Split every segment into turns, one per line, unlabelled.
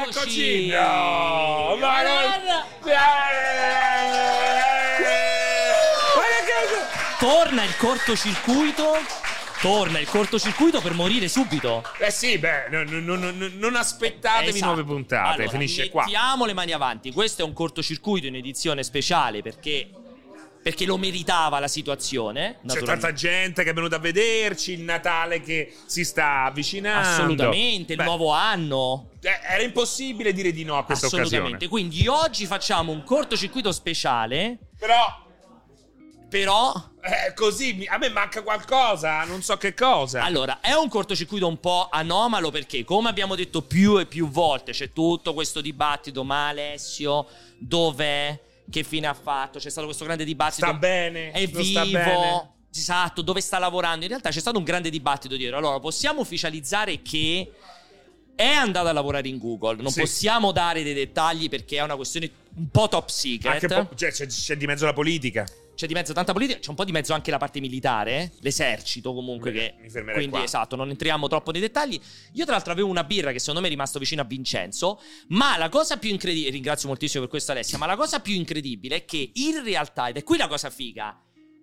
Eccoci!
No! Ma non... Eh! Guarda
Torna il cortocircuito. Torna il cortocircuito per morire subito.
che... Eh sì, beh, non, non- non- non aspettatevi
Esatto.
nuove puntate,
Allora,
finisce qua.
Mettiamo le mani avanti. Questo è un cortocircuito in edizione speciale perché, perché lo meritava la situazione.
C'è
naturalmente.
tanta gente che è venuta a vederci, il Natale che si sta avvicinando.
Assolutamente, il
Beh,
nuovo anno.
eh, Era impossibile dire di no a questa
Assolutamente.
occasione.
Quindi oggi facciamo un cortocircuito speciale,
Però
però
eh, così mi- a me manca qualcosa, non so che cosa.
Allora, è un cortocircuito un po' anomalo perché, come abbiamo detto più e più volte, c'è tutto questo dibattito, ma Alessio dov'è? Che fine ha fatto? C'è stato questo grande dibattito.
sta bene,
è
non sta bene.
vivo. Esatto, dove sta lavorando? In realtà c'è stato un grande dibattito dietro. Allora, possiamo ufficializzare che è andata a lavorare in Google. Non
Sì.
possiamo dare dei dettagli perché è una questione un po' top secret.
Anche po- cioè, c'è, c'è di mezzo la politica.
C'è di mezzo tanta politica, c'è un po' di mezzo anche la parte militare, eh, l'esercito comunque
Beh,
che...
mi fermerei
Quindi
qua.
esatto, non entriamo troppo nei dettagli. Io tra l'altro avevo una birra che secondo me è rimasto vicino a Vincenzo, ma la cosa più incredibile, ringrazio moltissimo per questo Alessia, ma la cosa più incredibile è che in realtà, ed è qui la cosa figa,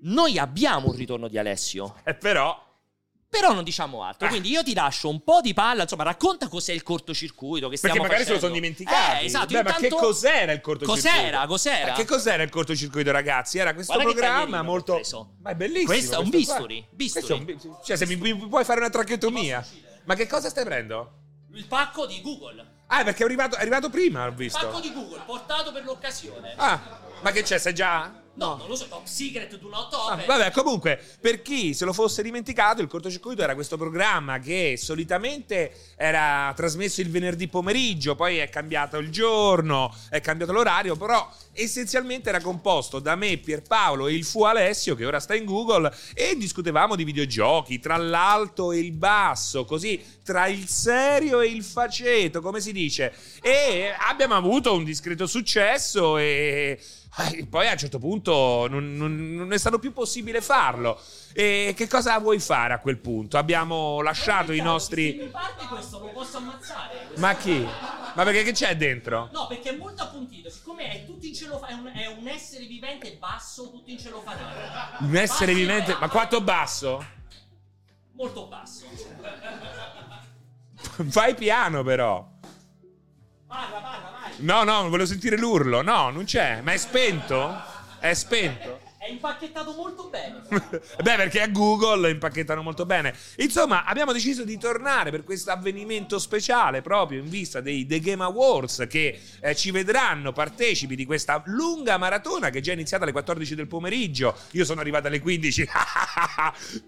noi abbiamo un ritorno di Alessio,
Eh, però
però non diciamo altro.
Ah.
Quindi io ti lascio un po' di palla, insomma racconta cos'è il cortocircuito che stiamo
Perché magari se lo
facendo.
sono dimenticati.
Eh, esatto,
Beh, ma che
intanto-
cos'era il cortocircuito?
Cos'era? Cos'era?
Ma Che cos'era il cortocircuito, ragazzi? Era questo
Guarda che taglierino
programma
che ho
molto.
preso.
Ma è bellissimo.
Questo è un
qua.
bisturi,
Questo è un
bisturi.
bi- Cioè, se mi, mi puoi fare una tracheotomia.
Ti posso uccidere.
Ma che cosa stai prendendo?
Il pacco di Google.
Ah, perché è arrivato, è arrivato prima, ho
Il pacco
visto.
di Google portato per l'occasione.
Ah, ma che c'è? Sai già?
No, non lo so, top secret do not
Ah,
open.
vabbè, comunque, per chi se lo fosse dimenticato, il cortocircuito era questo programma che solitamente era trasmesso il venerdì pomeriggio, poi è cambiato il giorno, è cambiato l'orario, però essenzialmente era composto da me, Pierpaolo e il fu Alessio, che ora sta in Google, e discutevamo di videogiochi, tra l'alto e il basso, così tra il serio e il faceto, come si dice. E abbiamo avuto un discreto successo e... Eh, Poi a un certo punto non, non- non è stato più possibile farlo. E che cosa vuoi fare a quel punto? Abbiamo lasciato i
Se
nostri.
mi parte questo lo posso ammazzare.
Ma chi? Ma perché che c'è dentro?
No, perché è molto appuntito. Siccome è tutto in cellofa- è un, è un essere vivente basso, tutto in cellofanato.
Un essere
Basso
vivente.
e-
Ma quanto basso?
Molto basso.
Vai piano, però.
Parla, parla, vai.
No, no, volevo sentire l'urlo. No, non c'è. Ma è spento? È spento.
È impacchettato molto bene.
Beh, perché a Google impacchettano molto bene. Insomma, abbiamo deciso di tornare per questo avvenimento speciale proprio in vista dei The Game Awards che eh, ci vedranno partecipi di questa lunga maratona che è già iniziata alle 14 del pomeriggio. Io sono arrivato alle 15,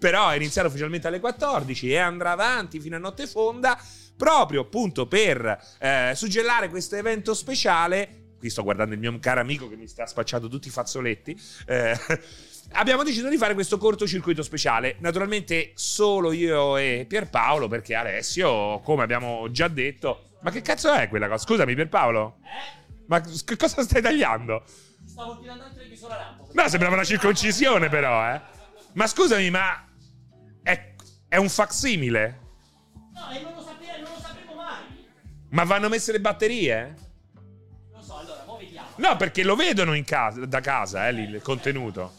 però è iniziata ufficialmente alle 14 e andrà avanti fino a notte fonda proprio appunto per eh, suggellare questo evento speciale. Qui sto guardando il mio caro amico che mi sta spacciando tutti i fazzoletti. eh, abbiamo deciso di fare questo cortocircuito speciale. Naturalmente solo io e Pierpaolo, perché Alessio, come abbiamo già detto. Ma che cazzo è quella cosa? Scusami, Pierpaolo.
Eh?
Ma che cosa stai tagliando?
Stavo tirando anche il viso alla lampo.
No, sembrava una circoncisione, però, eh. Ma scusami, ma. È, è un facsimile?
No, e non lo sapere, non lo sapremo mai.
Ma vanno messe le batterie?
Lo so, allora, mo vediamo.
No, perché lo vedono in casa- da casa, eh, lì, il contenuto.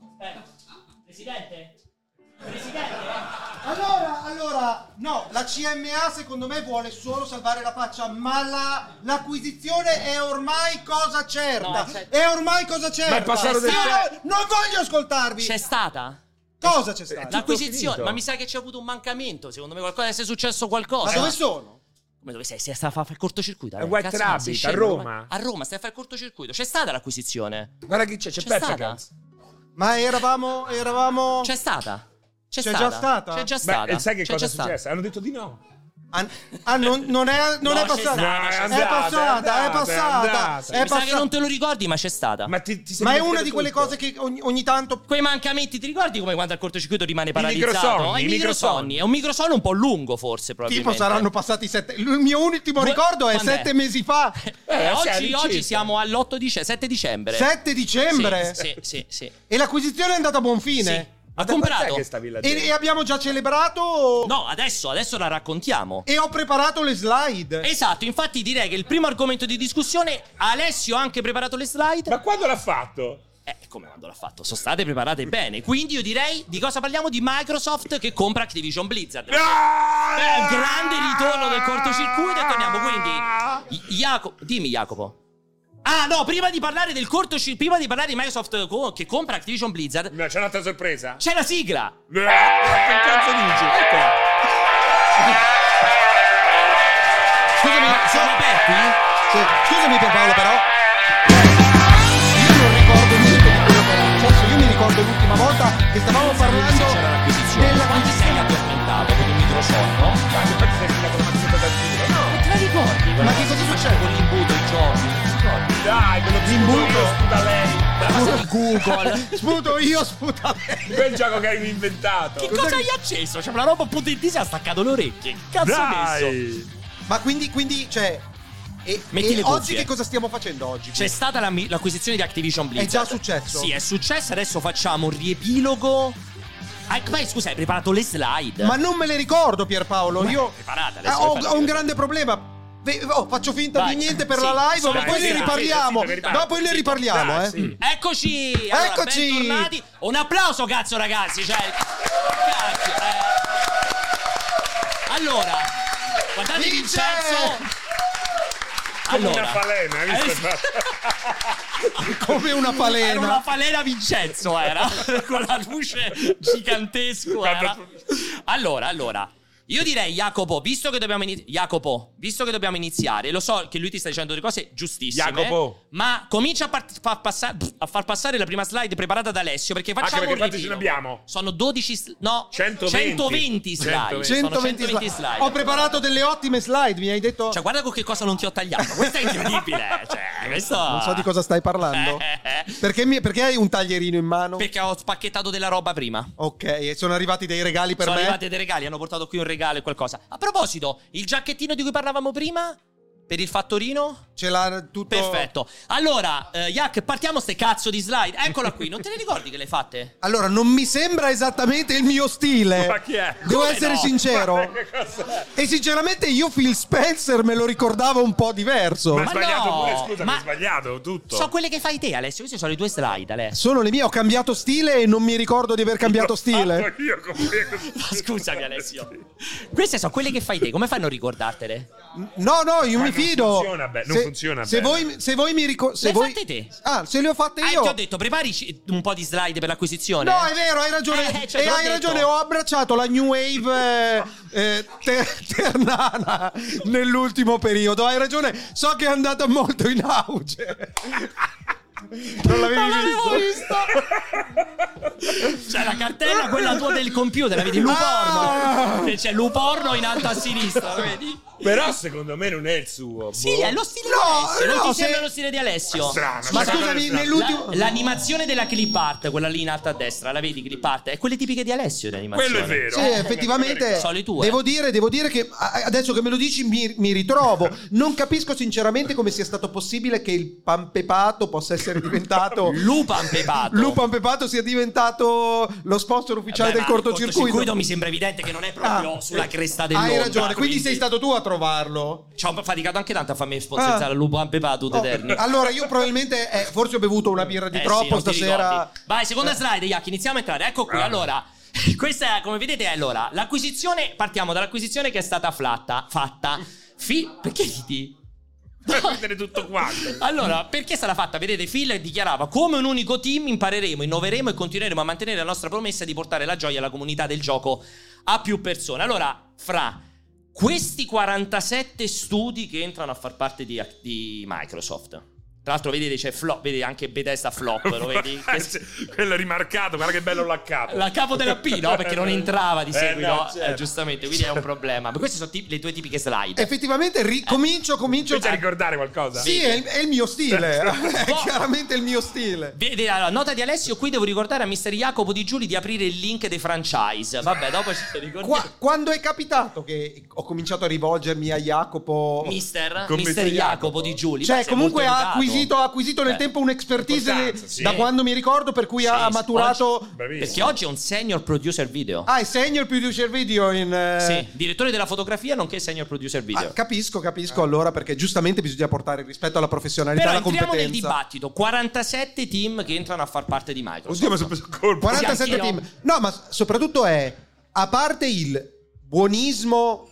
Aspetta. Eh, Presidente? Presidente?
Allora, allora, no, la CMA secondo me vuole solo salvare la faccia, ma la- l'acquisizione è ormai cosa certa.
No, c'è-
è ormai cosa certa.
passato del
Io
tempo. Eh,
non voglio ascoltarvi.
C'è stata?
cosa c'è stato?
tutto
L'acquisizione,
finito.
ma mi sa che c'è avuto un mancamento. Secondo me qualcosa se è successo qualcosa.
Ma dove sono?
Come dove sei? Sei stata a fare il cortocircuito?
A
Allora,
White
cazzo, ma
Rabbit,
sei
a
scemo,
Roma.
ormai? A Roma, stai a fare il cortocircuito. C'è stata l'acquisizione?
Guarda chi c'è, c'è,
C'è
Pezza
stata?
Cazzo.
Ma eravamo, eravamo...
C'è stata?
C'è già stata?
C'è già
Beh,
stata.
e sai che
C'è
cosa è
già stata.
successo? Hanno detto di no.
Ah, ah, non, non è, non
No,
è
c'è
passata.
stata. No,
è,
andate,
passata, è
andate,
passata,
andate.
è
Mi sa che
passata.
non te lo ricordi, ma c'è stata.
Ma, ti, ti sei
Ma è
dimenticato
una di quelle
tutto.
cose che ogni, ogni tanto...
Quei mancamenti, ti ricordi come quando al cortocircuito rimane paralizzato?
microsonni,
Eh,
i microsonni.
È un microsonno un po' lungo, forse, probabilmente.
Tipo saranno passati sette... Il mio ultimo
Due-
ricordo è
quando è?
sette mesi fa.
Eh,
Eh, si è
oggi,
all'incirca.
oggi siamo all'8 dicembre, 7 dicembre.
7 dicembre.
Sì, sì, sì. sì.
E l'acquisizione è andata a buon fine.
Sì. Ha
da quant'è
comprato.
che sta villa
E, e
Geo?
abbiamo già celebrato
No, adesso, adesso la raccontiamo.
e ho preparato le slide.
Esatto, infatti direi che il primo argomento di discussione, Alessio ha anche preparato le slide.
Ma quando l'ha fatto?
Eh, come quando l'ha fatto? Sono state preparate bene. Quindi io direi di cosa parliamo? Di Microsoft che compra Activision Blizzard.
No!
È un grande ritorno del cortocircuito e torniamo quindi. I- Iaco- dimmi Jacopo. Ah no, prima di parlare del cortocircuito, prima di parlare di Microsoft co- che compra Activision Blizzard,
No, c'è un'altra sorpresa.
c'è la sigla.
Che cazzo dici? Eccola.
Scusami,
Ma sono aperti?
sì, scusami Pierpaolo però. Io non ricordo niente di quello che era. successo. io mi ricordo l'ultima volta che stavamo parlando
Se c'era l'acquisizione.
della
Quanti sei addormentato con il microsono?
Ma che poi ti sei stato ammazzato dal giro? No.
Te la ricordi?
Ma che cosa
succede con l'imbuto i giorni? Ti ricordi?
Dai, quello
L'imbuto.
da lei.
Ma sei Google?
Sputo io, sputa lei.
Quel gioco che avevi inventato.
Che cosa hai acceso? C'è una roba potentissima, ha staccato le orecchie. Che cazzo hai messo?
Dai.
Ma quindi, quindi, cioè. E,
Metti
e
le
oggi
cuffie.
che cosa stiamo facendo oggi?
C'è stata la mi- l'acquisizione di Activision Blizzard.
già successo?
Sì, è successo. Adesso facciamo un riepilogo. Ah, poi scusa, hai preparato le slide.
Ma non me le ricordo, Pierpaolo. io
preparate,
Ah,
adesso
ho,
le fai
ho un
vedere.
grande problema. Ve- oh, faccio finta
Vai.
di niente per
Sì,
la live,
sì,
ma
dai,
poi ne
sì,
riparliamo.
sì, sì, sì, sì,
ma poi ne
sì,
riparliamo,
dai,
eh.
sì.
Eccoci! Allora,
Eccoci!
bentornati. Un applauso, cazzo, ragazzi! Cioè, cazzo, eh. Allora, guardate
Vince!
Vincenzo!
Come una falena, hai visto?
Eh, sì.
Come una
Era
palena.
una palena Vincenzo, era con la luce gigantesca. era. Allora, allora. Io direi, Jacopo, visto che dobbiamo iniziare. Jacopo, visto che dobbiamo iniziare, lo so che lui ti sta dicendo delle cose giustissime.
Jacopo.
Ma comincia a, part- fa- passa- a far passare la prima slide preparata da Alessio. Perché facciamo
perché
un
quanti
riepilogo.
ce ne abbiamo?
Sono 12. sl- no,
120.
120 slide.
120.
Sono
120 slide.
slide.
Ho preparato delle ottime slide, mi hai detto.
Cioè, guarda con che cosa non ti ho tagliato. Questo è incredibile. cioè, questo...
non so di cosa stai parlando. perché, mi- perché hai un taglierino in mano?
Perché ho spacchettato della roba prima.
ok, e sono arrivati dei regali per
Sono
me.
arrivati dei regali, hanno portato qui un regalo e qualcosa. A proposito, il giacchettino di cui parlavamo prima? Per il fattorino?
Ce l'ha tutto. Oh.
Perfetto. Allora, eh, Jack, partiamo ste cazzo di slide. Eccola qui, non te ne ricordi che le hai fatte?
Allora, non mi sembra esattamente il mio
Eh,
stile.
Ma chi è?
Devo
Come
essere
no?
sincero.
Che cos'è?
E sinceramente io Phil Spencer me lo ricordavo un po' diverso.
Ma hai
Ma
sbagliato
no,
pure, scusa,
ma-
hai sbagliato
Certo.
tutto.
So quelle che fai te, Alessio. Queste sono le tue slide, Alessio.
Sono le mie, ho cambiato stile e non mi ricordo di aver cambiato
L'ho
stile.
fatto Io con
Ma Scusami, Alessio. Queste sono quelle che fai te. Come fai a non ricordartele?
No, no, io
Ma
mi
non
fido.
funziona be- non
se,
funziona
se
bene.
Voi, se voi mi ricordate.
Le hai
voi...
fatte te?
Ah, se le ho fatte
Ah,
io.
ti ho detto, preparici un po' di slide per l'acquisizione.
No, è vero, hai ragione.
Eh, cioè, te
e
l'ho
hai
detto.
ragione, ho abbracciato la new wave eh, eh, ter- ternana nell'ultimo periodo. Hai ragione, so che è andata molto in auge. Non l'avevi
Non l'avevo
visto?
C'è la cartella, quella tua del computer, la vedi? Luporno.
Ah!
Che c'è Luporno in alto a sinistra, lo vedi?
Però secondo me non è il suo. Boh,
Sì, è lo stile
No,
di Alessio. non
no,
ti
se-
sembra lo stile di Alessio?
Strano, cioè.
Ma
strano,
scusami,
strano.
nell'ultimo.
La- l'animazione della clip art, quella lì in alto a destra, la vedi clip art? È quelle tipiche di Alessio di animazione.
Quello è vero.
Sì, effettivamente.
Sono le tue.
Devo dire, devo dire che a- adesso che me lo dici mi, mi ritrovo. Non capisco sinceramente come sia stato possibile che il pampepato possa essere diventato.
Lupa Ampepato.
Lupo Pampepato sia diventato lo sponsor
Eh
ufficiale del cortocircuito.
mi sembra evidente che non è proprio
Ah,
sulla cresta dell'onda.
Hai ragione, quindi sei stato tu a trovarlo.
Ci ho faticato anche tanto a farmi sponsorizzare
Ah.
il Lupo Ampepato
Oh,
d'Eterni.
allora, io probabilmente eh, forse ho bevuto una birra di
Eh sì,
troppo
non ti
stasera. Eh.
ricordi. Vai, seconda slide, Iac, iniziamo a entrare. Ecco qui,
Ah.
allora. Questa, come vedete, è allora l'acquisizione. Partiamo dall'acquisizione che è stata flatta, fatta. Fi- perché ridi?
Per prendere tutto quanto.
Allora, perché è stata fatta? Vedete, Phil dichiarava: Come un unico team impareremo, innoveremo e continueremo a mantenere la nostra promessa di portare la gioia alla comunità del gioco a più persone. Allora, fra questi 47 studi che entrano a far parte di, di Microsoft. Tra l'altro, vedete, c'è flop, vedete anche Bethesda flop, lo vedi? Questo-
Quello è rimarcato, guarda che bello laccato.
La capo della P, no? Perché non entrava di
Eh,
seguito,
no, certo.
eh, giustamente, quindi è un problema. Ma queste sono tip- le tue tipiche slide.
Effettivamente, ricomincio, comincio.
Comincia a ricordare qualcosa?
Sì, è il, è il mio stile. è
Oh.
chiaramente il mio stile.
Vedi, allora, nota di Alessio, qui devo ricordare a Mister Jacopo Di Giuli di aprire il link dei franchise. Vabbè, dopo ci ricordiamo.
Qua- quando è capitato che ho cominciato a rivolgermi a Jacopo?
Mister,
Con
Mister
Mister
Jacopo
Jacopo
Di Giuli.
Cioè,
Beh, sei
comunque
molto
ha
educato.
acquisito, ha acquisito nel
Beh,
tempo un'expertise
importanza, sì.
da quando mi ricordo, per cui
Sì,
ha
sì,
maturato.
oggi-
Bravissimo.
Perché oggi è un senior producer video.
Ah, è senior producer video in. eh,
Sì, direttore della fotografia nonché senior producer video.
ah, capisco, capisco allora perché giustamente bisogna portare il rispetto alla professionalità e
Però
alla
entriamo
competenza.
nel dibattito. 47 team che entrano a far parte di Microsoft.
Oddio, mi sono preso il colpo.
47
Sì, anch'io.
team. No, ma soprattutto è a parte il buonismo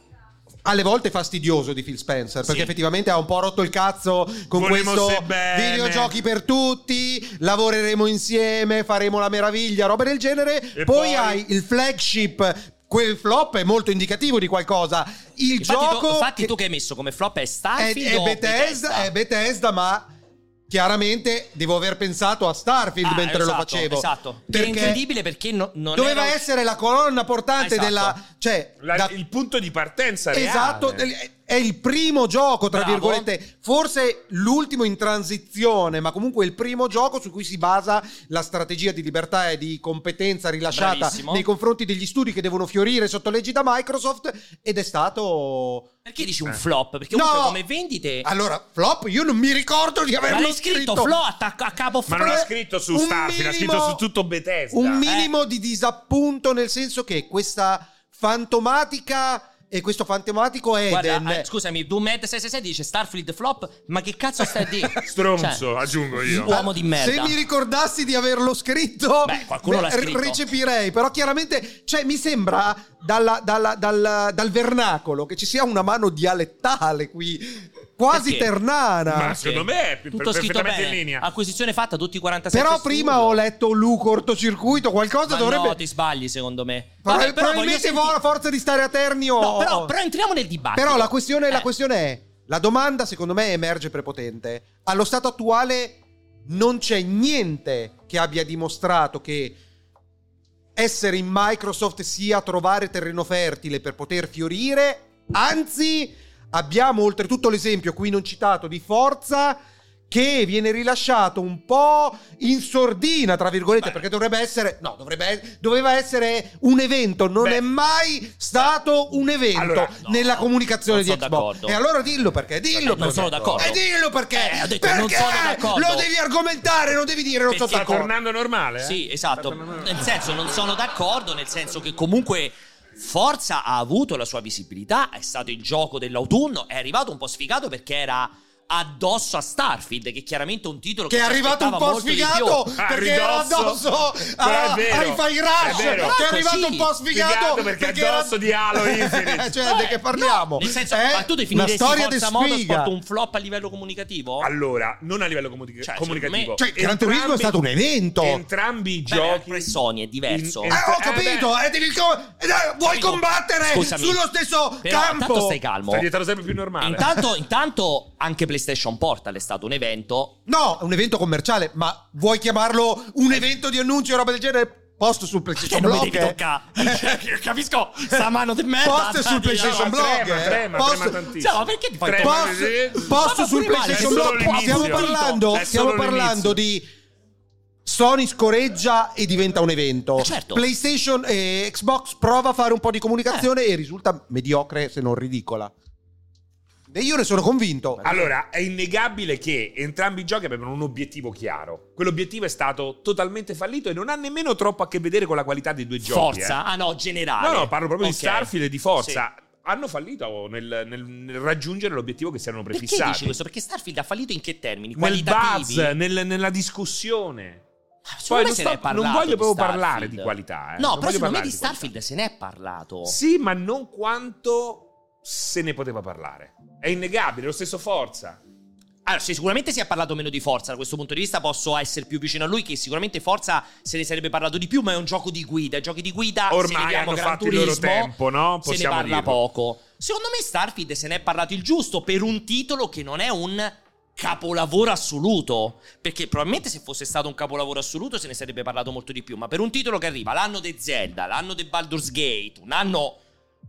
alle volte fastidioso di Phil Spencer perché
Sì.
effettivamente ha un po' rotto il cazzo con
Volevo se
questo
bene.
videogiochi per tutti lavoreremo insieme faremo la meraviglia roba del genere
E
poi,
poi?
hai il flagship quel flop è molto indicativo di qualcosa il
Infatti,
gioco
tu, infatti
che-
tu che hai messo come flop è
è,
Starfield
è
o
Bethesda, è Bethesda, ma chiaramente devo aver pensato a Starfield
Ah,
mentre lo
esatto,
facevo.
Esatto. È
Perché
incredibile perché no- non
doveva
era-
essere la colonna portante
Esatto.
della... Cioè,
La-
da-
il punto di partenza reale.
esatto, del- è il primo gioco, tra
Bravo.
virgolette, forse l'ultimo in transizione, ma comunque il primo gioco su cui si basa la strategia di libertà e di competenza rilasciata
Bravissimo.
nei confronti degli studi che devono fiorire sotto leggi da Microsoft ed è stato...
Perché dici un
Eh.
flop? Perché
No.
comunque come vendite...
Allora, flop, io non mi ricordo di
Ma
averlo
l'hai scritto, flop attacca- a capo
Ma
flop.
non ha scritto su
Un
Starfield, ha scritto
minimo-
su tutto Bethesda.
un minimo di disappunto nel senso che questa fantomatica e questo fantomatico
Guarda,
Eden
eh, scusami, DoomEd666 dice Starfield stop ma che cazzo stai a dire?
Stronzo,
Cioè,
aggiungo io.
uomo di merda.
Se mi ricordassi di averlo scritto,
Beh, qualcuno l'ha
re-
scritto.
recepirei. Però chiaramente, cioè, mi sembra dalla- dalla- dal, dal vernacolo che ci sia una mano dialettale qui, quasi
Perché?
ternana.
Ma secondo me è per-
Tutto scritto
perfettamente in
bene. Ah,
linea.
Acquisizione fatta, tutti i 47
Però
studio.
prima ho letto Lu cortocircuito, qualcosa
Ma
dovrebbe.
no, ti sbagli secondo me.
Prob-
Vabbè, però voglio
probabilmente
sentire-
a forza di stare a Terni o-
No,
o-
però, però entriamo nel dibattito.
Però la questione, la
Eh,
questione è: la domanda, secondo me, emerge prepotente. Allo stato attuale non c'è niente che abbia dimostrato che essere in Microsoft sia trovare terreno fertile per poter fiorire. Anzi, abbiamo oltretutto l'esempio qui non citato di Forza che viene rilasciato un po' in sordina, tra virgolette, perché dovrebbe essere no, dovrebbe doveva essere un evento, non
Beh.
è mai stato un evento
Allora,
no,
nella comunicazione
non
di
sono
Xbox.
d'accordo. Cioè,
E allora dillo perché, dillo
Non sono d'accordo.
E dillo perché.
Eh, ho detto,
perché
non sono d'accordo.
Lo devi argomentare, non devi dire non sono
Perché
Sta
d'accordo.
tornando normale? eh?
ecco. Sì, esatto.
Sta tornando-
Nel senso, non sono d'accordo, nel senso che comunque Forza ha avuto la sua visibilità, è stato il gioco dell'autunno, è arrivato un po' sfigato perché era addosso a Starfield, che è chiaramente un titolo che,
Che è
si
arrivato un
aspettava
po'
molto di
sfigato
più.
Ah,
perché era
ridosso.
addosso
Però è
a-
vero,
ai Fire
è vero.
Rush. Che è
Ecco,
arrivato
sì.
un po' sfigato
Sfigato perché è
era-
addosso di Halo Infinite.
cioè, di
Eh,
che parliamo?
no, nel
Eh?
senso,
È
ma tu
una
definiresti
storia di
Forza Motorsport
sfiga.
un flop a livello comunicativo?
Allora, non a livello comuni-
Cioè,
comunicativo.
secondo
Cioè, Gran Turismo
Entrambi-
è stato un evento.
Entrambi i
Beh,
giochi.
per Sony è diverso.
In-
Eh,
in-
ho
Eh,
capito, eh, devi com- eh, dai, vuoi
Dico,
combattere
scusami,
sullo stesso
però Intanto
campo?
stai calmo.
Sta diventando sempre più normale.
Intanto, intanto anche PlayStation Portal è stato un evento
No, è un evento commerciale, ma vuoi chiamarlo un evento di annunci o roba del genere? Posto
Cioè,
sul PlayStation
non mi
Blog.
devi
eh.
toccare. Cioè, Capisco, sta mano di merda.
Post
dai,
sul PlayStation
dai.
No,
Blog,
trema,
eh.
trema,
Posso-
trema tantissimo.
Cioè, ma perché ti fai
Trema.
troppo-
Post-
Eh, ma-
posto
ma
sul
pure male,
PlayStation
è solo
Blog.
l'inizio.
Stiamo parlando,
È
stiamo
solo
parlando di Sony scoreggia e diventa un evento.
Eh, certo.
PlayStation e Xbox prova a fare un po' di comunicazione e risulta mediocre se non ridicola. E io ne sono convinto.
Allora, è innegabile che entrambi i giochi avevano un obiettivo chiaro. Quell'obiettivo è stato totalmente fallito e non ha nemmeno troppo a che vedere con la qualità dei due giochi.
Forza,
eh.
ah no, generale.
No, no, parlo proprio
Ok.
di Starfield e di Forza. Hanno fallito nel, nel- nel raggiungere l'obiettivo che si erano
Perché
prefissati.
dici questo? Perché Starfield ha fallito in che termini?
Nel
Qualitativi? Ah,
buzz, nel- nella discussione.
Secondo me
non
se
sto-
ne è parlato
non voglio
di
proprio
Starfield.
parlare di qualità,
No,
eh. Non
però
voglio
secondo me
parlare
di
di qualità.
Starfield se ne è parlato.
Sì, ma non quanto se ne poteva parlare. È innegabile, lo stesso Forza.
Allora, sì, sicuramente si è parlato meno di Forza da questo punto di vista, posso essere più vicino a lui che sicuramente Forza se ne sarebbe parlato di più, ma è un gioco di guida, i giochi di guida se ne
Ormai
vediamo
hanno
Gran
fatto il loro
Turismo,
tempo, no?
Se ne
Possiamo
parla
dirlo.
poco. Secondo me Starfield se ne è parlato il giusto per un titolo che non è un capolavoro assoluto, perché probabilmente se fosse stato un capolavoro assoluto se ne sarebbe parlato molto di più, ma per un titolo che arriva l'anno di Zelda, l'anno di Baldur's Gate, un anno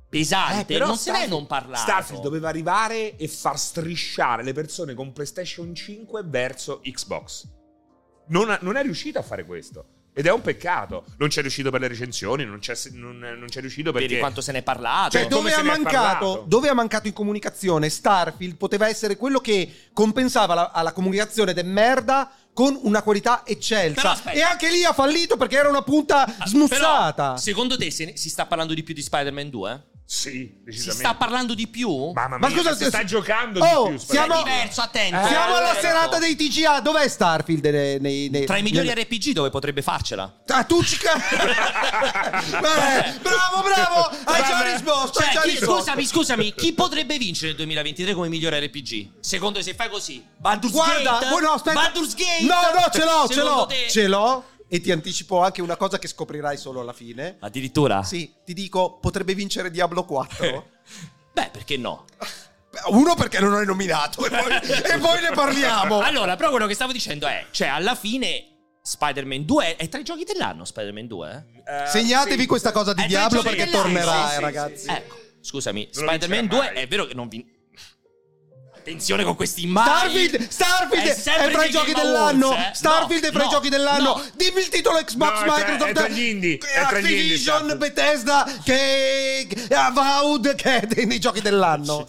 pesante,
Eh, però
non se ne è
Starfield-
non parlato.
Starfield doveva arrivare e far strisciare le persone con PlayStation 5 verso Xbox. Non, ha- non è riuscito a fare questo. Ed è un peccato. Non c'è riuscito per le recensioni, non c'è, non- non c'è riuscito perché...
Vedi quanto se ne è parlato.
Cioè,
Come
dove
se
ha,
ne è
mancato,
parlato?
dove ha mancato in comunicazione Starfield poteva essere quello che compensava la, alla comunicazione del merda con una qualità
Però
eccelsa.
aspetta. Ah,
E anche lì ha fallito perché era una punta smussata.
Però, secondo te se ne- si sta parlando di più di Spider-Man 2?
Sì,
Si
decisamente.
sta parlando di più?
Mamma
Ma
mia,
scusa,
si
se-
sta giocando
Oh,
di
È
più.
siamo-
Spider-Man.
diverso, attento.
Siamo alla
attento.
serata dei TGA. Dov'è Starfield? nei- nei- nei-
Tra i migliori
nel-
RPG dove potrebbe farcela.
Ah, tu ci ca- Vabbè, Bravo, bravo! Hai già
Vabbè.
risposto.
Cioè,
hai già
chi-
risposto.
scusami, scusami, chi potrebbe vincere il 2023 come migliore RPG? Secondo te se fai così? Baldur's
Guarda,
Gate?
oh, no, aspetta.
Baldur's Gate?
No, no, ce l'ho, ce
Secondo
l'ho.
te?
Ce l'ho. E ti anticipo anche una cosa che scoprirai solo alla fine.
Addirittura?
Sì, ti dico, potrebbe vincere Diablo
Eh.
4.
Beh, perché no?
Uno perché non l'hai nominato e poi, e poi ne parliamo.
Allora, però quello che stavo dicendo è, cioè, alla fine Spider-Man 2 è, è tra i giochi dell'anno Spider-Man 2, eh?
Eh,
Segnatevi
sì.
questa cosa di
Eh,
Diablo
perché
perché
là-
tornerà,
sì,
eh,
sì,
ragazzi.
sì.
Ecco, scusami,
Non lo
Spider-Man
vincerà
2
mai.
è vero che non vin... Attenzione con questi immagini.
Starfield, Starfield è,
sempre
fra
Game
i giochi
Awards,
dell'anno.
eh.
Starfield è fra
No,
i giochi dell'anno.
no.
Dimmi il titolo
No,
Xbox,
è tra-
Microsoft,
è tra gli indie, è tra gli indie,
Activision,
Starfield.
Bethesda, che Avowed, che è nei giochi dell'anno.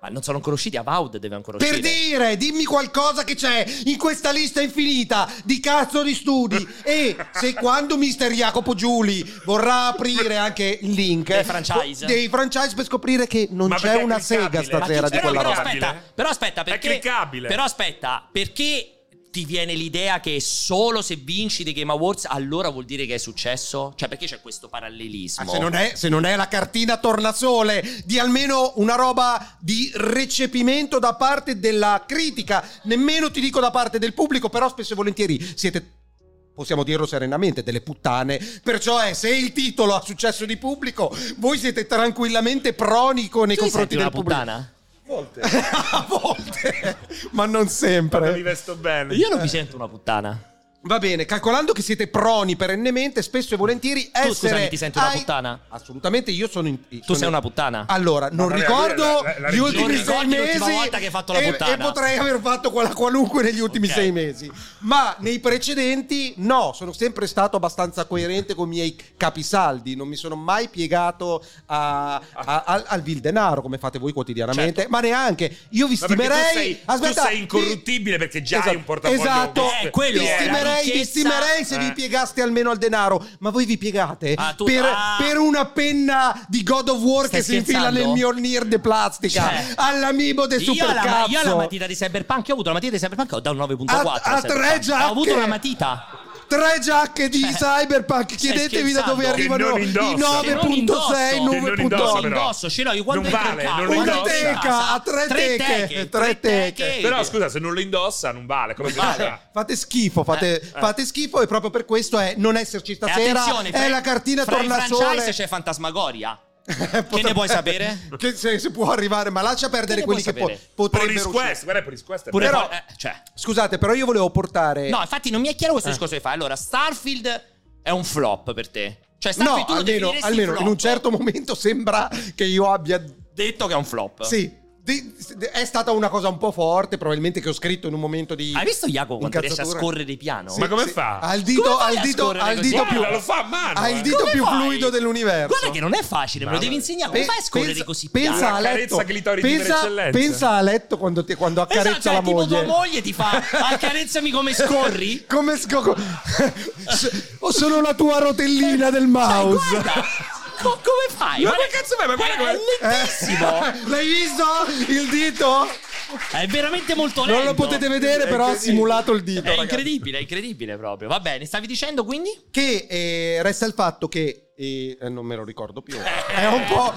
Ma non sono ancora usciti, Avowed deve ancora
Per
uscire.
dire, dimmi qualcosa che c'è in questa lista infinita di cazzo di studi. e se quando mister Jacopo Giuli vorrà aprire anche il link
Dei franchise.
dei franchise per scoprire che non
Ma
c'è
perché è
una sega
cliccabile?
stasera
Ma
di
chi-
però,
quella
però
roba.
roba.
aspetta, però aspetta,
È
perché
cliccabile.
Però aspetta, perché ti viene l'idea che solo se vinci dei Game Awards allora vuol dire che è successo? Cioè, perché c'è questo
Ah,
parallelismo?
se, non è, se non è la cartina tornasole di almeno una roba di recepimento da parte della critica, nemmeno ti dico da parte del pubblico, però spesso e volentieri siete, possiamo dirlo serenamente, delle puttane. Perciò è, se il titolo ha successo di pubblico, voi siete tranquillamente pronico nei
Tu ti senti
confronti
una
del pubblico.
puttana?
Volte.
A volte, ma non
Quando mi
sempre.
vesto bene.
Io non mi sento una puttana.
Va bene, calcolando che siete proni perennemente, spesso e volentieri essere...
Tu scusami, ti senti una
ai-
puttana?
Assolutamente, io sono... In,
Tu
sono-
sei una puttana?
Allora, non
vabbè,
ricordo
la- la- la
gli
regione.
ultimi
Non
sei
ricordi l'ultima
mesi
volta che hai fatto la
e,
puttana.
e potrei aver fatto quella qualunque negli ultimi
Ok.
sei mesi. Ma nei precedenti no, sono sempre stato abbastanza coerente con i miei capisaldi, non mi sono mai piegato a- a- al, al vil denaro come fate voi quotidianamente,
Certo.
ma neanche. Io vi
Ma perché tu
stimerei...
sei- tu
aspetta,
sei incorruttibile perché già hai un portafoglio-
Esatto,
Eh, quello
vi,
è la
stimerei, vi
ricchezza.
stimerei se
Eh.
vi piegaste almeno al denaro, ma voi vi piegate
Ah, tu-
per,
ah.
per una penna di God of War
Stai
che si infila
scherzando?
nel mio Nir de plastica
Cioè,
all'amibo del
Io la, ma- io la
supercazzo
matita di Cyberpunk, io ho avuto la matita di Cyberpunk, ho dato un 9.4.
A- a
al Cyberpunk.
tre giacche.
Ho avuto una matita.
tre giacche di
Cioè,
cyberpunk chiedetevi da
scherzando?
dove
Che
arrivano
non
i
indosso.
Che non indosso.
9.6
Che
non indosso,
9.8
però.
Indosso, ce l'ho io quando
Non
entro in
vale,
casa,
non
quando
indossa.
entro in
Una
casa.
teca, a tre teche, tre teche.
Però scusa, se non lo indossa non vale. Come si
vale.
fa?
Fate schifo, fate, fate schifo e proprio per questo è non esserci
Eh, E
stasera,
attenzione, fra-
è la cartina
fra i
tornasole.
franchise c'è Fantasmagoria.
che
ne vuoi sapere?
Che se, se può arrivare, ma lascia perdere
ne
quelli
puoi
che po-
sapere?
potrebbero
Police
uscire.
Quest, guarda Police Quest. è
Pure
bello.
poi- eh, cioè.
Scusate, però io volevo portare
No, infatti non mi è chiaro
Eh.
questo discorso che fai. Allora, Starfield è un flop per te. Cioè, Starfield
No,
tu lo
almeno,
definiresti
almeno
flop.
in un certo momento sembra che io abbia.
detto che è un flop.
Sì. di- è stata una cosa un po' forte, probabilmente che ho scritto in un momento di.
Hai visto Iago quando riesce a
incazzatura?
scorrere piano?
Sì,
Ma come
sì.
fa?
Al dito,
fai
al
a
dito,
scorrere
al
così?
dito più.
Guarda, lo fa a mano.
Al
eh.
dito
Come
più
fai?
fluido dell'universo.
Guarda che non è facile, me lo devi
Mamma mia.
insegnare. Come
certo. Pe-
fai a scorrere
pensa-
così piano?
pensa a
Carezza
letto,
clitoride di
pensa,
Vercellenza.
pensa a letto quando, ti- quando accarezza
Esatto,
la
è tipo tua
moglie.
moglie ti fa accarezzami come scorri. Cioè,
Come scoco? o sono la tua rotellina del mouse?
Cioè, guarda, co- come fai?
Ma che cazzo fai? Ma guarda
è,
come-
è lentissimo.
Eh, L'hai visto il dito?
È veramente molto lento.
Non lo potete vedere, però ha simulato il dito.
È
ragazzi.
incredibile, è incredibile proprio. Va bene, stavi dicendo quindi?
Che eh, resta il fatto che. eh, eh, non me lo ricordo più. È un po'.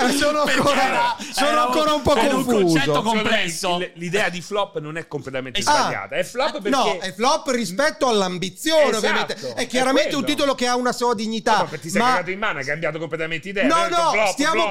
eh, sono
Perché
ancora,
era-
sono
era un-
ancora un po'
era un concetto
confuso.
con-
Secondo me
complesso.
il- L'idea di flop non è completamente
Ah.
sbagliata. È flop perché
No, è flop rispetto all'ambizione,
Esatto,
ovviamente. È
è
chiaramente un
quello.
titolo che ha una sua
No,
dignità.
ma ti sei
ma
cagato in mano, hai cambiato completamente idea.
No,
hai detto
no,
flop,
stiamo
flop.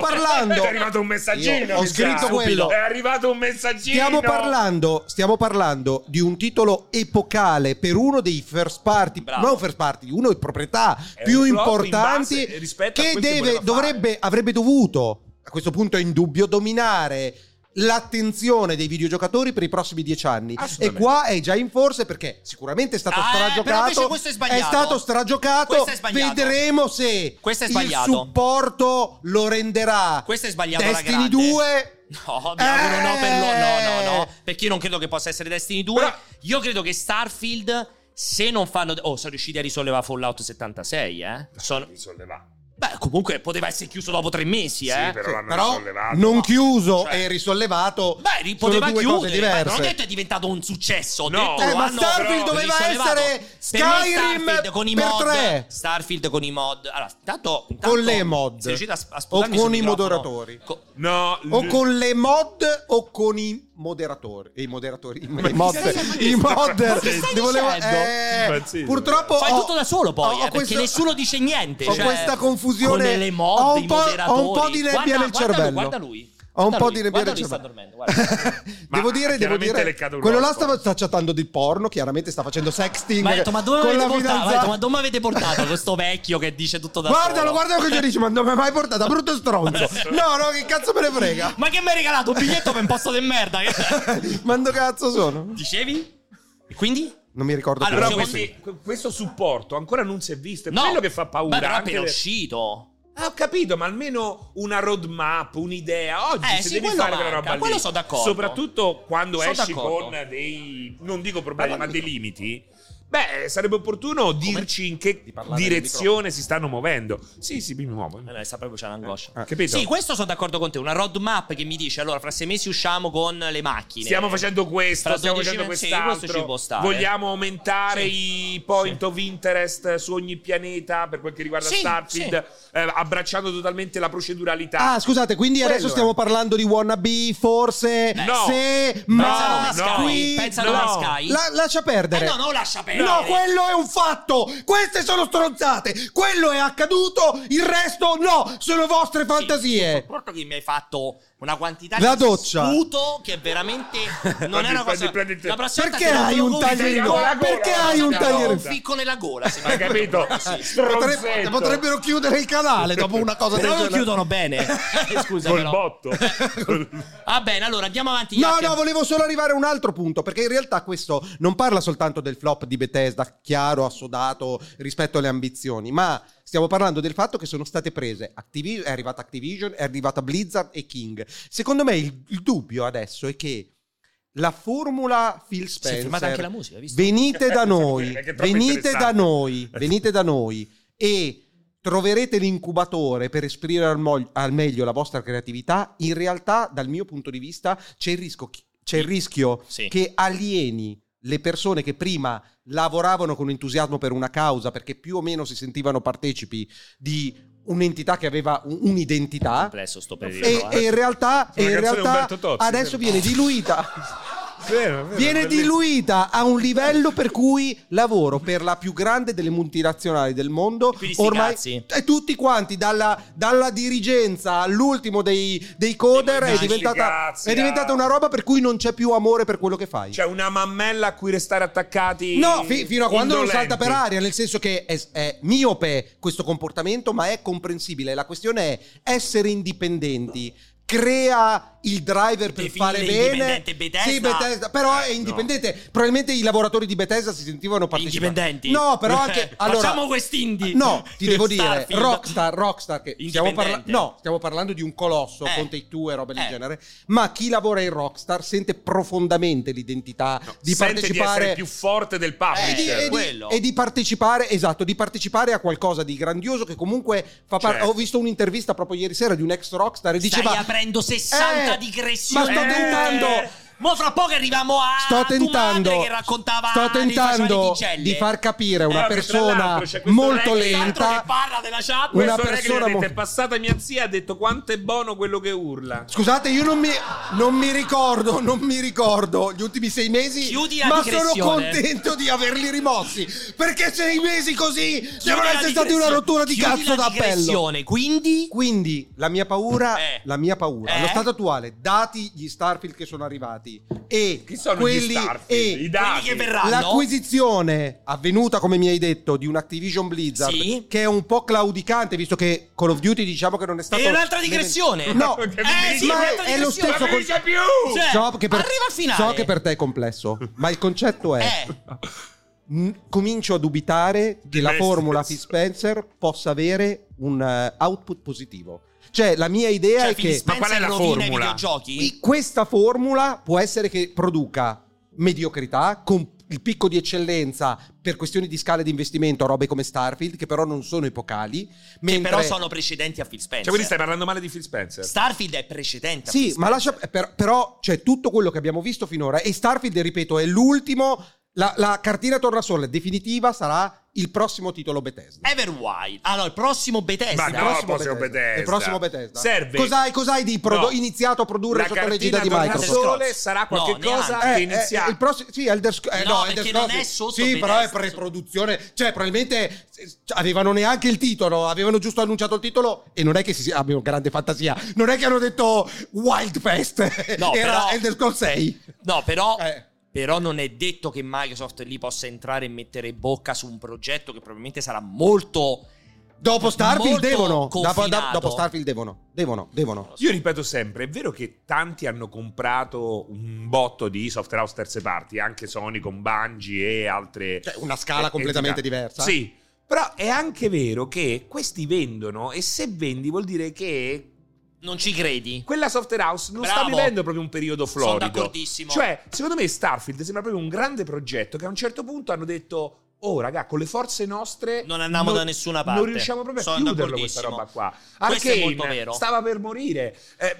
parlando.
È arrivato un messaggino.
Io ho
mi
scritto
sa.
quello.
È arrivato un messaggino.
Stiamo parlando, stiamo parlando di un titolo epocale per uno dei first party,
Bravo.
non first party, uno dei proprietà
È
più
un flop
importanti
in base- rispetto a
che
quel che
deve-
voleva fare.
dovrebbe, avrebbe dovuto, a questo punto è indubbio, dominare l'attenzione dei videogiocatori per i prossimi dieci anni. E
Assolutamente.
qua è già in forse perché sicuramente è stato
Ah, eh, però invece
stragiocato.
questo è sbagliato.
stato stragiocato.
Questo è sbagliato.
Vedremo se
Questo è
il
sbagliato.
supporto lo renderà.
Questo è sbagliato alla
Destiny
grande.
2
No, mi auguro no, per lo- no, no,
Eh.
no, perché io non credo che possa essere Destiny 2.
Però-
Io credo che Starfield, se non fanno... Oh, sono riusciti a risollevare Fallout 76, eh? Sono-
Risollevato.
Beh, comunque poteva essere chiuso dopo tre mesi, eh?
Sì, però
Sì,
l'hanno
però
risollevato.
non chiuso
Cioè-
e risollevato
Beh, ri-
sono
poteva
due cose
chiudere, ma
diverse.
non ho detto è diventato un successo. ho
No.
detto
Eh,
lo
ma
hanno
Starfield
però
doveva
risollevato.
essere
Per me
Skyrim
Starfield con i
per
mod,
tre.
Starfield con i mod. Allora, intanto, intanto
Con le mod.
sei riuscito a, sp- a
O
sputarmi
con
sul
i
microfono.
moderatori.
Co-
No,
o
Oh,
l-
con le mod o con i moderatori i moderatori i
Ma
mod
chi stai
i mod
dicendo?
Devo
Cosa stai
eh,
dicendo? Impazzito.
purtroppo
Fai
ho-
tutto da solo poi,
Oh, ho- ho
eh, perché
questo-
nessuno dice niente.
ho
cioè,
questa confusione
Con le mod,
ho un
i
po',
moderatori.
ho un po' di nebbia
Guarda-
nel
guarda lui,
cervello
Guarda lui.
ho un
Guarda
po'
lui,
di nebbia
guarda
nel
lui, sta
cervello
dormendo, guarda.
devo
Ma
dire devo
chiaramente
dire
le cade un
quello là
rotto.
stava, sta chattando di porno chiaramente sta facendo sexting
Ma ha detto, ma dove
con
mi
la
avete portato? Ma ha
fidanzata.
detto, ma dove mi avete portato questo vecchio che dice tutto da
guardalo
solo?
guardalo che gli dice ma non mi hai mai portato brutto stronzo no no che cazzo me ne frega
Ma che mi hai regalato? Un biglietto per un posto di merda. che-
Mando cazzo sono?
Dicevi? E quindi?
Non mi ricordo
Allora,
Però
più.
secondo-
questi- que- questo supporto ancora non si è visto. È
No.
quello che fa paura.
Ma però
anche
appena
le-
uscito.
Ah, ho capito, ma almeno una roadmap, un'idea. Oggi
Eh,
se
sì,
devi
quello
fare quella
manca,
roba lì,
quello sono d'accordo.
Soprattutto quando
Sono
esci
d'accordo.
con dei non dico problemi, ma dei limiti. Beh, sarebbe opportuno dirci in che
Di parlare nel
direzione si stanno muovendo. Sì, sì, mi muovo.
Eh, no, sta proprio c'è l'angoscia.
Ah, capito?
Sì, questo sono d'accordo con te. Una roadmap che mi dice: allora, fra sei mesi usciamo con le macchine.
Stiamo facendo questo,
Fra
stiamo
12
facendo
mesi,
quest'altro.
questo ci può stare.
Vogliamo aumentare i point
Sì.
of interest su ogni pianeta per quel che riguarda
Sì,
Starfield, eh, abbracciando totalmente la proceduralità.
Ah, scusate, quindi
Quello
adesso
è.
stiamo parlando di wannabe, forse,
No.
se,
Pensano
ma,
a Sky,
qui,
pensano
no.
a Sky.
La- lascia
Eh
perdere.
no, no, lascia perdere.
No, quello è un fatto. Queste sono stronzate. Quello è accaduto. Il resto no, sono vostre
Sì, sì,
fantasie.
Porco che mi hai fatto una quantità
La
di
doccia.
sputo che veramente non è una
Prendi-
cosa.
prendi il te-
La prossima volta
Perché
te lo
hai un
confido
taglio
in
nella
gola?
gola,
Perché
guarda,
hai un
te lo
taglio in-
conficco nella gola, se
Hai capito?
Potrebbe-
Stronzetto.
potrebbero chiudere il canale dopo una cosa del
Però lo
genere.
chiudono bene. Eh, Scusa,
Col
però.
botto.
Va bene, allora andiamo avanti.
No,
Jack.
no, volevo solo arrivare a un altro punto, perché in realtà questo non parla soltanto del flop di Bethesda, chiaro, assodato rispetto alle ambizioni, ma stiamo parlando del fatto che sono state prese, Activi- è arrivata Activision, è arrivata Blizzard e King. Secondo me il, il dubbio adesso è che la formula Phil
Si è
Spencer...
filmata anche la musica, hai visto?
Venite da noi,
È che è troppo
venite da
interessante.
noi, venite da noi e troverete l'incubatore per esprimere al, mo- al meglio la vostra creatività. In realtà, dal mio punto di vista, c'è il rischio, c'è il rischio
Sì.
che alieni le persone che prima lavoravano con entusiasmo per una causa perché più o meno si sentivano partecipi di un'entità che aveva un- un'identità e,
complesso sto periodo. eh.
e in realtà,
Sembra canzone
e in
di
realtà
Umberto Tozzi,
adesso
sembra.
viene diluita
Vero, vero,
viene
bellissimo.
diluita a un livello per cui lavoro per la più grande delle multinazionali del mondo
Quindi sti
ormai
cazzi.
e tutti quanti dalla, dalla dirigenza all'ultimo dei, dei coder
Dei
è
sti
diventata,
cazzi,
è diventata
ah.
una roba per cui non c'è più amore per quello che fai
C'è una mammella a cui restare attaccati.
No, fi- fino a quando non
indolenti.
salta per aria, nel senso che è, è miope questo comportamento, ma è comprensibile. La questione è essere indipendenti. Crea il driver per
Definire
fare bene.
indipendente Bethesda? Eh,
Sì, Bethesda, però è indipendente. Probabilmente i lavoratori di Bethesda si sentivano partecipanti.
Indipendenti?
No, però anche allora,
Facciamo quest'indie.
No, ti devo dire,
Starfield.
Rockstar, Rockstar che stiamo, parla-
Indipendente.
no, stiamo parlando di un colosso
Eh.
con Take Two e roba del
Eh.
genere, ma chi lavora in Rockstar sente profondamente l'identità di
Sente
partecipare
di essere più forte del
Eh,
e di,
publisher.
e di-
quello.
e di partecipare, esatto, di partecipare a qualcosa di grandioso che comunque fa parte.
Certo.
Ho visto un'intervista proprio ieri sera di un ex rockstar e
Stai
diceva:
aprendo 60
"Eh,
digressioni.
Ma sto tentando.
Eh, Mo fra poco arriviamo a
Sto
tu
tentando,
madre che raccontava
sto
dei
tentando
facciali di,
di far capire a
Eh,
una
perché tra
persona
l'altro c'è questo
molto
ragazzo
che
lenta.
parla della chat.
Una
Questo non è che
persona
gli ha detto,
mo-
è passata mia zia ha detto quanto è buono quello che urla.
Scusate, io non mi, non mi ricordo, non mi ricordo gli ultimi sei mesi,
Chiudi la
ma sono
digressione.
contento di averli rimossi. Perché sei mesi così devono
Chiudi la
essere stati una
digressione.
rottura di
Chiudi
cazzo
la
d'appello.
digressione, Quindi
Quindi la mia paura,
Eh.
la mia paura,
Eh.
allo stato attuale, dati gli Starfield che sono arrivati, stati e
Chi sono
quelli
gli Starfield?
e
I
Quelli
dati.
che verranno.
L'acquisizione avvenuta, come mi hai detto, di un Activision Blizzard
Sì.
che è un po' claudicante, visto che Call of Duty diciamo che non è stato...
E un'altra digressione.
No,
Che
Eh, sì,
Ma
un'altra
è lo
digressione.
stesso
non mi dice più!
Cioè,
so che per,
arriva al finale.
so che per te è complesso, ma il concetto è...
Eh,
Cioè,
mh, comincio a dubitare che
Di
la
me
formula Phil
stesso.
Spencer possa avere un eh, output positivo. Cioè, la mia idea
cioè,
è
Phil
che
Ma qual è
Spencer
la
rovina i
formula?
videogiochi?
Qui- questa formula può essere che produca mediocrità con il picco di eccellenza per questioni di scale di investimento, robe come Starfield, che però non sono epocali.
Che
mentre-
però sono precedenti a Phil Spencer.
Cioè, quindi stai parlando male di Phil Spencer.
Eh,
Starfield è precedente. a Phil
Sì,
Spencer.
ma lascia. per- però c'è tutto quello che abbiamo visto finora. E Starfield, ripeto, è l'ultimo. La, la cartina tornasole definitiva sarà il prossimo titolo Bethesda.
Everwild. Ah no, il prossimo Bethesda.
Ma
Il
no,
prossimo
prossimo
Bethesda.
Bethesda.
Il prossimo Bethesda.
Serve.
Cos'hai, cos'hai di prodo-
No.
iniziato a produrre
La
sotto la
cartina
l'egida di
torna
Microsoft?
Elder
sole
Scrolls.
sarà
No,
qualche cosa
neanche.
che
Eh,
inizia.
eh, il prossimo- sì, Elder Sc- eh,
No,
no,
perché
Elder
non
Scrolls
è
sì.
sotto
Sì,
Bethesda.
però è pre-produzione. Cioè, probabilmente eh, avevano neanche il titolo, avevano giusto annunciato il titolo e non è che si sia- abbiano grande fantasia. Non è che hanno detto Wild Fest.
No,
Era
però-
Elder Scrolls 6.
No, però,
Eh.
però non è detto che Microsoft lì possa entrare e mettere bocca su un progetto che probabilmente sarà molto...
Dopo Starfield
Molto
devono. Dopo,
confinato.
dopo Starfield devono. Devono, devono.
Io ripeto sempre, è vero che tanti hanno comprato un botto di software house terze parti, anche Sony con Bungie e altre...
Cioè, una scala
eh,
completamente
entità.
diversa.
Sì, però è anche vero che questi vendono e se vendi vuol dire che
Non ci credi?
quella software house non sta
Bravo.
vivendo proprio un periodo florido.
d'accordissimo.
Cioè, secondo me Starfield sembra proprio un grande progetto che a un certo punto hanno detto "Oh, raga, con le forze nostre
Non andiamo da nessuna parte."
Non riusciamo proprio
Sono
a chiuderlo questa
d'accordissimo.
roba qua.
Questo è
Arcane
molto vero.
stava per morire. Eh,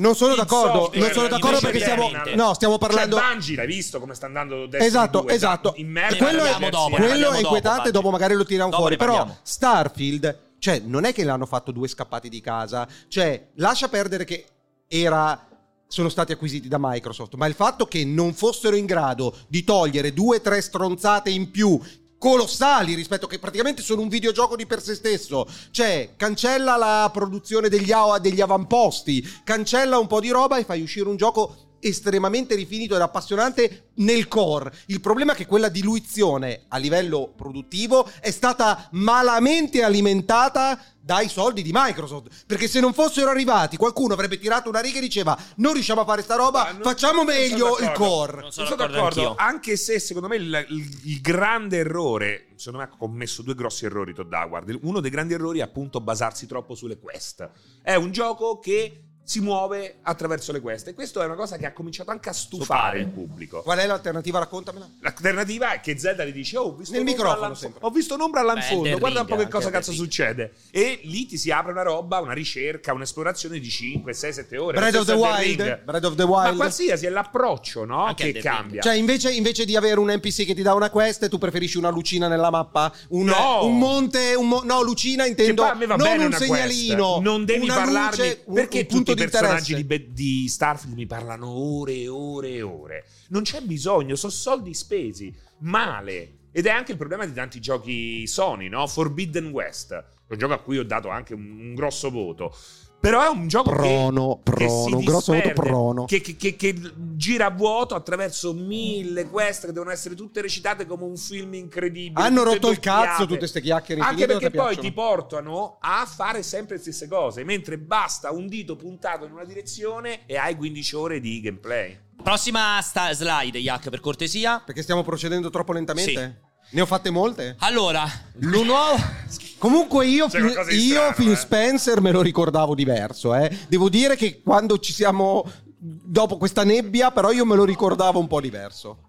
Non sono
Il
d'accordo,
software
non sono d'accordo perché stiamo.
indipendente.
No, stiamo parlando.
Cioè, Bungie, l'hai visto come sta andando Destiny
Esatto,
2,
esatto.
In merda.
Ne
quello
parliamo
è,
dopo, ne
quello
parliamo
è
dopo,
inquietante,
Baggi.
dopo, magari lo tiriamo
Dopo
fuori.
ne
Però
parliamo.
Starfield, cioè, non è che l'hanno fatto due scappati di casa. Cioè, lascia perdere che era. Sono stati acquisiti da Microsoft, ma il fatto che non fossero in grado di togliere due o tre stronzate in più colossali rispetto che praticamente sono un videogioco di per sé stesso. Cioè, cancella la produzione degli, AOA degli avamposti, cancella un po' di roba e fai uscire un gioco estremamente rifinito ed appassionante nel core. Il problema è che quella diluizione a livello produttivo è stata malamente alimentata dai soldi di Microsoft, perché se non fossero arrivati qualcuno avrebbe tirato una riga e diceva "Non riusciamo a fare sta roba,
Ah, non-
facciamo
non sono
meglio il
d'accordo.
core".
Non
Sono,
sono d'accordo,
d'accordo,
anch'io.
anche se secondo me il, il- il grande errore, secondo me ha commesso due grossi errori Todd Howard. Il- Uno dei grandi errori è appunto basarsi troppo sulle quest. È un gioco che si muove attraverso le quest e questo è una cosa che ha cominciato anche a stufare
Stufare.
il pubblico.
Qual è l'alternativa? Raccontamela.
L'alternativa è che Zelda gli dice: Oh, ho visto
Nel
un'ombra
microfono,
all'an-
sempre.
Ho visto un'ombra
Beh,
all'anfondo.
del
Guarda un po'
ring,
che cosa
anche
cazzo
del ring.
succede. E lì ti si apre una roba, una ricerca, un'esplorazione di 5, 6, 7 ore.
Breath
Lo
of the
stesso è del
Wild,
ring.
Breath of the
Ma
Wild.
qualsiasi è l'approccio, no?
Anche
che
del
cambia.
Cioè, invece, invece di avere un NPC che ti dà una quest, tu preferisci una lucina nella mappa? Un,
No!
un monte, un mo- no, lucina
poi
intendo
Cioè, a me va
non
bene
un
una
segnalino.
quest. non devi
una
parlarmi
luce, un-
perché
un
tutti
punto
i
di
personaggi di,
interesse.
Be- di Starfield mi parlano ore e ore e ore non c'è bisogno sono soldi spesi male ed è anche il problema di tanti giochi Sony no? Forbidden West è un gioco a cui ho dato anche un, un grosso voto però è un gioco
Prono,
che,
prono,
che si
un grosso voto
disperde,
prono.
che, che- che- che gira a vuoto attraverso mille quest che devono essere tutte recitate come un film incredibile
Hanno
tutte
rotto il cazzo
doppiate.
tutte queste chiacchiere
Anche
infinite,
perché
non
poi
ti
ti
piacciono.
portano a fare sempre le stesse cose, mentre basta un dito puntato in una direzione e hai 15 ore di gameplay.
Prossima sta- slide, Yak, per cortesia.
Perché stiamo procedendo troppo lentamente? Ne ho fatte molte?
Allora, lo nuovo...
Comunque io,
C'è qualcosa di
io
strano,
Phil
eh.
Spencer me lo ricordavo diverso, eh. Devo dire che quando ci siamo dopo questa nebbia, però io me lo ricordavo un po' diverso.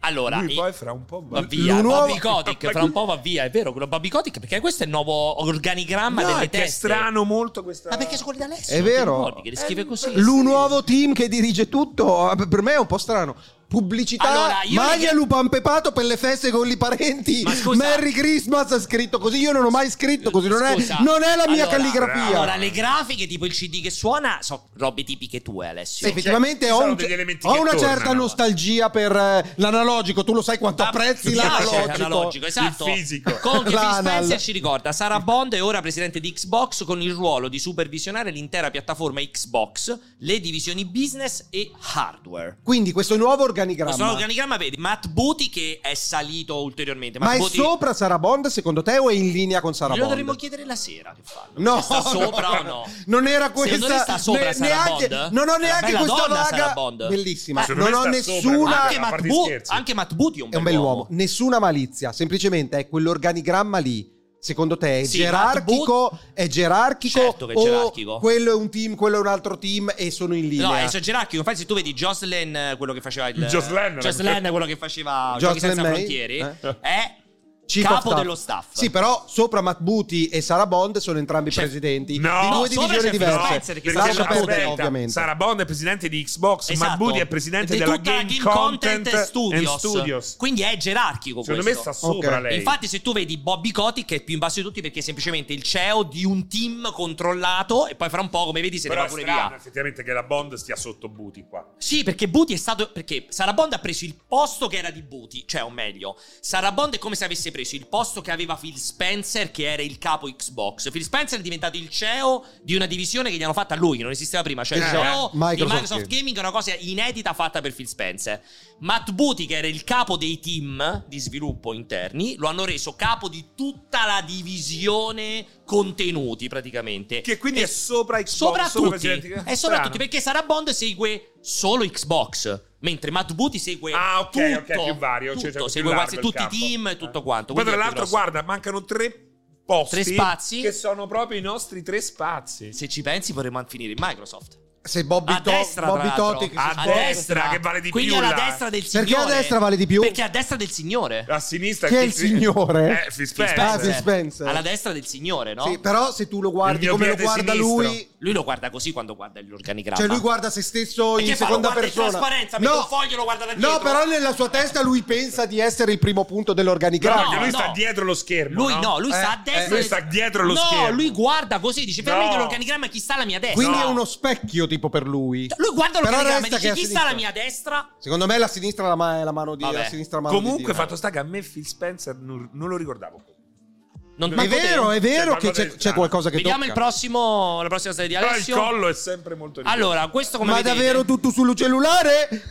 Allora,
Lui
i-
poi fra un po'
va
va
via.
Lo nuovo-
Bobby Kotick, fra un po' va via, è vero, quello Bobby Kotick, perché questo è il nuovo organigramma
No,
delle
è che è
teste.
strano molto questa
Ma perché sono quelli da Alessio?
È vero.
Che le scrive
Eh,
così.
Lu-
L'un nuovo team che dirige tutto, eh, per me è un po' strano. pubblicità,
Allora, io
maglia
li-
lupan pepato per le feste con i parenti.
Ma scusa-
Merry Christmas è scritto così, io non ho mai scritto così, non, è,
Scusa.
non è la mia
Allora,
calligrafia.
Allora, le grafiche, tipo il CD che suona, sono robe tipiche tue, Alessio. Cioè,
Sì, effettivamente
ci
ho,
sono
un-
degli elementi
ho
che
una
tornano.
certa nostalgia per eh, l'analogico, tu lo sai quanto
Ah,
apprezzi
sì,
l'analogico.
analogico, esatto.
Il fisico.
Con che Phil
L'anal.
Spencer ci ricorda, Sarah Bond è ora presidente di Xbox con il ruolo di supervisionare l'intera piattaforma Xbox, le divisioni business e hardware.
Quindi questo nuovo organigramma.
Questo è un organigramma, vedi, Matt Booty che è salito ulteriormente.
ma
Matt
è
Booty-
sopra Sarah Bond secondo te o è in linea con Sarah
Glielo
Bond?
dovremmo chiedere la sera che fanno.
No,
Se sta sopra
no.
o no?
Non era
Secondo
questa.
lei sta sopra Sarah
neanche,
Bond?
Non ho
Una
neanche
bella
questa
donna,
vaga.
Sarah Bond.
Bellissima.
Eh,
non
Cioè, secondo
ho
me sta sopra,
nessuna.
guarda.
Anche
a
Matt,
parte
Bu-
scherzi.
anche Matt Booty è un
È un
bel
bell'uomo.
uomo.
Nessuna malizia. Semplicemente è quell'organigramma lì. Secondo te è
Sì,
gerarchico? È gerarchico?
Certo che è
o
gerarchico.
Quello è un team, quello è un altro team e sono in linea.
No, è cioè gerarchico. Infatti, se tu vedi Jocelyn, eh, quello che faceva il.
Jocelyn,
Jocelyn, quello che faceva Giochi
Jocelyn
Senza
May,
Frontieri,
eh?
è
Chief of
capo
staff.
dello staff.
Sì, però sopra Matt Booty e Sarah Bond sono entrambi
Cioè,
presidenti
no,
di
sopra c'è
due divisioni
Phil
diverse.
Spencer che sta
Lascia
sopra
perdere,
Aspetta,
ovviamente.
Sara Bond è presidente di Xbox,
Esatto.
Matt Booty è presidente
Di
della
tutta
Game,
la
Content,
and
and
Studios.
Studios.
Quindi è gerarchico
Secondo
questo.
me sta sopra
Ok.
lei.
Infatti, se tu vedi Bobby Kotick è più in basso di tutti perché è semplicemente il CEO di un team controllato e poi fra un po', come vedi, se ne va
Però è
pure
strano
via.
effettivamente che la Bond stia sotto Booty qua.
Sì, perché Booty è stato. Perché Sarah Bond ha preso il posto che era di Booty, cioè, o meglio, Sarah Bond è come se avesse preso il posto che aveva Phil Spencer, che era il capo Xbox. Phil Spencer è diventato il CEO di una divisione che gli hanno fatta a lui, che non esisteva prima, cioè il
Eh,
CEO di
Microsoft
Microsoft Gaming, è una cosa inedita fatta per Phil Spencer. Matt Booty, che era il capo dei team di sviluppo interni, lo hanno reso capo di tutta la divisione contenuti, praticamente.
Che quindi
E-
è sopra Xbox.
sopra tutti
presidenti-
e sopra
Strano.
tutti eh, perché Sarah Bond segue solo Xbox mentre Matt Booty segue
Ah, ok,
tutto,
ok, più vario,
tutto,
cioè, cioè, più
segue
largo
quasi
il
tutti i
campo.
team e tutto quanto
Poi
quindi
tra
è più
l'altro,
grosso.
guarda, mancano tre posti.
Tre spazi.
Che sono proprio i nostri tre spazi.
se ci pensi vorremmo finire in Microsoft
Se Bobby,
a
To-
destra
Bobby
tra l'altro.
Totti che
A
si-
a
destra,
destra
che vale di
quindi
più,
alla
là.
destra del
Perché
signore
a destra vale di più?
perché a destra del signore
A sinistra
Chi è il signore?
Eh, Phil
Phil
Spencer.
Ah, Phil Spencer.
alla destra del signore no?
Sì, però se tu lo guardi
Il mio
come lo
piede
guarda
sinistro.
lui,
lui lo guarda così quando guarda l'organigramma
cioè lui guarda se stesso
E
in
che fa? Lo
seconda
guarda in
persona.
trasparenza, mette un foglio e lo guarda da dietro.
No, però nella sua testa lui pensa di essere il primo punto
No,
No,
dell'organigramma.
perché lui
no.
sta dietro lo schermo.
Lui no, lui
Eh,
sta a destra.
eh,
lui
del-
sta dietro lo
no,
schermo.
lui guarda così, dice: Per
No.
me l'organigramma chi sta alla mia destra.
Quindi
No.
è uno specchio tipo per lui.
Cioè, Lui guarda
Però
l'organigramma e
resta
dice:
che è
Chi
a
sta alla
sinistra."
mia destra?
Secondo me la sinistra è la, ma- è la mano di
Vabbè.
la sinistra mano di
Comunque,
Dio.
fatto sta che a me Phil Spencer non, non lo ricordavo.
Non
È
manco te.
vero, è vero
Cioè,
che
qualcosa
c'è,
di
c'è qualcosa che
Vediamo il
tocca.
prossimo, la prossima serie di
Però il
Alessio.
collo è sempre molto diverso.
allora, questo come
Ma
vedete-
davvero tutto sul cellulare? Eh,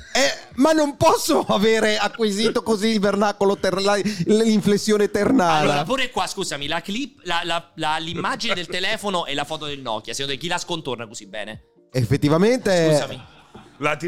ma non posso avere acquisito così il vernacolo, ter- la- l'inflessione ternara.
Allora, pure qua, scusami, la clip, la- la- la- l'immagine del telefono e la foto del Nokia. Secondo te chi la scontorna così bene?
Effettivamente,
Scusami.
La ti-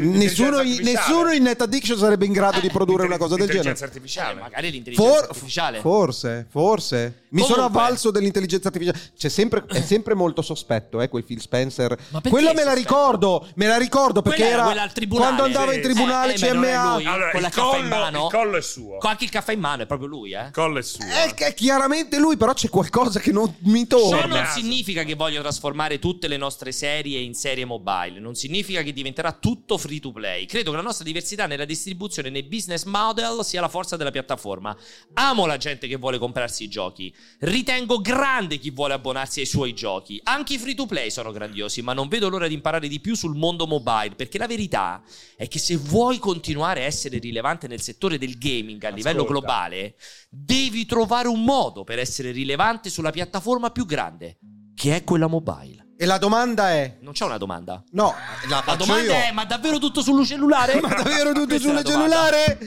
intelligenza
nessuno, nessuno
artificiale.
in Net Addiction sarebbe in grado di
Eh,
produrre una cosa del
Intelligenza
genere.
Eh,
artificiale.
magari l'intelligenza
For-
artificiale.
forse, forse. Mi
Comunque.
sono avvalso dell'intelligenza artificiale. C'è sempre, è sempre molto sospetto, eh, quel Phil Spencer.
Ma perché
Quella me la
sospetto?
ricordo, me la ricordo perché
Quella era
era
quella al tribunale.
quando andava
Sì,
in
sì.
tribunale
Eh, eh, ma non è
CMA.
lui.
Allora,
con la
il
chiappa
collo,
in mano.
il collo è suo.
Con anche il caffè in mano, è proprio lui, eh.
il collo è suo.
Eh, che- chiaramente lui, però c'è qualcosa che non mi torna.
Ciò non
naso.
significa che voglio trasformare tutte le nostre serie in serie mobile, non significa che diventerà tutto free to play. Credo che la nostra diversità nella distribuzione e nei business model sia la forza della piattaforma. Amo la gente che vuole comprarsi i giochi, ritengo grande chi vuole abbonarsi ai suoi giochi. Anche i free to play sono grandiosi, ma non vedo l'ora di imparare di più sul mondo mobile, perché la verità è che se vuoi continuare a essere rilevante nel settore del gaming a livello
Ascolta.
globale, devi trovare un modo per essere rilevante sulla piattaforma più grande, che è quella mobile.
E la domanda è:
Non c'è una domanda.
no, la
La
faccio
domanda
io.
è: ma davvero tutto sul cellulare?
Ma davvero tutto
Questa è la domanda.
sul cellulare?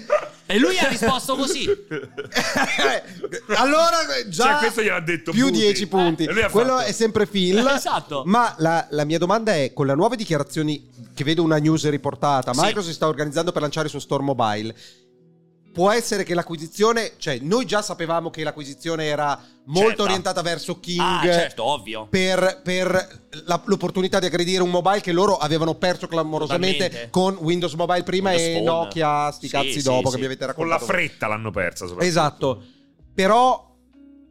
E lui ha risposto così.
allora eh, già
Cioè, questo gliel'ha detto
più
Putin.
10 punti.
E lui ha
Quello
fatto-
è sempre Phil.
Esatto.
Ma la, la mia domanda è: con le nuove dichiarazioni che vedo una news riportata,
Sì.
Microsoft si sta organizzando per lanciare su Store Mobile. Può essere che l'acquisizione, cioè, noi già sapevamo che l'acquisizione era molto
Certo.
orientata verso King.
Ah, certo, ovvio.
per, per la- l'opportunità di aggredire un mobile che loro avevano perso clamorosamente
Totalmente.
con Windows Mobile prima
Windows
e
Phone.
Nokia, sti
Sì,
cazzi
sì,
dopo
sì.
che mi avete
Con la
raccontato.
fretta l'hanno persa. soprattutto.
Esatto. Però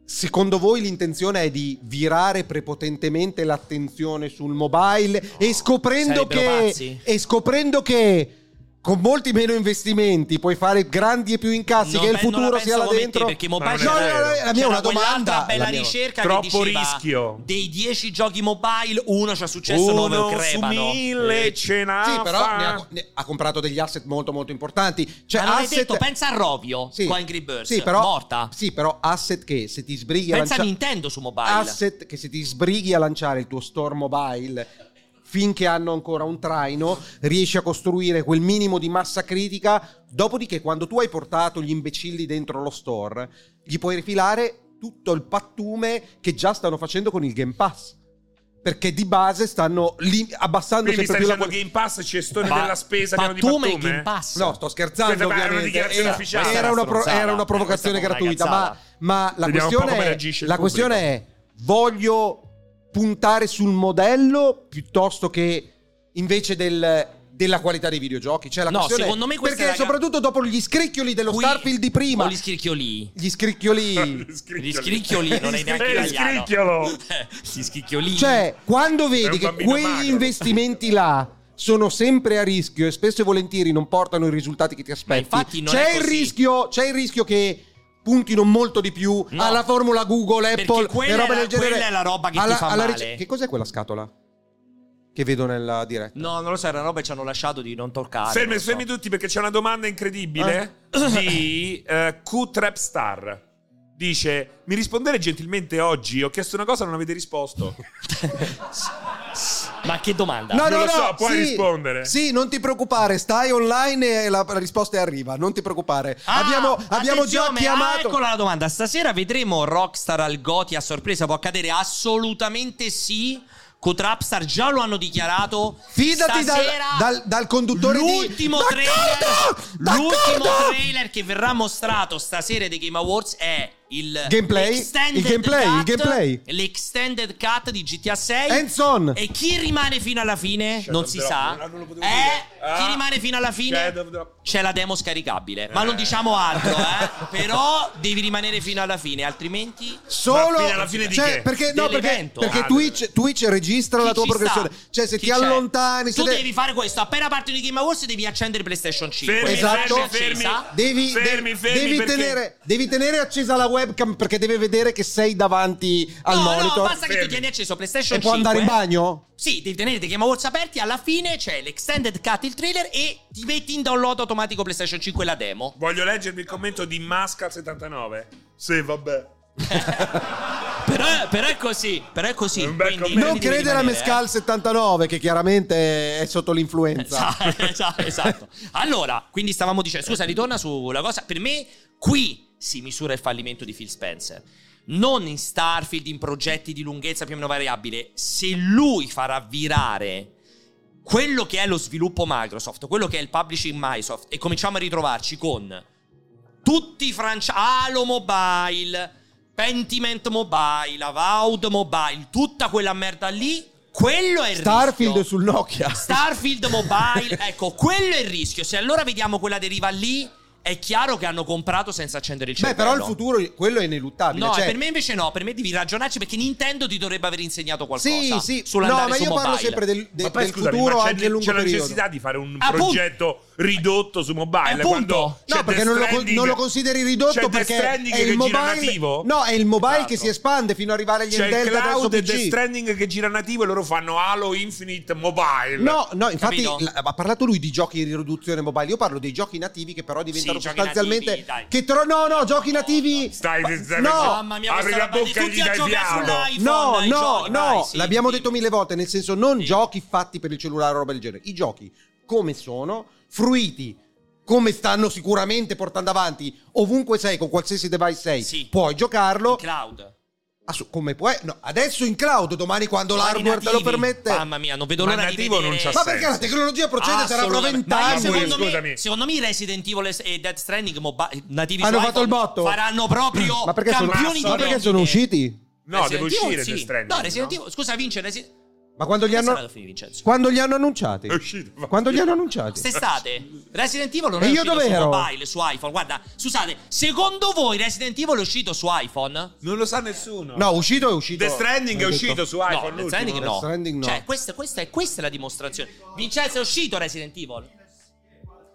secondo voi l'intenzione è di virare prepotentemente l'attenzione sul mobile e scoprendo
sarebbero
che
pazzi.
e scoprendo che con molti meno investimenti puoi fare grandi e più incassi
Non
che il
pe- non la
futuro
penso
sia là
come te,
dentro.
perché
Ma
mobile
non
c'era-
è vero. No, no, no,
la mia
c'era
è una
Cioè, quell'altra
domanda,
bella
la mia-
ricerca
Troppo
che diceva
rischio.
dei 10 giochi mobile uno ci è successo non lo
Uno su
crepano Eh.
mille ce n'ha
Sì, però
fa-
ne ha, ne- ha comprato degli asset molto molto importanti. Cioè,
Ma non
asset...
hai detto pensa a Rovio
Sì.
qua in Angry Birds
Sì, però,
morta
Sì, però asset che se ti sbrighi
pensa a
a lanciare
Nintendo su mobile
asset che se ti sbrighi a lanciare il tuo store mobile finché hanno ancora un traino, riesci a costruire quel minimo di massa critica, dopodiché quando tu hai portato gli imbecilli dentro lo store, gli puoi rifilare tutto il pattume che già stanno facendo con il Game Pass. Perché di base stanno li- abbassando
Quindi stai
sempre più la
dicendo Game Pass cestoni
Pa-
della spesa pieno di
pattume e
pattume?
Game Pass
No, sto
Questa era
scherzando.
una
ovviamente.
dichiarazione
Era,
ufficiale.
era
Questa è
una
una
pro-
stronzata.
era una provocazione
Questa è una
gratuita. Ma,
cazzata.
ma
Vediamo
la,
un po'
questione
come
è,
reagisce il
la
pubblico.
questione è: voglio puntare sul modello piuttosto che invece del- della qualità dei videogiochi. Cioè, la
No,
questione è-
secondo me questa
Perché,
raga-
soprattutto dopo gli scricchioli dello
Qui-
Starfield di prima,
o gli scricchioli
gli scricchioli.
gli scricchioli non è neanche Ah,
Eh,
italiano
scricchiolo.
gli scricchioli
Cioè, quando
È
vedi
un
che
bambino
quegli
magro.
investimenti là sono sempre a rischio e spesso e volentieri non portano i risultati che ti aspetti,
infatti non
c'è,
è
il
così.
rischio, c'è il rischio che puntino molto di più
No.
alla formula Google,
Perché
Apple,
quella
e roba
è la-
del genere.
quella è la roba che ti fa male.
rice- Che cos'è quella scatola che vedo nella diretta?
No, non lo so, era roba che ci hanno lasciato di non toccare. non
Fermi,
lo so. Ah.
fermi tutti perché c'è una domanda incredibile di eh, Q-Trapstar. Dice, mi rispondere gentilmente oggi? Ho chiesto una cosa non avete risposto.
Ma che domanda?
No,
Non
no,
lo
no,
so, puoi rispondere.
Sì, non ti preoccupare, stai online e la, la risposta arriva, non ti preoccupare.
Ah,
abbiamo, abbiamo già
attenzione, ah,
chiamato...
eccola la domanda. Stasera vedremo Rockstar al Goti a sorpresa. Può accadere? Assolutamente sì. Con Trapstar già lo hanno dichiarato.
Fidati dal,
Stasera
dal- dal conduttore
l'ultimo
di...
trailer,
D'accordo!
l'ultimo
D'accordo!
trailer che verrà mostrato stasera dei Game Awards è il
Gameplay,
l'extended
il gameplay, il
cut,
gameplay.
l'extended cut di GTA 6.
Hands on.
E chi rimane fino alla fine
Shadow
non
of
si
the
sa.
Rock, non lo potevo
Eh,
dire.
chi
Ah.
rimane fino alla fine
Shadow of the Rock.
c'è la demo scaricabile, ma non diciamo altro, eh. Però devi rimanere fino alla fine, altrimenti
Solo
Ma fino alla fine di
cioè,
che?
perché, no, perché,
Dell'evento.
perché
Ah,
Twitch, Twitch registra
chi
la tua
ci
progressione.
sta?
Cioè, se
Chi
ti
c'è?
allontani, se
tu
te-
devi fare questo. Appena partono i Game Awards, devi accendere PlayStation 5.
Fermi,
Esatto.
Accesa.
fermi, fermi.
devi,
Fermi,
de-
fermi,
devi
perché-
tenere, devi tenere accesa la webcam perché deve vedere che sei davanti al
no, no,
monitor
basta che
Fermi.
tu tieni acceso PlayStation
e può
5.
andare in bagno.
Sì, devi tenere i Game Awards aperti. Alla fine c'è l'extended cut, il trailer e ti metti in download automatico PlayStation 5 la demo.
Voglio leggervi il commento di Masca79. Sì, vabbè.
Però, però è così, però è così.
È un bel
quindi-
commento.
Non
quindi devi
credere a
rimanere, eh.
Mescal 79, che chiaramente è sotto l'influenza.
Esatto, esatto, esatto. Allora, quindi stavamo dicendo, scusa, ritorna sulla cosa. Per me, qui si misura il fallimento di Phil Spencer. Non in Starfield, in progetti di lunghezza più o meno variabile. Se lui farà virare quello che è lo sviluppo Microsoft, quello che è il publishing Microsoft, e cominciamo a ritrovarci con tutti i franchise, Halo Mobile, Pentiment Mobile, Avowed Mobile, tutta quella merda lì, quello è il
Starfield
rischio.
sul Nokia.
Starfield Mobile, ecco, quello è il rischio. Se allora vediamo quella deriva lì, è chiaro che hanno comprato senza accendere il
Beh,
cervello.
però il futuro, quello è ineluttabile.
No,
cioè-
e per me invece no, per me devi ragionarci perché Nintendo ti dovrebbe aver insegnato
Sì,
qualcosa.
sì.
sull'andare
no, ma
su
io parlo
mobile.
sempre del, de-
ma poi
del
scusami,
futuro
ma c'è,
anche a lungo
c'è la
periodo. Ah,
necessità di fare un
Appunto.
progetto ridotto su mobile
Eh, appunto.
quando c'è
No, perché
Death
non lo, con-
Stranding-
non lo consideri ridotto
c'è Death
perché
Stranding
è
che
il
gira
mobile.
nativo
No, è il mobile che
Esatto.
si espande fino ad arrivare agli
c'è il
Endel da verso
cloud e Death
PC.
Stranding che gira nativo e loro fanno Halo Infinite Mobile
No, no, infatti
Capito?
la- ha parlato lui di giochi di riduzione mobile. Io parlo dei giochi nativi che però diventano
Sì, giochi
sostanzialmente
nativi, dai.
che tro- no, no, giochi nativi.
stai, stai
no.
Mamma mia,
apri
questa
la
roba di
bocca e
tutti
gli
a
dai
giocare
fiato
sull'iPhone,
No,
dai,
no,
giochi,
no,
vai, sì,
l'abbiamo
sì.
detto mille volte, nel senso non
Sì.
giochi fatti per il cellulare o roba del genere, i giochi come sono, fruiti come stanno sicuramente portando avanti, ovunque sei, con qualsiasi device sei,
Sì.
puoi
In
giocarlo,
cloud.
assu- come puoi, no, adesso in cloud, domani quando
Domani
l'hardware te lo
nativi.
permette.
Mamma mia, non vedo
Ma
l'ora di
nativo
vedere.
non c'ha
Ma perché
senso.
la tecnologia procede, sarà fra
Assolutamente. Ma io
vent'anni.
Ma
secondo,
pure,
me,
scusami.
secondo me i Resident Evil e- e Death Stranding mobile, nativi
Hanno
su iPhone
fatto il botto?
faranno proprio
Ma perché sono,
campioni
ma
di
perché
vendite.
sono usciti?
no
Resident
deve
Evil,
uscire
sì.
Death Stranding
No, Resident Evil, scusa, vince Resident
Ma quando li
Che
hanno,
sarà la fine, Vincenzo?
quando li hanno annunciati?
è uscito
Quando li hanno annunciati?
Quest'estate Resident Evil non
E
è
io
uscito
dov'ero?
su mobile, su iPhone. Guarda, scusate, secondo voi Resident Evil è uscito su iPhone?
non lo sa nessuno
No, uscito è uscito.
Death Stranding è
L'ho detto.
uscito su
no,
iPhone
Death Stranding
l'ultimo.
no.
Death Stranding no.
Cioè, questa, questa è, questa è la dimostrazione. Vincenzo è uscito Resident Evil?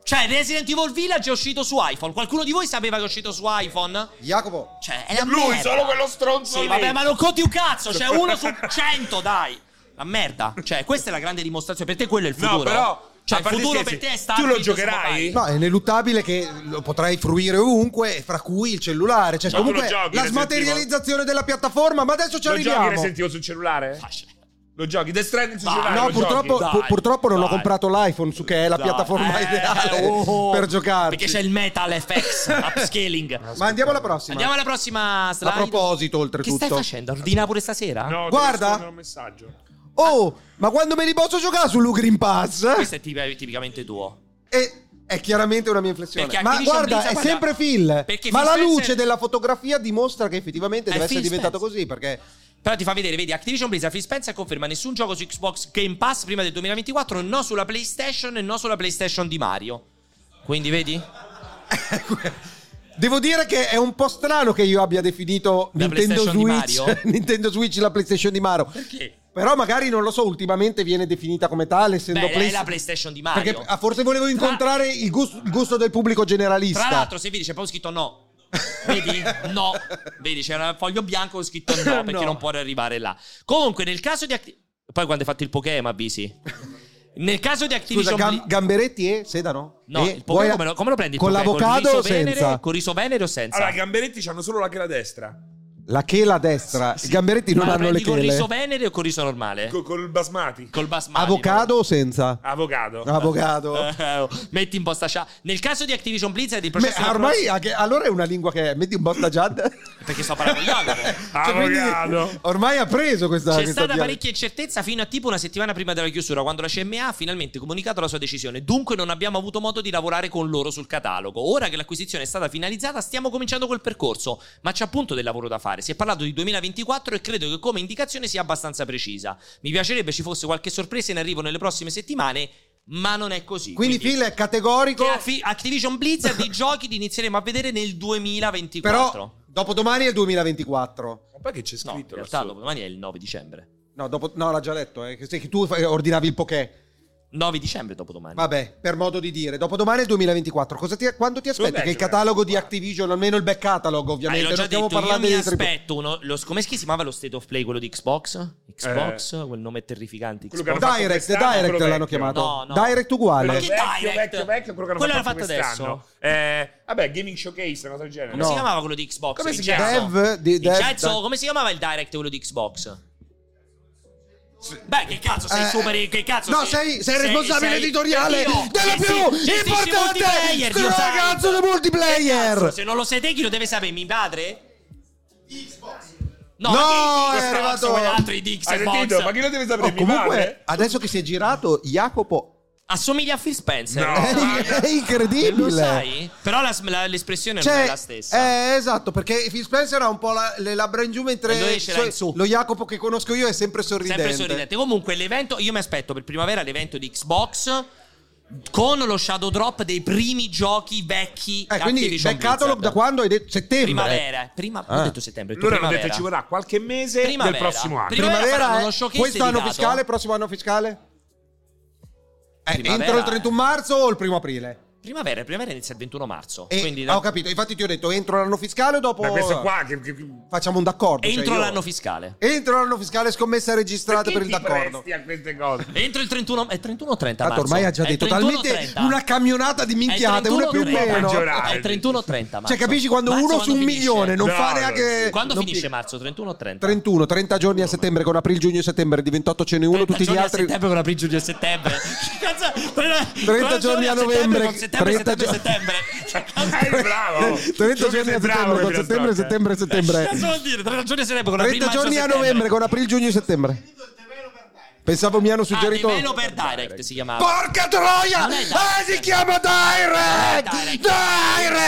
Cioè, Resident Evil Village è uscito su iPhone. Qualcuno di voi sapeva che è uscito su iPhone?
Jacopo,
Cioè, è la
Lui,
merda.
solo quello stronzo
Sì,
lì.
vabbè, ma non conti un cazzo. C'è uno su cento, dai. La merda. Cioè, questa è la grande dimostrazione. Per te quello è il futuro.
No, però.
Cioè,
a
il
parte
futuro
scherzi,
per te è
Tu
Starfield
lo
su mobile.
giocherai?
no, è ineluttabile che lo potrai fruire ovunque, fra cui il cellulare. Cioè,
Ma tu
comunque
lo giochi,
la
Resident Evil?
smaterializzazione della piattaforma, ma adesso ci
Lo giochi
arriviamo.
Resident Evil sul cellulare?
Facile.
Lo giochi? Death Stranding sul
Dai,
cellulare?
No,
lo giochi?
purtroppo,
Dai,
pur- purtroppo non ho
dai.
comprato l'iPhone, su che è la
Dai.
piattaforma
Eh,
ideale
oh.
per giocarci.
Perché c'è il Metal FX upscaling.
Ma andiamo alla prossima.
Andiamo alla prossima slide.
A proposito,
che
oltretutto.
stai facendo? Ordina pure stasera?
No, devo
Guarda.
rispondere a un messaggio.
Oh, ma quando me li posso giocare sul Green Pass?
Questo è tipi- tipicamente tuo.
E è chiaramente una mia inflessione.
Perché
ma
Activision
guarda,
Blizzard,
è
guarda-
sempre Phil.
Perché
ma
Phil
la
Spencer-
luce della fotografia dimostra che effettivamente
È
deve essere
Phil
diventato
Spencer.
così. Perché
Però ti fa vedere, vedi, Activision Blizzard Phil Spencer conferma nessun gioco su Xbox Game Pass prima del 2024, no sulla PlayStation e no sulla PlayStation di Mario. Quindi vedi?
devo dire che è un po' strano che io abbia definito
La
Nintendo
PlayStation di
Switch,
Mario?
Nintendo Switch la PlayStation di Mario.
Perché?
Però magari non lo so, ultimamente viene definita come tale, essendo
Beh,
Play-
è la PlayStation di Mario.
Perché ah, forse volevo incontrare il, gusto, il gusto del pubblico generalista.
Tra l'altro, se vedi, c'è proprio scritto no. Vedi? No. Vedi, c'è un foglio bianco con scritto no, perché
No.
non può arrivare là. Comunque, nel caso di Acti- Poi quando hai fatto il Pokémon, avvisi. Nel caso di
Scusa,
Activision
gam-
Bli-
gamberetti e sedano?
No,
Eh,
il
vuoi-
Pokémon come, lo, come lo prendi? il
Con
Pokémon?
l'avocado o
riso venere,
senza?
Con riso venere o senza?
Allora, i gamberetti hanno solo la chela destra.
La chela destra. I gamberetti non
Ma lo
hanno le
prendi con
chele.
riso venere o con riso normale?
co- col basmati.
Col basmati.
Avocado o senza?
Eh.
Avocado.
Ah. Avocado.
Metti in posta scia. Nel caso di Activision Blizzard, il
Beh,
processo. è
ormai anche- allora è una lingua che metti un botta giad.
Perché sto parlando di Jacopo.
Cioè, quindi
Avocado.
ormai ha preso questa
C'è
questa
stata
via.
parecchia incertezza fino a tipo una settimana prima della chiusura, quando la CMA ha finalmente comunicato la sua decisione. Dunque non abbiamo avuto modo di lavorare con loro sul catalogo. Ora che l'acquisizione è stata finalizzata, stiamo cominciando quel percorso, ma c'è appunto del lavoro da fare. Si è parlato di 2024 e credo che come indicazione sia abbastanza precisa. Mi piacerebbe ci fosse qualche sorpresa in arrivo nelle prossime settimane, ma non è così.
Quindi Phil è categorico,
che Acti- Activision Blizzard i giochi li inizieremo a vedere nel 2024.
però dopo domani è il 2024.
Ma poi che c'è
no, in
scritto?
realtà
lassù?
domani è il 9 dicembre.
No, dopo, no, l'ha già letto, eh, che se- che tu fai- ordinavi il poké.
9 dicembre dopo domani.
Vabbè, per modo di dire, dopo domani è il 2024. Cosa ti- quando ti aspetti?
Dov'è
Che il
giocare?
catalogo di Activision, almeno il back catalog,
Ah,
ovviamente,
eh. l'ho
non
già
stiamo
detto, io
parlando
mi
di triple-
aspetto uno, lo, come si chiamava lo State of Play, quello di Xbox? Xbox,
Eh.
quel nome terrificante
Quello
Xbox.
che hanno fatto
Direct,
quest'anno,
direct
quello
l'hanno
vecchio.
chiamato.
No, no.
Direct uguale.
Quello
che
vecchio,
direct?
vecchio, vecchio, quello che hanno
Quello
fatto,
l'hanno fatto
quest'anno. Eh, vabbè, Gaming Showcase, una cosa del genere.
Come
No.
si chiamava quello di Xbox?
Come si
Vincenzo?
chiama?
Dev di- Dev-
Vincenzo,
Dev-
come si chiamava il Direct quello di Xbox? Beh, che cazzo, sei
Eh,
super. Che cazzo?
no, sei, sei il responsabile
sei-
editoriale
io,
della
gesti-
più
gestisci
importante
multiplayer, Dio
sto
santo.
ragazzo del
Che cazzo,
multiplayer.
se non lo sai te, chi lo deve sapere? Mio padre? Xbox. No,
No,
ma che-
è
Xbox,
arrivato-
quell'altro è di
Hai sentito? Ma chi
Xbox.
lo deve sapere?
Oh,
Mi
comunque,
pare?
adesso che si è girato, Jacopo
Assomiglia a Phil Spencer.
No.
è, è
Lo
incredibile.
sai? Però la- la- l'espressione non è
Cioè,
la stessa.
eh, esatto, perché Phil Spencer ha un po' la- le labbra in giù, mentre
E lui ce l'ha in su.
lo Jacopo che conosco io è sempre sorridente.
Sempre sorridente. Comunque, l'evento, io mi aspetto per primavera l'evento di Xbox con lo shadow drop dei primi giochi vecchi.
Eh, quindi
Activision
back catalog
Blizzard.
da quando hai detto? Settembre.
Primavera. Prima,
Ah.
Ho detto settembre. ho detto
Loro hanno detto
primavera.
ci vorrà qualche mese del
Primavera.
prossimo anno.
Prima- Primavera faranno
Primavera
uno
è
showcase
questo anno
dedicato.
fiscale, prossimo anno fiscale? Eh,
Primavera
entro il
è-
31 marzo o il primo aprile?
Primavera, primavera inizia il 21 marzo.
E-
quindi
ah, ho capito, infatti ti ho detto entro l'anno fiscale o dopo...
Da questo qua che, che,
Facciamo un d'accordo. cioè,
entro
io-
l'anno fiscale.
Entro l'anno fiscale scommessa registrata
perché
per il
ti
d'accordo.
presti a queste cose.
Entro il 31 è 31 o 30
Tanto
marzo.
ormai ha già
È il
detto
31 o
talmente
30.
una camionata di
È il
minchiate, una
31
più o
o 30.
meno.
Maggiorare.
È il 31 o 30 marzo.
Cioè, capisci quando
Marzo
uno su un
finisce?
milione non
No,
fa
no,
neanche.
Quando
non
finisce
pi-
marzo? 31 o 30?
31, 30 giorni a settembre con aprile, giugno e settembre, di 28 ce n'è uno,
30
tutti gli
Eh, giorni
altri.
a settembre con aprile, giugno e settembre. Che cazzo è?
30
30
giorni a novembre. Cioè,
Con settembre,
30
settembre, settembre.
Sei bravo.
30
Tu
giorni
sei
a
bravo,
settembre, con
Pirazzotta.
settembre,
Che
settembre, settembre.
cazzo vuol dire? 30 giorni a settembre con aprile,
30
maggio,
giorni a
settembre.
novembre con aprile, giugno e settembre. Pensavo mi hanno
Ah,
suggerito.
Nivelo per Direct si chiamava.
Porca troia!
Non è Direct.
Ah, si chiama Eh, Direct!
Non è Direct. Nivelo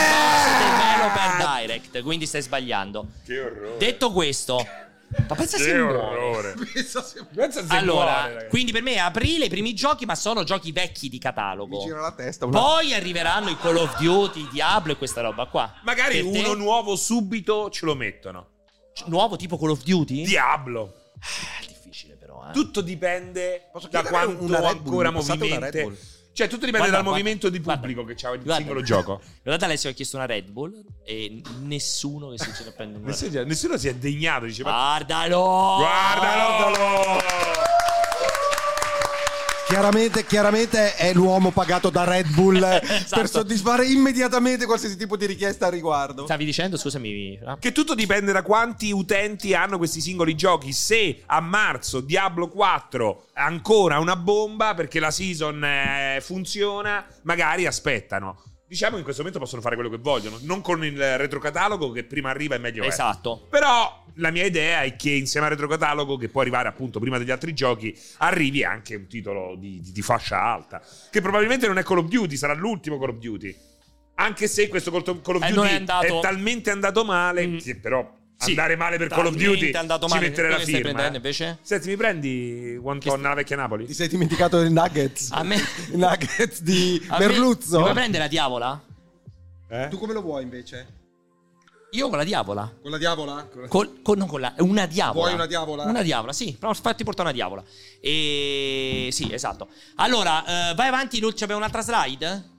per
Direct!
Direct, quindi stai sbagliando.
Che orrore.
Detto questo, ma pensa se
Che
muore.
orrore. Pensa se
Allora,
muore, ragazzi.
quindi per me è aprile i primi giochi, ma sono giochi vecchi di catalogo.
Mi gira la testa. una-
Poi arriveranno i Call of Duty, i Diablo e questa roba qua.
Magari
Per te?
uno nuovo subito ce lo mettono.
nuovo tipo Call of Duty?
Diablo.
Ah, difficile però, eh.
Tutto dipende
Posso
da
chiedere
quanto
una Red Bull?
ancora
Mi passate una Red
movimente.
Bull?
Cioè, tutto dipende
Guarda,
dal
guarda,
movimento di
guarda,
pubblico che c'ha il
guarda.
singolo gioco.
Guardate Alessio ha chiesto una Red Bull e nessuno che si ce ne prende una.
Nessuno, nessuno si è degnato, dice,
Ah.
ma
Guardalo!
guardalo!
Chiaramente, chiaramente è l'uomo pagato da Red Bull eh,
Esatto.
per soddisfare immediatamente qualsiasi tipo di richiesta al riguardo.
Stavi dicendo, scusami. Fra?
Che tutto dipende da quanti utenti hanno questi singoli giochi. Se a marzo Diablo 4 è ancora una bomba perché la season eh, funziona, magari aspettano. Diciamo che in questo momento possono fare quello che vogliono, non con il retrocatalogo che prima arriva e
eh.
meglio è.
Esatto.
Però la mia idea è che insieme al retrocatalogo, che può arrivare appunto prima degli altri giochi, arrivi anche un titolo di, di- di fascia alta. Che probabilmente non è Call of Duty, sarà l'ultimo Call of Duty. Anche se questo Call of Call of
Eh, non
Duty
è andato-
talmente andato male,
Mm.
che però
Sì,
andare male per Call of
talmente
Duty
è andato
ci
male.
mettere la
Perché stai
firma.
prendendo
eh.
invece?
Senti, mi prendi One
Che-
Ton alla vecchia Napoli?
Ti sei dimenticato dei nuggets?
A me-
I nuggets di
A me-
Merluzzo?
Mi vuoi prendere la diavola?
Eh?
Tu come lo vuoi invece?
Io con la diavola.
Con la diavola?
Col, con, non con la, una diavola.
Vuoi una diavola?
Una diavola, sì. Però fatti portare una diavola. E... Sì, esatto. Allora, eh, vai avanti, Lu- abbiamo un'altra slide?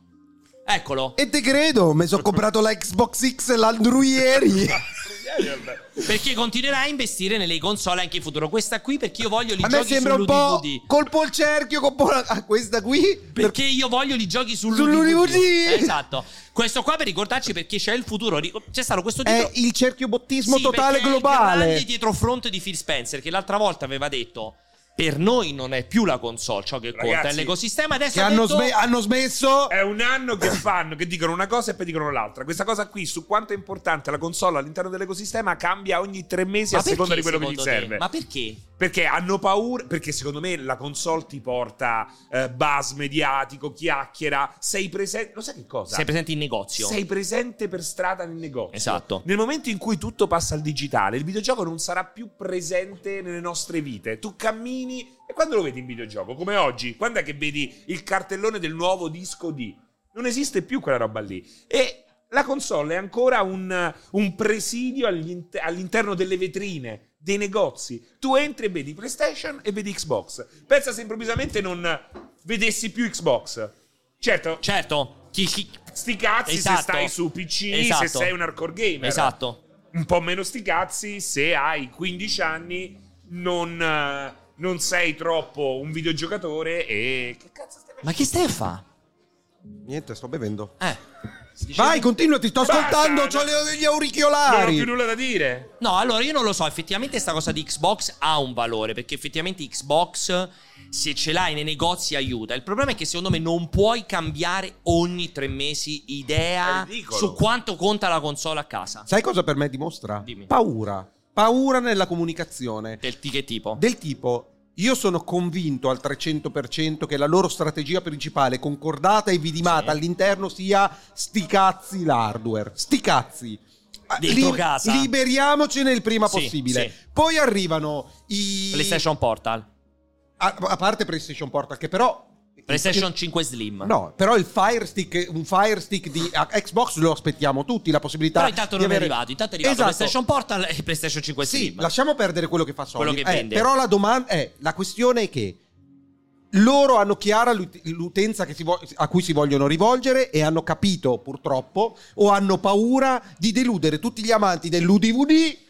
Eccolo.
E te credo, mi sono comprato la Xbox X l'altro ieri.
Eh,
Eh.
Perché continuerà a investire nelle console anche in futuro. Questa qui perché io voglio li
A me
giochi
sembra un po'
sull'UDVD.
colpo al cerchio, colpo alla- ah, questa qui.
Perché io voglio li giochi
Sull'UDVD.
sull'UDVD. Esatto. Questo qua per ricordarci perché c'è il futuro. Ri- C'è stato questo
È
titolo
il cerchio bottismo
Sì,
totale
perché è il grande
globale.
dietro fronte di Phil Spencer che l'altra volta aveva detto per noi non è più la console ciò che conta è
Ragazzi,
l'ecosistema adesso
Che
ha
hanno, Ah,
detto- Eh.
sme- hanno smesso.
È un anno che fanno, che dicono una cosa e poi dicono l'altra. Questa cosa qui, su quanto è importante la console all'interno dell'ecosistema, cambia ogni tre mesi
Ma
a seconda di
perché,
quello che gli
secondo te?
serve. Esatto.
ma perché?
Perché hanno paura, perché secondo me la console ti porta eh, buzz mediatico, chiacchiera, sei presente, lo sai che cosa?
sei presente in negozio
Sei presente per strada nel negozio.
Esatto.
Nel momento in cui tutto passa al digitale, il videogioco non sarà più presente nelle nostre vite. Tu cammini e quando lo vedi in videogioco, come oggi, quando è che vedi il cartellone del nuovo disco di? Non esiste più quella roba lì. E la console è ancora un, un presidio agli inter- all'interno delle vetrine, dei negozi. Tu entri e vedi PlayStation e vedi Xbox. Pensa se improvvisamente non vedessi più Xbox. Certo,
certo chi, chi-
sti cazzi
Esatto.
se stai su PC,
Esatto.
se sei un hardcore gamer.
esatto
Un po' meno sti cazzi se hai 15 anni, non, eh, non sei troppo un videogiocatore e... Che cazzo stai
ma che stai a fa?
Niente, sto bevendo.
eh
Vai, continua, ti sto
Basta,
ascoltando.
no.
C'ho le- gli
Non ho
auricolari.
più nulla da dire.
No, allora io non lo so, effettivamente sta cosa di Xbox ha un valore, perché effettivamente Xbox se ce l'hai nei negozi aiuta. Il problema è che secondo me non puoi cambiare ogni tre mesi
È
idea
ridicolo.
su quanto conta la console a casa.
Sai cosa per me dimostra?
Dimmi.
Paura. Paura nella comunicazione.
Del di che tipo?
Del tipo, io sono convinto al 300% che la loro strategia principale, concordata e
Sì.
vidimata all'interno, sia sti cazzi l'hardware. Sti cazzi. Ah,
Dentro casa.
Liberiamocene il prima
Sì,
possibile.
sì.
Poi arrivano i...
PlayStation Portal,
A, a parte PlayStation Portal, che però...
PlayStation 5 Slim.
No, però il Fire Stick, un Fire Stick di a- Xbox lo aspettiamo tutti, la possibilità
Però intanto
di
non
avere...
è arrivato, intanto è arrivato
Esatto.
PlayStation Portal e PlayStation 5
Sì,
Slim.
lasciamo perdere quello che fa Sony.
Quello che
Eh,
vende.
però la domanda è, la questione è che loro hanno chiara l'ut- l'utenza che si vo- a cui si vogliono rivolgere e hanno capito purtroppo o hanno paura di deludere tutti gli amanti dell'UDVD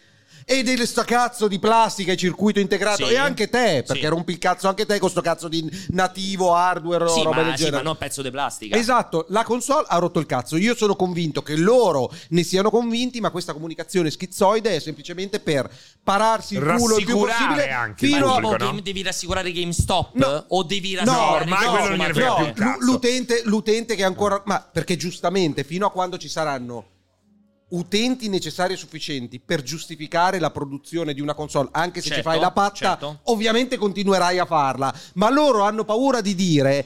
e del sto cazzo di plastica e circuito integrato
Sì.
e anche te perché
Sì.
rompi il cazzo anche te con sto cazzo di nativo hardware o
sì,
roba
ma,
del
sì,
genere
ma non pezzo di plastica.
Esatto, la console ha rotto il cazzo. Io sono convinto che loro ne siano convinti, ma questa comunicazione schizzoide è semplicemente per pararsi il culo il più
Rassicurare
possibile
anche il
Ma
fino a
tipo,
pubblico, no?
game- devi rassicurare GameStop?
No.
O devi
No,
rassicurare
ormai
i
quello non gliene frega
consumatori?
più un cazzo.
l'u- l'utente, l'utente che ancora. Ma perché giustamente, fino a quando ci saranno utenti necessari e sufficienti per giustificare la produzione di una console, anche se
Certo,
ci fai la patta,
certo.
ovviamente continuerai a farla. Ma loro hanno paura di dire: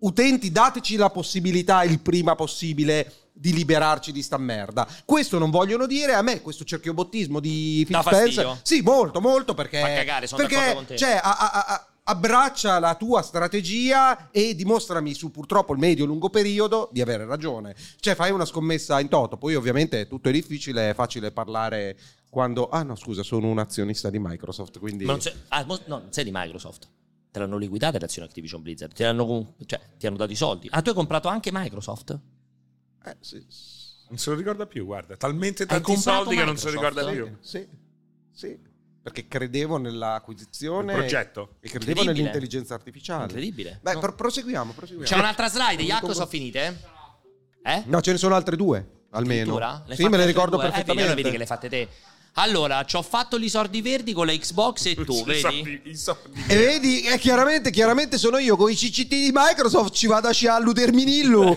utenti, dateci la possibilità il prima possibile. Di liberarci di sta merda. Questo non vogliono dire a me questo cerchiobottismo di Phil
Dà fastidio?
Spencer. Sì, molto, molto perché.
Fa cagare, sono
Eh, perché,
d'accordo con te.
Cioè, cioè, a- a- a- abbraccia la tua strategia e dimostrami su purtroppo il medio e lungo periodo di avere ragione. Cioè, fai una scommessa in toto. Poi, ovviamente, tutto è difficile, è facile parlare quando. Ah, no, scusa, sono un azionista di Microsoft. Quindi.
Ma non sei, ah, mo- no, non sei di Microsoft. Te l'hanno liquidata l'azione Activision Blizzard, ti hanno, con- cioè, ti hanno dato i soldi. Ah, tu hai comprato anche Microsoft?
Eh, sì, sì,
Non se lo ricorda più, guarda. Talmente
Hai
tanti
comprato
soldi che non se lo
Microsoft?
ricorda più.
sì, sì. Perché credevo nell'acquisizione.
Il progetto.
E credevo
Incredibile.
nell'intelligenza artificiale.
Incredibile.
Beh,
No.
pro- proseguiamo, proseguiamo.
C'è un'altra slide,
Non
Iacco,
compro-
sono finite? Eh?
No, ce ne sono altre due, almeno.
Addirittura? L'hai
Mm, Sì,
fatte
me le
altre due?
ricordo
Eh, vedi,
perfettamente.
allora vedi che le hai fatte te. Allora, ci ho fatto gli sordi verdi con la Xbox e tu,
I
vedi?
soldi- i soldi.
E vedi, eh, chiaramente, chiaramente sono io con i CCT di Microsoft, ci vado a sciallu terminillu.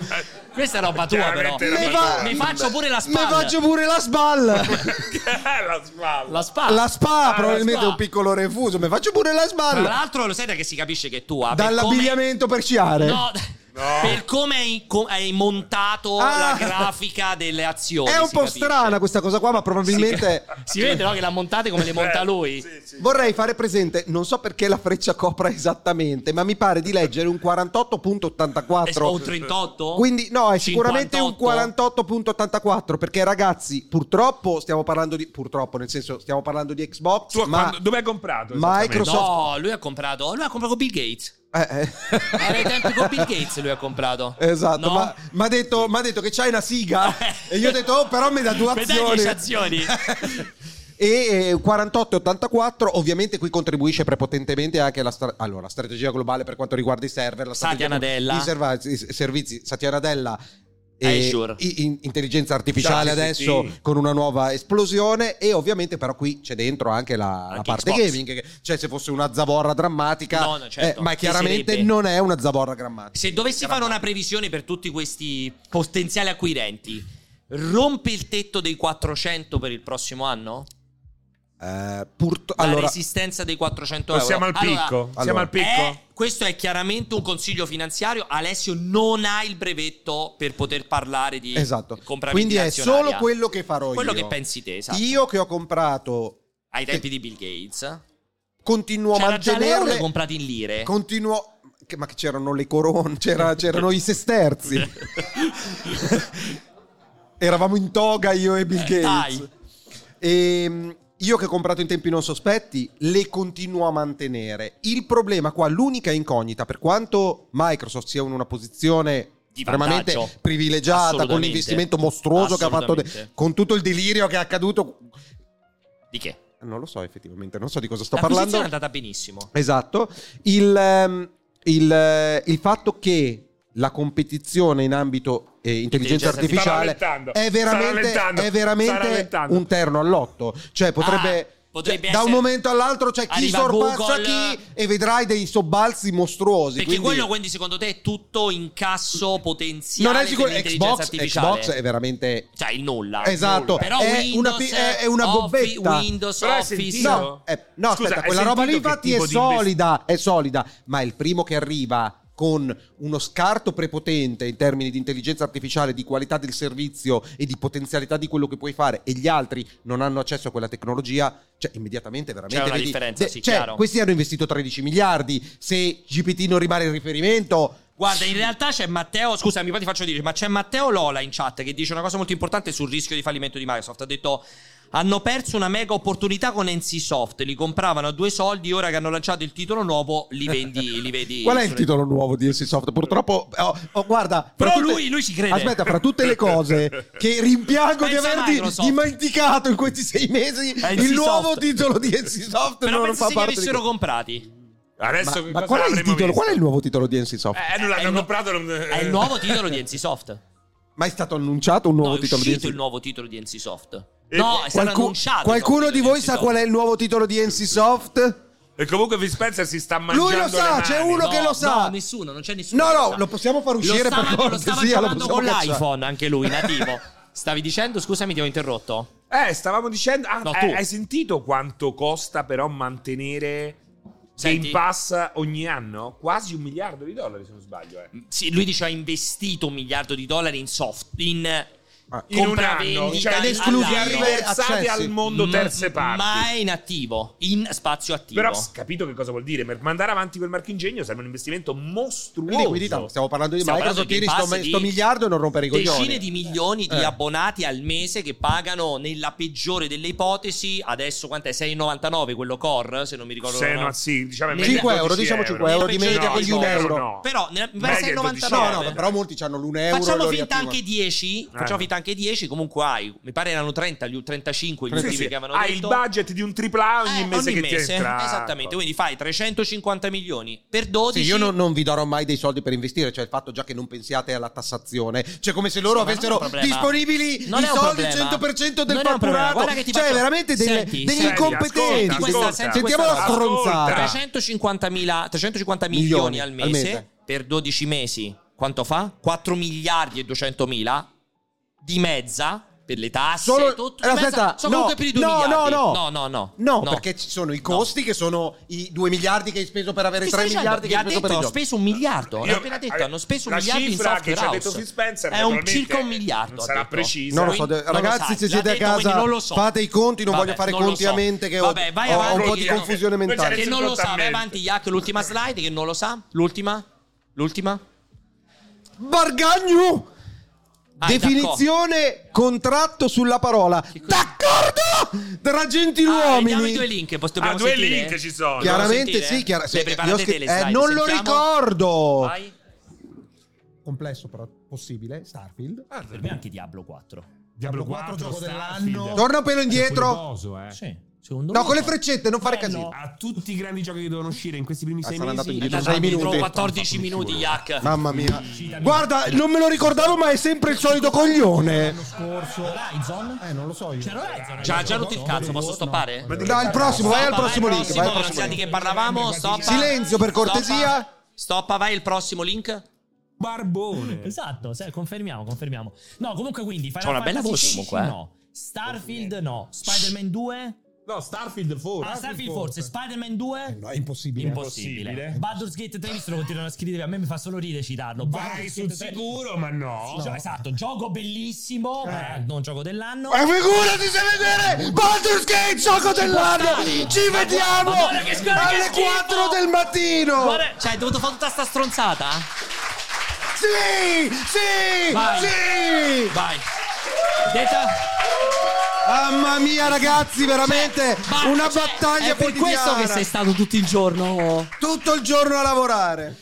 Questa è roba tua, però.
Chiaramente
Mi,
era roba
mi
tua.
faccio pure la
Me
spalla.
faccio pure la spalla.
Eh, la spalla.
La spalla.
La spa,
Ah, la
probabilmente
spa.
un piccolo refuso, me faccio pure la
Tra
spalla.
l'altro, lo sai da che si capisce che è tua. per
Dall'abbigliamento per sciare.
Ah, come- No,
No.
per come hai, co- hai montato la
Ah.
grafica delle azioni.
È un
si
po'
capisce.
strana questa cosa qua, ma probabilmente
Si vede, no, che l'ha montate come le monta lui.
Eh, Sì, sì.
vorrei fare presente, non so perché la freccia copra esattamente, ma mi pare di leggere un
Eh, O
48.84.
38?
Quindi no, è sicuramente
58?
un 48.84 perché ragazzi, purtroppo stiamo parlando di purtroppo, nel senso stiamo parlando di Xbox,
Tu a
ma
quando- dove hai comprato?
Microsoft-
No, lui ha comprato. Lui ha comprato con Bill Gates.
eh, eh.
Era ai tempi con Bill Gates lui ha comprato.
Esatto,
No?
ma mi ha detto, m'ha detto che c'hai una siga e io ho detto, oh, però mi dà due
Mi dai dieci
azioni.
azioni.
E eh, 48-84 ovviamente qui contribuisce prepotentemente anche la, stra- allora, la strategia globale per quanto riguarda i server, la
Satya
strategia
Nadella.
i serva- i servizi, Satya Nadella e
Azure.
i- in- intelligenza artificiale
Chat GPT.
adesso con una nuova esplosione e ovviamente però qui c'è dentro anche la, la
Anche
parte
Xbox.
gaming, che- cioè se fosse una zavorra drammatica,
No, no, certo,
eh, ma
che
chiaramente
sarebbe.
non è una zavorra drammatica.
Se dovessi fare una previsione per tutti questi potenziali acquirenti, rompe il tetto dei 400 per il prossimo anno?
Eh, purto-
La
allora,
resistenza dei 400
No,
euro?
siamo al
Allora,
picco. siamo
allora.
al picco.
eh, questo è chiaramente un consiglio finanziario. Alessio non ha il brevetto per poter parlare di
Esatto.
compravendita
Quindi è
azionaria.
solo quello che farò
Quello
io.
che pensi te, esatto.
Io che ho comprato,
ai tempi di Bill Gates.
continuo a
C'era già l'euro
mantenerle.
comprato in lire.
Continuo. che- Ma che c'erano le corone, c'era- c'erano i sesterzi. Eravamo in toga io e Bill
Eh,
Gates.
dai.
Ehm, io che ho comprato in tempi non sospetti, le continuo a mantenere. Il problema qua, l'unica incognita, per quanto Microsoft sia in una posizione
Di
veramente
vantaggio.
privilegiata con
Assolutamente.
l'investimento mostruoso che ha fatto, de-
Assolutamente.
con tutto il delirio che è accaduto.
Di che?
Non lo so effettivamente, non so di cosa sto
L'acquisizione
parlando.
è andata benissimo.
Esatto. Il, ehm, il, eh, il fatto che la competizione in ambito eh, intelligenza
Intelligenza
artificiale
artificiale.
è
Sta
veramente,
rallentando.
è
Sta
veramente
rallentando.
un terno all'otto. Cioè potrebbe...
Ah, potrebbe
cioè, da un
essere-
momento all'altro c'è chi
Arriva
sorpassa
Google-
chi e vedrai dei sobbalzi mostruosi.
Perché
quindi-
quello, quindi, secondo te è tutto incasso potenziale
non è sicuro.
dell'intelligenza
Xbox,
artificiale?
Xbox è veramente...
Cioè, il nulla.
Esatto,
Però
è,
Windows,
una, pi- è- è una
Office-
bobbetta.
Windows
Però hai
Office.
sentito?
No, eh, no,
Scusa,
aspetta,
hai
quella roba lì
sentito che
infatti è
tipo di invest-
solida, è solida, ma il primo che arriva con uno scarto prepotente in termini di intelligenza artificiale, di qualità del servizio e di potenzialità di quello che puoi fare e gli altri non hanno accesso a quella tecnologia, cioè immediatamente veramente...
C'è una differenza, sì,
cioè,
chiaro.
questi hanno investito 13 miliardi, se GPT non rimane il riferimento...
Guarda, in realtà c'è Matteo, scusami, poi ti faccio dire, ma c'è Matteo Lola in chat che dice una cosa molto importante sul rischio di fallimento di Microsoft. Ha detto hanno perso una mega opportunità con NCSoft, li compravano a due soldi, ora che hanno lanciato il titolo nuovo li vendi, li vedi.
Qual è il titolo nuovo di NC Soft? Purtroppo, oh, oh, guarda. fra
Però
tutte-
lui- lui ci crede.
Aspetta, fra tutte le cose che rimpiango di
Pensa a
averti
Microsoft.
dimenticato in questi sei mesi,
NC
il
Soft.
nuovo titolo di NC Soft
Però
non
pensi
fa
se li
parte.
avessero
Di...
comprati.
Adesso
Ma,
che
ma
cosa
qual è il
avremmo
titolo?
visto?
Qual è il nuovo titolo di NC Soft?
Eh, non
È il
l'hanno
nu-
comprato. non-
È
Eh.
il nuovo titolo di NCSoft.
Ma è stato annunciato un nuovo
no, è
titolo di
uscito
NC
il nuovo titolo di NCSoft.
E-
No, è stato
Qualcu-
annunciato.
Qualcuno di voi sa qual è
il
il nuovo titolo di NC Soft?
E comunque Phil Spencer si sta mangiando
Lui lo sa,
le
c'è
mani.
uno
titolo di NC Soft.
che
No,
lo sa.
No, nessuno, non c'è nessuno.
no,
che
no,
sa.
lo possiamo far uscire
lo stava,
per
lo stava
cortesia, lo
giocando
possiamo
con
cacciare.
l'iPhone anche lui nativo stavi dicendo scusami ti ho interrotto
Eh, stavamo dicendo. ah,
No,
eh,
tu.
hai sentito quanto costa però mantenere
Senti.
Game Pass ogni anno? Quasi un miliardo di dollari, se non sbaglio. Eh.
Sì, lui dice ha investito un miliardo di dollari in soft in
Ah.
in un anno,
Compravendita
cioè le esclusive
all'anno.
riversate
Accessi.
al mondo
M-
terze parti.
Mm, Ma è in attivo, in spazio attivo.
Però ho capito che cosa vuol dire. Per mandare avanti quel marchingegno serve un investimento mostruoso.
Liquidità, stiamo parlando di
Stiamo
Microsoft,
parlando di
tiri
Game
sto,
Pass di
sto miliardo e non rompere i coglioni.
Decine di milioni di
Eh.
abbonati al mese che pagano nella peggiore delle ipotesi. Adesso quant'è? 6,99 quello core, se non mi ricordo.
Se
no?
no, sì, diciamo,
Nel-
5
media
euro,
12
diciamo 5 euro, di
Nel peggio
media con gli
dei
un
casi,
euro.
no.
Però nella- mi
Media
pare 6,99.
12
No,
Eh,
no,
beh.
però molti hanno l'1 euro.
Facciamo
lo
finta
riattivano.
anche 10.
Eh.
Facciamo finta anche 10. Comunque hai. Mi pare erano 30, gli- 35 gli
Sì,
ultimi
sì.
che avevano
Hai il
detto.
budget di un tripla ogni
Eh,
mese
ogni
che ti
mese.
entra. Ah,
Esattamente. Quindi fai 350 milioni per
Sì,
12.
io non, non vi darò mai dei soldi per investire, cioè il fatto già che non pensiate alla tassazione, cioè come se loro
Sì, ma non è
avessero
un problema.
disponibili
Non
i
è un
soldi il
problema.
100%
Non
del
è un problema.
fatturato,
Guarda che ti
cioè
faccio-
veramente delle-
Senti,
degli
senti,
incompetenti.
ascolta,
Sentiamo
ascolta, Cioè,
Sentiamo la
questa roba.
stronzata.
Ascolta.
350.000 350 milioni,
Ah. Milioni
al,
al
mese,
mese.
per 12 mesi. Quanto fa? 4 miliardi e 200 mila di mezza per le tasse.
Solo-
tutto,
Eh,
di mezza,
aspetta,
sono
no,
comunque per i 2
no,
miliardi.
no, no.
no, no, no,
No, perché ci sono i costi che sono i 2 miliardi che hai speso per avere
Ti
i
sto
3
dicendo,
miliardi
vi
che
ha
hai speso
detto
per
hanno
il gioco.
speso un miliardo.
Io-
L'ho appena detto,
eh,
hanno speso un
la
miliardo in
cifra
software
che ci ha detto
house.
Phil Spencer,
è un
naturalmente,
circa un miliardo.
non sarà
ha detto.
precisa.
Non lo so,
Quindi-
de-
non lo
ragazzi,
sai,
se
l'ha
siete a
detto, quindi
casa,
non lo so.
fate i conti, non
Vabbè,
voglio fare
non lo
conti
so.
a mente che ho,
Vabbè, vai
ho- ho
avanti,
un po' di
io-
confusione
Noi
mentale.
Cioè, che
Adesso
non lo sa, vai
contattamente.
avanti Iac, l'ultima slide che non lo sa, l'ultima, l'ultima.
Bargagnu!
Ah,
Definizione contratto sulla parola. D'accordo! Tra
d'accordo. Ah, vediamo i
gentiluomini.
due link, poss-
Ah,
dobbiamo
due
sentire?
link ci sono.
Chiaro.
Chiaramente
sentire?
sì, chiara-
Le
sì,
preparate
io ho scr-
te le slide,
eh, non lo
sentiamo?
ricordo.
Vai.
Complesso però possibile, Starfield.
Ah,
Per me anche Diablo 4.
Diablo 4, gioco dell'anno.
Torna un pelo indietro.
Coso, eh.
Sì, secondo
No,
me
con le freccette, non
Eh,
fare
Bello.
casino.
A tutti i grandi giochi che devono uscire in questi primi
Ah,
sei
sono andato
mesi.
indietro.
Dai,
Sei
dai,
minuti.
14 minuti Iac.
Mamma mia.
Uscita di-
Guarda, non me lo ricordavo, ma è sempre il solito coglione.
L'anno scorso Horizon? Eh, non lo so io. C'era Horizon.
Ci ha già rotto il cazzo, posso stoppare?
Ma di-
Dai, il prossimo, vai al
Stoppa,
prossimo link. Vai al
non
prossimo
sai di
link.
che parlavamo, stoppa.
Silenzio, per cortesia.
Stoppa, Stoppa, vai il prossimo link.
Barbone.
Esatto, se- confermiamo, confermiamo. No, comunque quindi Final
C'ha una bella
Fantasy
voce, comunque, eh.
No. Starfield no, Spider-Man 2?
No, Starfield forse. Eh,
Ah, Starfield forse, Spider-Man 2?
No, è impossibile.
Impossibile. Baldur's Gate 3 visto lo continuano a scrivere, a me mi fa solo ridere citarlo.
Vai
Baldur's
sul
Gate 3.
sicuro, ma no. Eh.
Sì, gio- esatto, gioco bellissimo, ma non gioco dell'anno.
Ma Eh, figurati se vedere Baldur's Gate, gioco dell'anno! Ci vediamo
Ma guarda che scherzo, che
alle
schifo!
4 del mattino!
Guarda, cioè hai dovuto fare tutta sta stronzata?
Sì! Sì!
Vai.
Sì!
Vai. Detta-
Mamma mia, ragazzi, veramente
Ma-
una
cioè,
battaglia
è per
quotidiana.
questo che sei stato tutto il giorno.
tutto il giorno a lavorare.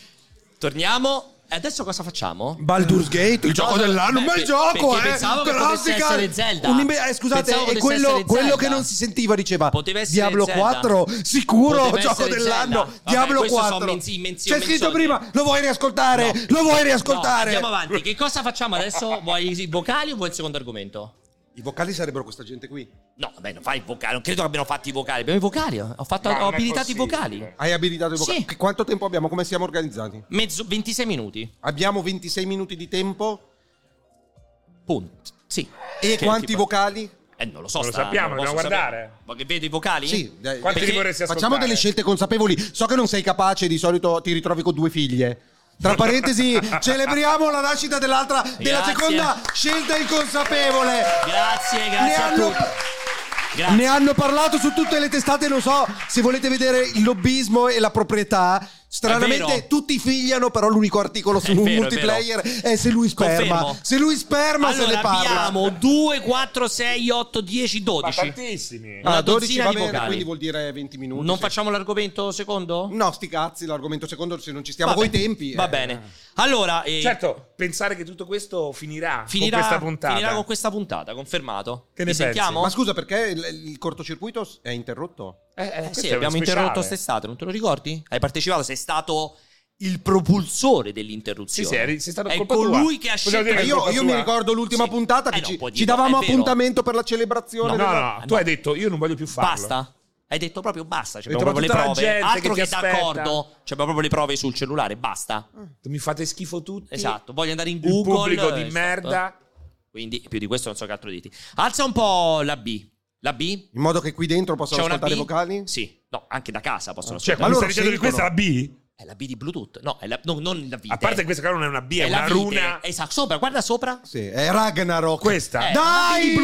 Torniamo. E adesso cosa facciamo?
Baldur's Gate, il gioco
no,
dell'anno,
beh,
un bel
pe-
gioco, eh!
perché pensavo che potesse
Classica.
essere Zelda.
Un imbe- eh, scusate,
Pensavo
e
potesse
quello,
essere
quello
Zelda.
che non si sentiva diceva
Poteva essere
Diablo
Zelda.
4, sicuro
Poteva
gioco
essere
dell'anno.
Zelda. Vabbè,
Diablo
questo sono
4.
menzi- menzi-
C'è scritto
menzogne.
prima, lo vuoi riascoltare? Lo vuoi riascoltare?
No, andiamo avanti. Che cosa facciamo adesso? Vuoi i vocali o vuoi il secondo argomento?
I vocali sarebbero questa gente qui.
No, vabbè, non fai i vocali. Non credo che abbiano fatto i vocali. Abbiamo i vocali. Ho, fatto-
Ma
ho
non è
abilitato i
possibile.
vocali.
Hai abilitato i vocali.
Sì.
Che- Quanto tempo abbiamo? Come siamo organizzati?
Mezzo, 26 minuti.
Abbiamo 26 minuti di tempo
Punto. Sì.
e
Che
quanti
tipo-
vocali?
Eh, non lo so.
Non lo
sta-
sappiamo,
non lo
dobbiamo
posso sapere.
guardare.
Ma che vedo i vocali?
Sì, dai, Eh,
Quanti
Perché
li vorresti ascoltare?
Facciamo delle scelte consapevoli. So che non sei capace, di solito ti ritrovi con due figlie. Tra parentesi, celebriamo la nascita dell'altra, della
Grazie.
seconda scelta inconsapevole.
Grazie,
Ne
grazie a
hanno,
tutti. Grazie.
ne hanno parlato su tutte le testate, lo so, se volete vedere il lobbismo e la proprietà.
È vero.
Stranamente tutti figliano, però l'unico articolo su
È
un
vero, è
multiplayer è, se lui sperma.
Confermo.
Se lui sperma
allora,
se ne parla.
abbiamo 2, 4, 6, 8, 10,
Ma
12.
tantissimi.
una
Ah, 12
dozzina
va
di
bene,
vocali.
quindi vuol dire 20 minuti.
Non
sì.
facciamo l'argomento secondo?
No, sti cazzi, l'argomento secondo se non ci stiamo
Va
Mm, coi
bene.
tempi.
Va
eh.
bene. Allora, eh,
Certo, pensare che tutto questo finirà,
finirà,
con questa puntata.
finirà con questa puntata, confermato.
Che ne
Ci
pensi?
sentiamo?
Ma scusa, perché il, il cortocircuito s- è interrotto?
Eh, eh,
Eh
questo
sì,
è uno
abbiamo
speciale.
interrotto quest'estate, non te lo ricordi? Hai partecipato, sei stato il propulsore
Sì,
dell'interruzione.
sì, eri- sei stato
È
colpa
colui
tua.
che ha
Possiamo
scelto.
dire
Ma
che è
Eh, io,
colpa
io mi
tua?
ricordo l'ultima
Sì.
puntata che
Eh, non
ci,
puoi
ci
dirlo,
davamo
è vero.
appuntamento per la
No,
celebrazione.
no,
della-
no, tu hai detto io non voglio più farlo.
Basta. Hai detto proprio basta, ci
Hai detto,
abbiamo proprio le
ma tutta la
prove.
gente
Altro
che
che,
ti aspetta.
d'accordo, ci abbiamo proprio le prove sul cellulare, basta.
Mi fate schifo tutti.
Esatto, voglio andare in
Il
Google.
pubblico di
eh,
merda.
Quindi più di questo non so che altro dirti. Alza un po' la B. La B?
In modo che qui dentro possano
C'è una B?
ascoltare i vocali?
Sì. No, anche da casa possono
Cioè,
ascoltare.
ma
loro
stai dicendo che questa è la B?
È la B di Bluetooth. No, è la- no, non la vite.
A parte che questa qua non è una B, è,
è la
una
vite.
runa.
Esatto, sopra, guarda sopra. Eh,
Sì, è Ragnarok.
Questa.
È
Dai!
la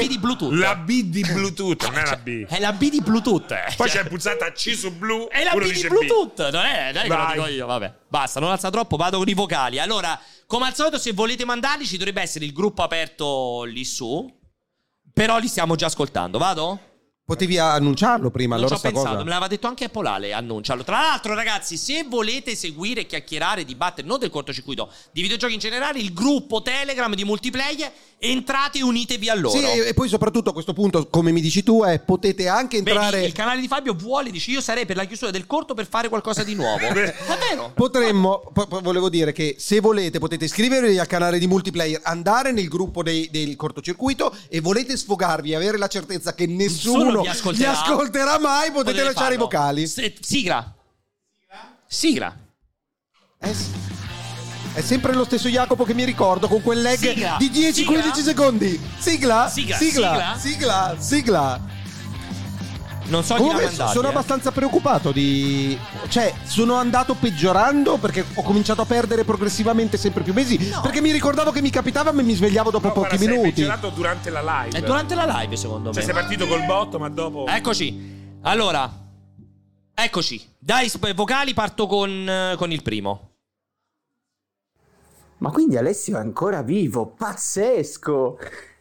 B di Bluetooth. È la B di Bluetooth.
La B di Bluetooth, non è la
Cioè,
B.
È la B di Bluetooth. eh.
Poi c'è
Cioè,
il pulsante C su blu.
È la
uno
B di
dice
Bluetooth, non è, non è che lo
Vai.
dico io, vabbè. Basta, non alza troppo, vado con i vocali. Allora, come al solito, se volete mandarli, ci dovrebbe essere il gruppo aperto lì su. Però li stiamo già ascoltando, vado?
Potevi annunciarlo prima,
non
allora
ci ho
sta
pensato,
cosa.
me l'aveva detto anche Polale, annuncialo. Tra l'altro, ragazzi, se volete seguire, chiacchierare, dibattere, non del cortocircuito, di videogiochi in generale, il gruppo Telegram di multiplayer, entrate e unitevi a loro.
Sì, e e poi soprattutto a questo punto, come mi dici tu, è potete anche
Vedi,
entrare...
il canale di Fabio vuole, dice io sarei per la chiusura del corto per fare qualcosa di nuovo. È vero?
Potremmo, po- po- volevo dire che se volete potete iscrivervi al canale di multiplayer, andare nel gruppo dei- del cortocircuito e volete sfogarvi e avere la certezza che nessuno
Nessuno
vi
vi
ascolterà,
ascolterà.
mai, potete
Potete
lasciare i
farlo.
vocali.
Se- sigla. Sigla.
È, s- Eh è sempre lo stesso Jacopo che mi ricordo con quel lag
Sigla.
di 10-15
Sigla.
secondi.
Sigla,
Sigla, sigla,
sigla.
sigla, sigla.
Non so chi l'ha
Comunque
mandato. eh.
sono abbastanza preoccupato di... Cioè, sono andato peggiorando perché ho cominciato a perdere progressivamente sempre più mesi. Perché mi ricordavo che mi capitava ma mi svegliavo dopo
No, guarda,
pochi
sei
minuti.
peggiorato durante la live.
È durante la live, Ecco, secondo
Cioè,
me.
sei partito col botto, ma dopo.
Eccoci. Allora. Eccoci. Dai sp- vocali parto con, eh, con il primo.
Ma quindi Alessio è ancora vivo, pazzesco!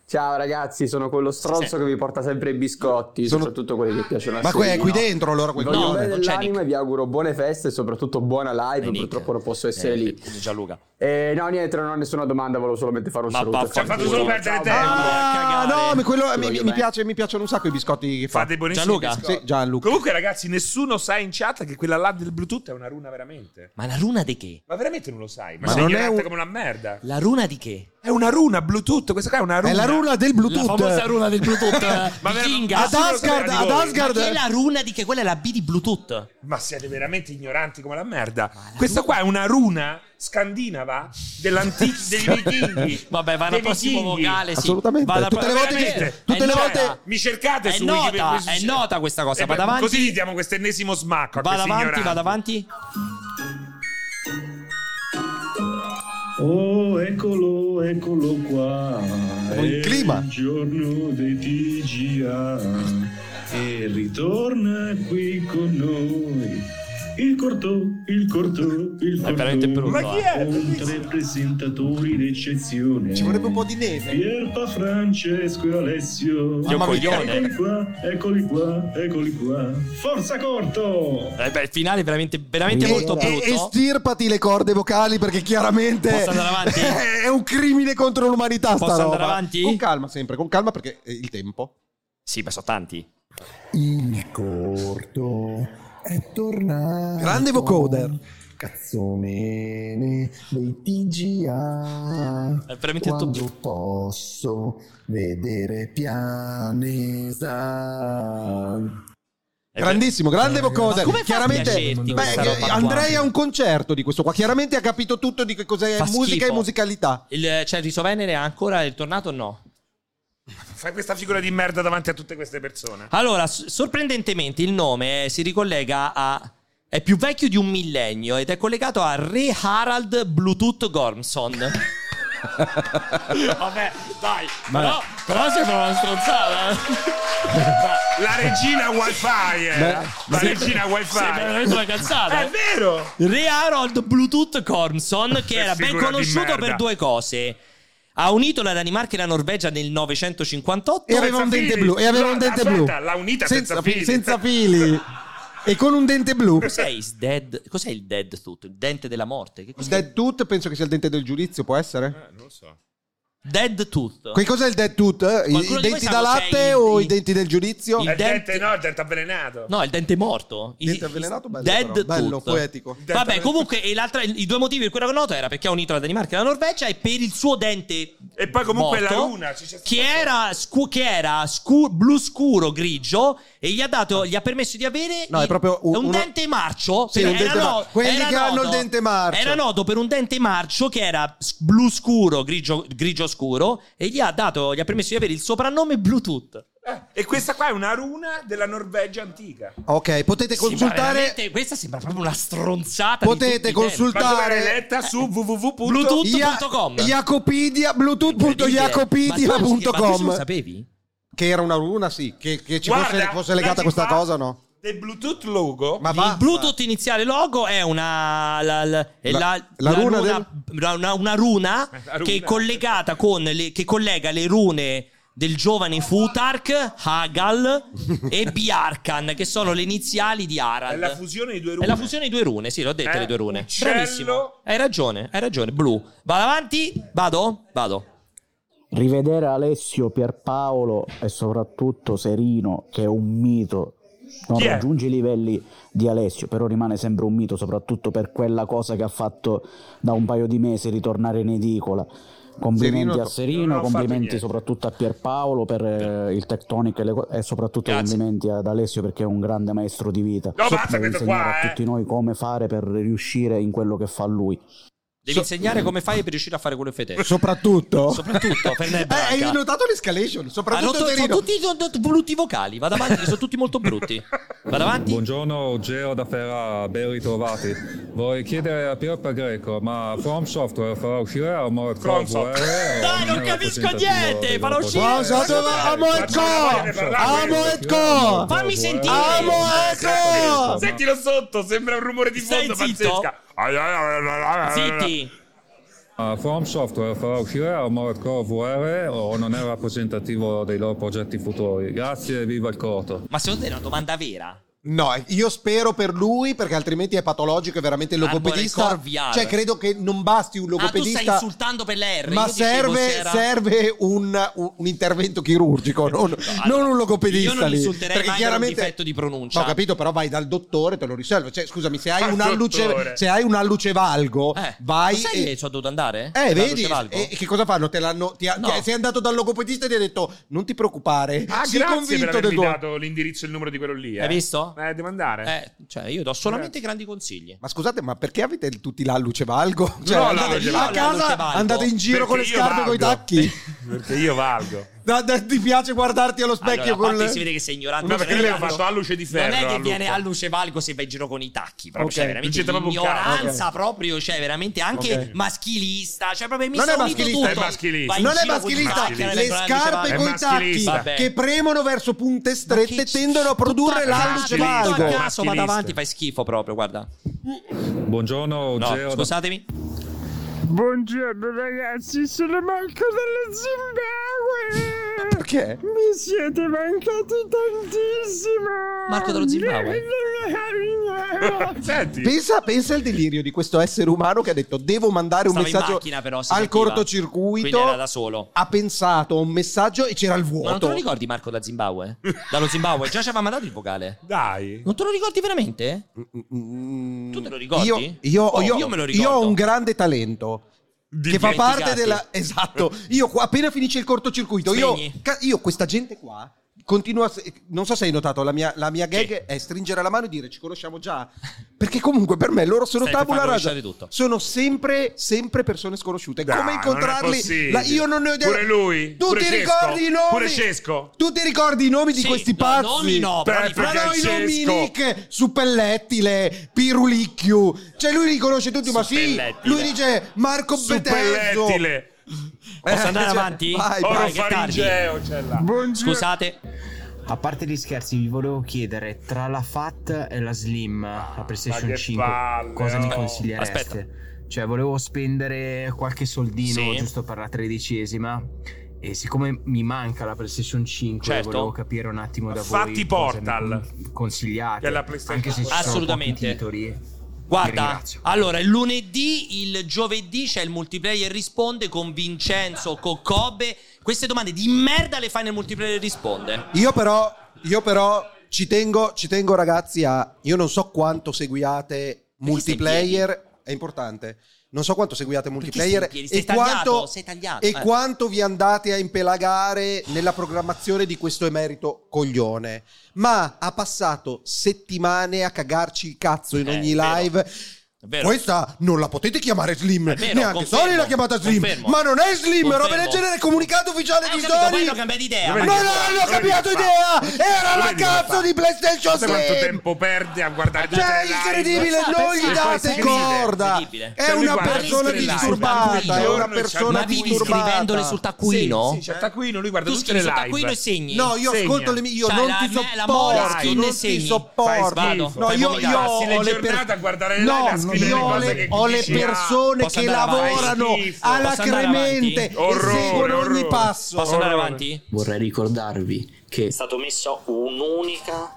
Ciao ragazzi, sono quello stronzo
Sì, sì.
che vi porta sempre i biscotti,
Sono-
soprattutto quelli che piacciono a
Ma que- è
Silvio.
qui dentro allora
Vi
quel
voglio
No,
coglione.
bene
non c'è
dell'anima
Nick.
e vi auguro buone feste e soprattutto buona live,
Dai, Nick.
purtroppo non posso essere
Eh,
lì.
Gianluca.
Eh, no, niente, non ho nessuna domanda, volevo solamente fare un
Ma
saluto.
vaffanculo.
Ci ha fatto solo perdere
Eh,
Ciao,
tempo.
belli.
Ah,
cagare.
no, mi, quello-
Ti
mi- mi,
voglio
mi
bene.
piace- mi piacerano un sacco i biscotti che fa.
Fate buonissimi
Gianluca?
biscotti.
Sì, Gianluca.
Comunque, ragazzi, nessuno sa in chat che quella là del Bluetooth è una runa veramente.
Ma la runa di che?
Ma veramente non lo sai. Ma,
Ma
sei
non è
ignorante
un-
come una merda.
La runa di che?
È una runa Bluetooth. Questa qua è una runa.
È la runa del
La famosa
Bluetooth.
runa del Bluetooth. eh,
Ma vera-
vichinga.
Ad
Ad Asgard,
Asgard-
ad
Ma che è
Asgard.
la runa di che? Quella è la B di Bluetooth.
Ma siete veramente ignoranti come la merda. Questa qua è una runa scandinava dell'antichi dei vichinghi.
Vabbè, va al
Dei
prossimo
vichinghi.
vocale. Sì.
Assolutamente.
Vada- Eh,
Tutte le volte che-
Veramente.
tutte
È
le
nota.
volte-
Mi cercate
È
su
nota,
Wikipedia, su-
è nota questa cosa,
Eh,
vado
beh,
avanti.
Così gli diamo questo ennesimo smacco a
Vado
questi
avanti,
ignoranti.
vado avanti.
Oh, eccolo, eccolo qua.
Con il
È
clima.
Il giorno dei TGA. E ritorna qui con noi. Il corto, il corto, il corto.
veramente brutto,
Ma chi è?
Con tre presentatori d'eccezione.
Ci vorrebbe un po' di neve.
Pierpa, Francesco e Alessio.
Io coglione.
Eccoli qua, eccoli qua, eccoli qua. Forza corto!
Eh beh, il finale è veramente, veramente
E,
molto brutto.
e- estirpati le corde vocali perché chiaramente
Posso andare avanti?
è un crimine contro l'umanità
Posso
sta
andare
roba.
avanti?
Con calma sempre, con calma perché eh, il tempo.
Sì, ma sono tanti.
Il corto è tornato.
Grande vocoder.
Cazzomene dei TGA.
È veramente tutto
Quando posso vedere
Eh,
pianesa.
È
Grandissimo, grande vocoder.
Ma come fa a
Chiaramente
piacerti
beh,
questa roba qua?
andrei a un concerto di questo qua. Chiaramente ha capito tutto di che cos'è
Fa
musica
schifo.
e musicalità.
Il, cioè, il riso venere è ancora il tornato o no?
Fai questa figura di merda davanti a tutte queste persone.
Allora, s- sorprendentemente il nome eh, si ricollega a... È più vecchio di un millennio ed è collegato a Re Harald Bluetooth Gormson. Vabbè, dai. Però, però sembra una stronzata.
La regina wifi. eh. La regina
Sembra
wifi.
veramente una cazzata.
È vero.
Re Harold Bluetooth Cormson, che
Che
era ben
Eh. figura di
conosciuto
merda.
per due cose. Ha unito la Danimarca e la Norvegia nel 958.
E aveva
Senza
un dente
fili.
blu. E aveva
No,
un dente
aspetta,
blu.
l'ha unita senza
fi-
fili.
senza fili. E con un dente blu.
Cos'è il dead? Cos'è il dead tooth? Il dente della morte? Che
Il
cos'è?
dead tooth penso che sia il dente del giudizio, può essere?
Eh,
Non lo so.
Dead tooth.
Che cos'è il dead tooth? eh? I,
Qualcuno
i
di voi
denti
sa
da
cos'è
latte
il-
o i
il-
denti del giudizio?
Il
Il dente,
dente-
no, il dente avvelenato.
No, il dente morto. Il
Dente avvelenato, bello
Dead
però. Bello,
tooth.
poetico. Il dente
Vabbè,
avvelenato.
comunque e l'altra- i due motivi per cui era noto era perché ha unito la Danimarca e la Norvegia e per il suo dente
E poi comunque
morto,
la luna, ci c'è
che
stato.
era, scu- che era scu- blu scuro grigio e gli ha, dato, gli ha permesso di avere
No, è
il-
proprio un- uno-
dente marcio
Sì,
per-
un
era
dente mar-
no-
quelli
era
che hanno
noto-
il dente marcio.
era noto per un dente marcio che era s- blu scuro grigio, grigio scuro e gli ha, dato, gli ha permesso di avere il soprannome Bluetooth
Eh. E questa qua è una runa della Norvegia antica.
Ok, potete
Sembra
consultare.
veramente- questa sembra proprio una stronzata.
Potete
di tutti i tempi.
Ma dove l'hai
consultare.
letta su www.
Bluetooth.
Ia-
Bluetooth.com.
Iacopedia,
Ma tu- ma tu lo
bluetooth.iacopedia.com
sapevi?
Che era una runa, sì. Che, che ci fosse,
Guarda,
fosse legata
leggi
questa
qua
cosa, no?
Del Bluetooth logo.
Ma
il
Ah, va.
Bluetooth iniziale logo è una la, la- è
La-
la- la
la runa
runa,
del-
ra- una, una runa
La runa.
che è collegata con le, che collega le rune del giovane Futark, Hagal e Biarkan, che sono le iniziali di Arad.
È la fusione di due rune.
È la fusione di due rune, sì, l'ho detto
Eh,
le due rune.
uccello.
Bravissimo. Hai ragione, hai ragione, blu. Vado avanti? Vado? Vado.
Rivedere Alessio, Pierpaolo e soprattutto Serino, che è un mito. Non
Chi è?
raggiunge i livelli di Alessio, però rimane sempre un mito, soprattutto per quella cosa che ha fatto da un paio di mesi, ritornare in edicola. Complimenti
Serino-
a
non ho
Serino,
fatto
complimenti
niente.
soprattutto a Pierpaolo per eh, il Tectonic e, le co- e soprattutto
Grazie.
complimenti ad Alessio perché è un grande maestro di vita.
No, basta
Deve
questo
insegnare a
qua, eh.
tutti noi come fare per riuscire in quello che fa lui.
Devi insegnare come fai per riuscire a fare quello che fai te.
Soprattutto.
Soprattutto, per me è
Eh,
branca.
hai notato l'escalation?
Ah, non
Soprattutto
to- sono
Terino.
tutti sono tutti brutti vocali. Vado avanti, che sono tutti molto brutti. Vado avanti.
Buongiorno Geo da Ferrara, ben ritrovati. Vorrei chiedere a Pierpa Greco, ma From Software farà uscire Armored
From
Core
Software.
VR?
Dai, non capisco niente, farà uscire-
From Software,
Eh,
Armored
Core! Armored
Core!
Fammi sentire.
Amo Eco!
Sentilo sotto, sembra un rumore di
Stai
fondo
zitto.
pazzesca. Ai, ai, ai, ai, ai.
Zitti.
Ah, From Software farà uscire Armored Core VR o non è rappresentativo dei loro progetti futuri? Grazie e viva il corto.
Ma secondo te è una domanda vera?
No, eh, io spero per lui perché altrimenti è patologico e veramente il
Armored
logopedista.
Core VR.
Cioè, credo che non basti un
Ecco, Ah, tu stai
logopedista.
insultando per l'R.
ma
Io dicevo
serve,
se era-
serve un, un- un intervento chirurgico, non, non un logopedista.
io non
lì.
insulterei mai per un difetto di pronuncia.
No, ho capito, però vai dal dottore, te lo risolvo. Cioè, scusami, se hai,
Al
un alluce,
dottore.
se hai un allucevalgo,
Eh,
vai.
lo sai
e-
che ci ho dovuto andare?
Eh,
Dal
vedi?
Lucevalgo?
E che cosa fanno? Te l'hanno, ti ha-
No.
ti- sei andato dal logopedista e ti ha detto: Non ti preoccupare,
Ah,
sii
grazie per
convinto
avermi
del tuo.
dato l'indirizzo e il numero di quello lì. eh.
Hai visto?
Eh, devo andare.
Eh, cioè, io do solamente grandi consigli.
Ma scusate, ma perché avete tutti l'alluce valgo? Cioè,
No,
andate
l'alluce
a
valgo.
casa,
L'alluce valgo.
andate in giro con le
Perché io
scarpe e con i
valgo.
tacchi.
Perché io valgo.
Da- da- ti piace guardarti allo specchio
Allora, a parte
con.
che si vede che sei ignorante.
No, perché
non
lui
è
ha
che-
fatto a luce di ferro.
Non è che
al
viene
lupo.
a luce valgo se vai in giro con i tacchi, proprio,
Ok,
cioè,
non c'è
veramente
proprio un cazzo.
ignoranza proprio, cioè veramente anche
Ok.
maschilista, cioè proprio mi
Non è
sono unito
maschilista,
tutto.
è maschilista.
Vai in
Non è
giro con i
maschilista,
tacchi,
le
andai con la luce
scarpe
valgo.
È
con i tacchi
maschilista.
Vabbè.
che premono verso punte strette
Ma che-
tendono a produrre
tutta
la
cazzo,
luce
maschilista.
tutto a
valgo.
caso, vado
Maschilista.
avanti, fai schifo proprio, guarda.
Buongiorno
No,
Geo da
scusatemi.
Buongiorno ragazzi, sono Marco della Zimbabwe!
Perché?
Mi siete mancati tantissimo!
Marco dello Zimbabwe?
Senti,
Pensa, pensa al delirio di questo essere umano che ha detto devo mandare un
Stavo in
messaggio
macchina, però, si
al
sentiva.
cortocircuito.
Quindi era da solo.
Ha pensato a un messaggio e c'era il
Ma non te
vuoto.
lo ricordi Marco da Zimbabwe? Dallo Zimbabwe, già ci aveva mandato il vocale.
dai.
Non te lo ricordi veramente?
Mm,
Tu te lo ricordi?
Io, io-
Oh,
io-
io me lo
io ho
ricordo.
un grande talento. che fa
dimenticati.
parte della. Esatto. Io qua- appena finisce il cortocircuito, io,
Spegni.
ca- io questa gente qua. Continua, a se- non so se hai notato, la mia, la mia gag è stringere la mano e dire ci conosciamo già. Perché comunque per me loro sono
Stai per
tabula
farlo
rasa.
rovesciare tutto.
Sono sempre, sempre persone sconosciute.
Dai,
Come
non è
incontrarli?
possibile.
La- io non ne ho idea.
Pure lui?
Tu
Pure
ti
Cesco?
ricordi i nomi?
Pure Cesco?
Tu ti ricordi i nomi di
Sì,
questi
no,
pazzi?
nomi no, però
Beh,
li-
Ma
perché
no, i
Francesco-
nomi Nick, Suppellettile, Pirulicchio. Cioè, lui li conosce tutti, ma sì.
Suppellettile.
Lui dice Marco Betezzo.
Suppellettile.
Posso andare
cioè,
avanti?
vai,
Vai,
Oro
che è tardi.
faringeo c'è là.
Scusate,
A parte gli scherzi, vi volevo chiedere tra la Fat e la Slim, la PlayStation
ma che
5,
palle,
cosa mi
oh.
consigliereste?
Aspetta.
Cioè, volevo spendere qualche soldino
Sì.
giusto per la tredicesima. E siccome mi manca la PlayStation 5,
Certo.
volevo capire un attimo da voi
Fatti
cosa
Portal.
mi con- consigliate.
Della PlayStation.
Anche se ci sono
Assolutamente.
pochi titoli. Vi
Guarda,
ringrazio.
allora il lunedì, il giovedì c'è il multiplayer risponde con Vincenzo, con Kobe. Queste domande di merda le fai nel multiplayer risponde.
Io però, io però ci tengo, ci tengo ragazzi a... Io non so quanto seguiate multiplayer, è importante. Non so quanto seguiate multiplayer
stai in piedi? Sei
e
tagliato,
quanto,
sei tagliato,
e
eh.
quanto vi andate a impelagare nella programmazione di questo emerito coglione. Ma ha passato settimane a cagarci il cazzo in
Eh,
ogni
vero.
live.
vero.
Questa non la potete chiamare Slim.
vero,
Neanche
confermo,
Sony l'ha chiamata Slim.
confermo.
Ma non è Slim,
Confermo.
roba del genere è comunicato ufficiale
Eh, ho
di
capito,
Sony.
poi hanno cambiato
Eh,
idea,
Non
ma che
hanno
fa?
cambiato
Dove
idea.
li fa?
Era
Dove
la
li
cazzo
fa?
di PlayStation
Guarda quanto
3.
tempo perde a guardare tutte
Cioè,
le
è
live.
incredibile,
Pensate,
non gli
e poi
date
scrive.
corda.
Incredibile.
È
Cioè, lui
una
guarda
persona
tutte le live.
disturbata,
Tutto il
è
giorno
una
c'ha il
persona
Ma vivi
disturbata.
scrivendole sul taccuino?
Sì, sì, c'è il taccuino, lui guarda
Eh? Tu
tutte le
scrivi
live.
sul taccuino e segni?
No, io
Segna.
ascolto le mie, io
Cioè,
non
la-
ti
la- la
sopporto,
Moleskine
non ti
segni.
sopporto.
Fai schifo,
No,
fai
io,
vomitare.
io
Passi
le
ho le,
giornate a guardare le
no,
live, a scrivere
io
le
ho
cose
le,
che
ho le
dici, ah,
persone
posso
che
andare avanti?
lavorano
Fai schifo.
alla
Posso andare
cremente
avanti?
e
Orrore,
seguono
orrore.
ogni passo.
Posso andare avanti?
Vorrei ricordarvi che è stato messo un'unica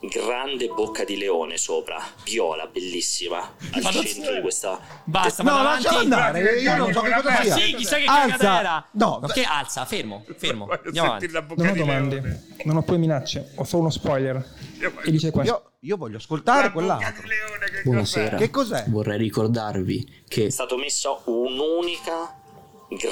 grande bocca di leone sopra, viola, bellissima, al
Ma non
centro di questa...
Basta,
No,
vado
lascialo
avanti.
andare, io non so che cosa
Ma
sia.
sì, chissà che
Alza.
cagata era.
No,
Che alza, fermo, fermo. Andiamo avanti.
Senti la bocca
Non ho
di leone.
domande, non ho pure minacce, ho solo uno spoiler. Che dice questo.
Io, io voglio ascoltare quell'altro.
Buonasera.
Che cos'è?
Vorrei ricordarvi che è stato messo un'unica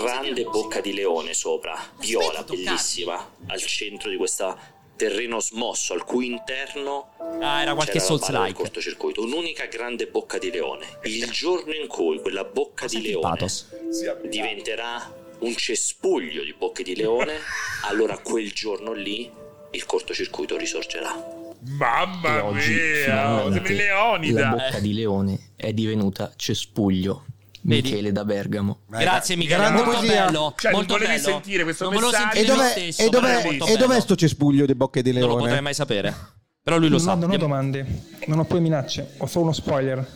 grande bocca di leone sopra, viola, bellissima, al centro di questo terreno smosso al cui interno
Ah,
c'era la
era qualche
palla del
Souls-like.
cortocircuito un'unica grande bocca di leone il giorno in cui quella bocca di leone
Pathos.
diventerà un cespuglio di bocche di leone allora quel giorno lì il cortocircuito risorgerà
Mamma mia, oh, sembri
la
Eh.
Leonida.
bocca di leone è divenuta cespuglio
Vedi?
Michele da Bergamo
Grazie Michele,
Grande
molto
poesia.
bello.
Cioè, non
molto
volevi
bello.
sentire questo
non volevo
messaggio?
E
sentire me
dov'è,
stesso,
e dov'è-
però è molto
e dov'è
bello.
sto cespuglio di bocche di
Non lo potrei
leone?
mai sapere. Però lui lo
non,
sa.
non ho
Abbiamo
domande, non ho pure minacce, ho solo uno spoiler.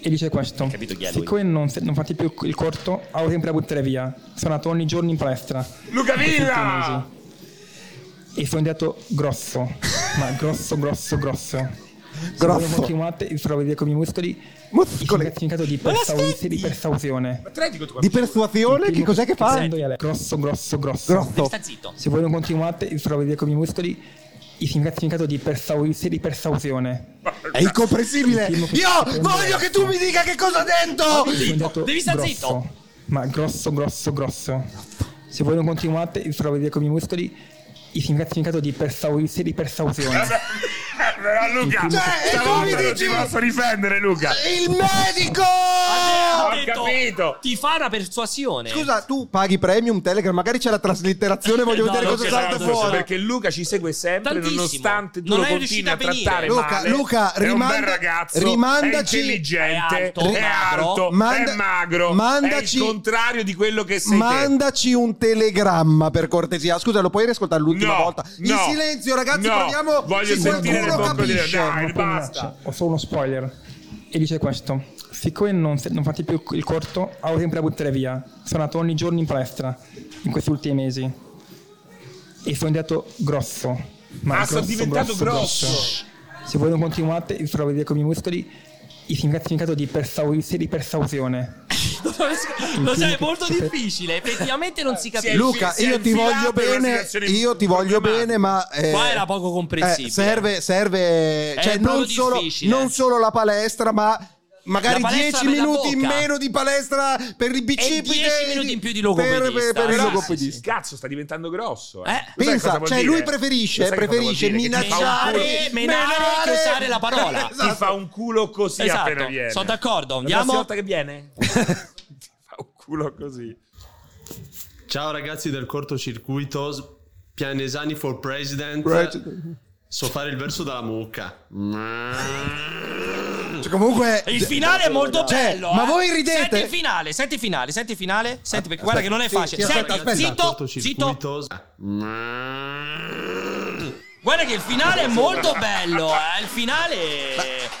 E dice questo:
capito chi è lui.
Siccome non, non fate più il corto, avevo sempre da buttare via. Sono andato ogni giorno in palestra.
Luca
per tutti i
Villa!
mesi. E sono diventato grosso, ma grosso, grosso, grosso.
Grosso.
Se voi continuate, vi farò vedere con i miei muscoli.
Muscoli.
Il significato di, persausi- di persausione.
Ma te dico tu
Di persuasione, che cos'è che fa?
Secondo Iale, Grosso, grosso, grosso.
Grosso.
Sta zitto.
Se voi non continuate, vi farò vedere con i miei muscoli. Il significato di persausi- di persausione.
È incomprensibile. Io voglio che tu mi dica che cosa
Ah,
dentro.
Zitto,
devi star zitto.
Ma grosso, grosso, grosso. Se voi non continuate, vi farò vedere con i miei muscoli il significato di persausi di persausione.
Però Eh, Luca,
Cioè, e
stavolta
tu mi
non
dici-
ti posso difendere, Luca.
Il medico!
Ha
Ho
detto,
capito.
Ti fa una persuasione.
Scusa, tu paghi premium Telegram, magari c'è la traslitterazione, voglio
No,
vedere
non
cosa
c'è
salta
tanto,
fuori.
Perché Luca ci segue sempre,
Tantissimo.
nonostante tu
Non
lo
è
continui
riuscito
a
a venire.
trattare
Luca,
male.
Luca,
è un bel
rimanda-
ragazzo,
rimandaci-
è intelligente,
È
è
alto,
alto, è,
magro.
Manda-
magro,
mandaci-
è il contrario di quello che sei te.
Mandaci un telegramma per cortesia. Scusa, lo puoi riascoltare l'ultima
No,
volta? In
no,
silenzio, ragazzi,
no.
parliamo.
Voglio
se
sentire le
qualcuno
bocche di-
capisce.
Dai,
Non ho poi
basta. Ah,
minacce, Ho solo uno spoiler. E dice questo: Siccome non, non fate più il corto, avevo sempre da buttare via. Sono andato ogni giorno in palestra in questi ultimi mesi. E sono diventato grosso. Ma
Ah, sono diventato grosso.
Se voi non continuate, vi farò vedere con i miei muscoli il significato di persausi di persausione.
Lo sai, è molto difficile. Effettivamente non si
Sì,
capisce.
Luca,
si è
io ti
infilato
voglio
in una
bene,
situazione
io ti voglio bene, ma eh,
Qua era poco comprensibile.
eh, serve, serve,
È
cioè
proprio
non solo,
difficile.
non solo la palestra, ma magari
La palestra per
10
la
minuti in
bocca.
meno di palestra per il bicipite
10 minuti in più di
Per, per,
logopedista.
per il
Però-
logopedista.
Cazzo, sta diventando grosso. Eh.
Eh?
Lo sai cosa
Pensa,
vuol
cioè
dire?
lui
Lo
preferisce,
sai cosa vuol
preferisce
dire? Che ti fa un culo-
minacciare,
Menare, menare che usare la parola.
Ti fa un culo così appena
Esatto,
viene.
sono d'accordo.
Esatto. La
Andiamo.
prossima volta che viene? ti fa un culo così.
Eh,
Ciao ragazzi del cortocircuito, s- Pianesani for President.
President.
So fare il verso dalla mucca.
Cioè, comunque
Il finale è molto
Cioè,
bello. eh.
ma voi ridete?
Senti il finale, senti il finale, senti il finale. Senti, perché guarda
Aspetta,
che non è
sì,
facile.
sì,
Senti,
aspetta,
zitto, zitto.
Cortocircuito.
Guarda che il finale è molto bello. eh. Il finale.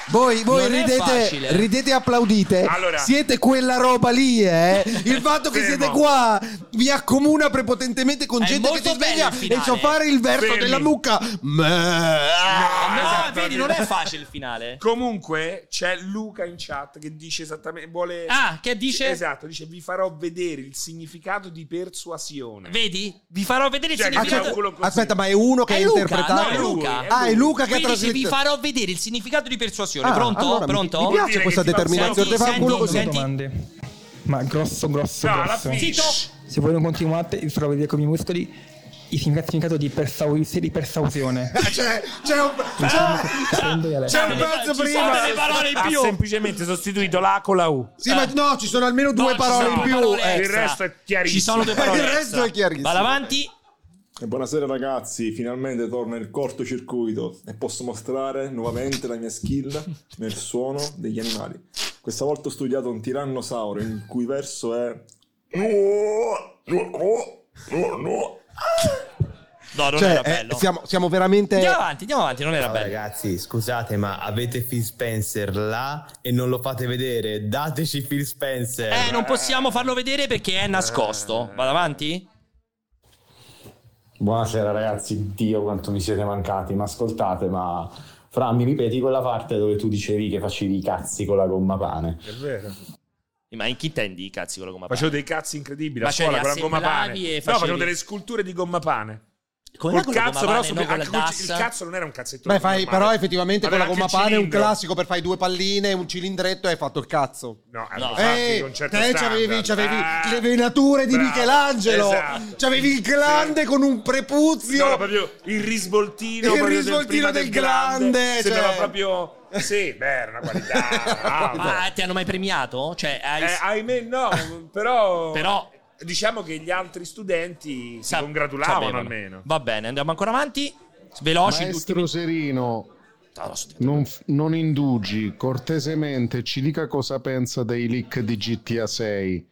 Voi, voi
Non è
ridete,
facile.
ridete e applaudite.
Allora.
Siete quella roba lì, eh? Il fatto che
Fermo.
siete qua vi accomuna prepotentemente con
È
gente che
molto
si sveglia
bello il
e
finale.
so fare il verso
Fermi.
della mucca.
No,
esatto,
Ah, vedi, non è facile il finale.
Comunque c'è Luca in chat che dice esattamente vuole
Ah, che dice?
Esatto, dice vi farò vedere il significato di persuasione.
Vedi? Vi farò vedere il
Cioè,
Ah,
Fermi.
cioè,
significato.
Quello così.
aspetta, ma è uno che ha
È Luca, no,
interpretato.
è Luca.
Ah, è Luca che ha
Quindi dice, vi
trasmesso.
farò vedere il significato di persuasione.
Ah,
Pronto?
allora, mi-
Pronto?
Mi,
Vuol
piace
dire
questa
che ti fa-
determinazione. Te
Senti,
fa un culo
Non ho
così.
senti.
domande. Ma grosso, grosso,
No, alla
grosso.
fine.
Zitto.
Se voi non continuate, vi farò vedere con i miei muscoli
il significato di, persau- di persausione.
Eh,
C'è, c'è un, c'è,
Cioè,
c'è un pezzo
Ci sono
prima.
delle parole
Ah,
in più.
Ha semplicemente sostituito l'A con la U.
Sì,
Eh.
ma no, ci sono almeno due
ci
parole
sono
in
due
più.
parole
eh.
extra. Il resto è chiarissimo.
Ci sono due parole
Il resto
extra.
è chiarissimo.
Vado avanti.
E Buonasera ragazzi, finalmente torna il cortocircuito e posso mostrare nuovamente la mia skill nel suono degli animali. Questa volta ho studiato un tirannosauro il cui verso è...
No, non
Cioè,
era
eh,
bello.
siamo, siamo veramente.
Andiamo avanti, andiamo avanti, non era
Ciao,
bello.
Ragazzi, scusate, ma avete Phil Spencer là e non lo fate vedere? Dateci Phil Spencer.
Eh, non possiamo farlo vedere perché è nascosto. Vado avanti?
Buonasera ragazzi, Dio quanto mi siete mancati, ma ascoltate, ma Fra, mi ripeti quella parte dove tu dicevi che facevi i cazzi con la gomma pane?
È vero.
Ma in chi intendi i cazzi con la gomma
Facevo
pane?
dei cazzi incredibili
Ma
a
cioè,
scuola
li
con la gomma pane.
assemblavi e
No,
facevi-
facevo delle sculture di gomma pane.
Come
Col
era con la
cazzo,
gomma
però
pane,
su-
no, con la
anche lui- il
tassa?
cazzo non era un cazzettone.
Beh, fai,
normale.
però effettivamente
Aveva
con la
anche il
gomma pane è un
cilindro.
classico per fai due palline, un cilindretto e hai fatto il cazzo.
No,
No.
hanno
Eh,
fatto un certo
te c'avevi,
standard.
c'avevi
Ah,
le venature di
bravo,
Michelangelo,
esatto.
c'avevi il glande con un prepuzio.
No, proprio il risvoltino,
Il
proprio del
risvoltino
prima
del grande,
sembrava
cioè.
proprio sì, beh, era una qualità. bravo.
Ma ti Ah, hanno mai premiato? Cioè, hai...
Eh, ahimè no, però,
Però-
diciamo che gli altri studenti si
sa-
congratulavano
sapevano.
almeno.
Va bene, andiamo ancora avanti. Veloci tutti.
Maestro Serino, non, f- non indugi, cortesemente ci dica cosa pensa dei leak di GTA 6.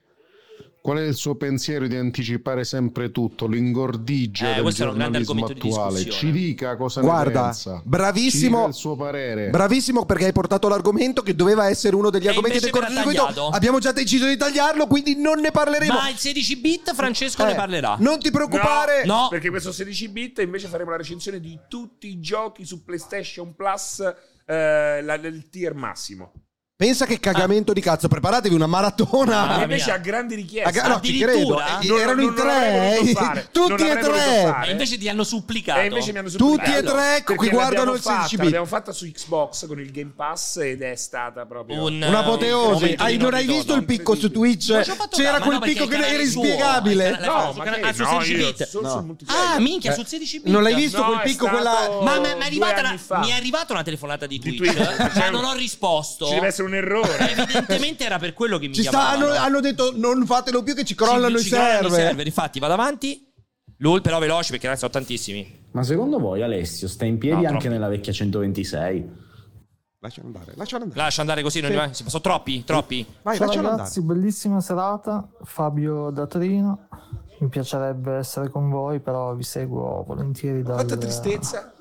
Qual è il suo pensiero di anticipare sempre tutto, l'ingordigia
Eh,
del
questo era un grande
giornalismo
argomento di
attuale?
discussione.
Ci dica cosa ne
Guarda,
pensa. Ci dica
bravissimo,
il suo parere.
bravissimo perché hai portato l'argomento che doveva essere uno degli
E
argomenti del
invece verrà
cortocircuito.
tagliato.
Abbiamo già deciso di tagliarlo, quindi non ne parleremo.
Ma il 16 bit Francesco
Eh,
ne parlerà.
Non ti preoccupare.
No,
Perché questo 16 bit invece faremo la recensione di tutti i giochi su PlayStation Plus, eh, la- il tier massimo.
Pensa che
Eh.
cagamento di cazzo, preparatevi una maratona.
E invece a grandi richieste.
A ga- Ah, no, ci credo. Eh, erano in tre, eh. tutti e tre.
E invece ti hanno supplicato.
E invece mi hanno
Tutti
supplicato.
e tre
Perché
qui guardano
l'abbiamo
il 16
fatta,
bit.
L'abbiamo fatta su Xbox con il Game Pass ed è stata proprio
Un-
Un'apoteosi. Hai- non hai visto il picco su Twitch?
Ma ci ho fatto
C'era
caso, ma
quel
no,
picco
perché
che
il
era
canale suo,
inspiegabile.
il canale- No, ma che-
ah, sul
no,
16
io
bit.
solo sul multiplayer.
Ah, minchia,
Eh,
sul 16 bit.
non l'hai visto
No,
quel
è
picco,
stato
quella-
Ma, ma- ma è arrivata
due
la-
anni fa.
mi è arrivata una telefonata di Twitch, eh,
Twitter,
ma
cioè,
non ho risposto.
ci deve essere un errore.
Evidentemente era per quello che mi
Ci sta-
chiamavano.
hanno, hanno detto non fatelo più che ci crollano
Ci-
i
ci crollano
server.
Infatti, vado avanti. LOL però veloci perché ne sono tantissimi.
Ma secondo voi Alessio sta in piedi
No,
anche
troppo.
nella vecchia 126?
Lascialo andare, lascialo andare.
Lascia andare così, non
Sì.
rimane- sono troppi, troppi.
Ciao ragazzi, bellissima serata. Fabio da Torino. Mi piacerebbe essere con voi, però vi seguo volentieri dal,
Quanta tristezza.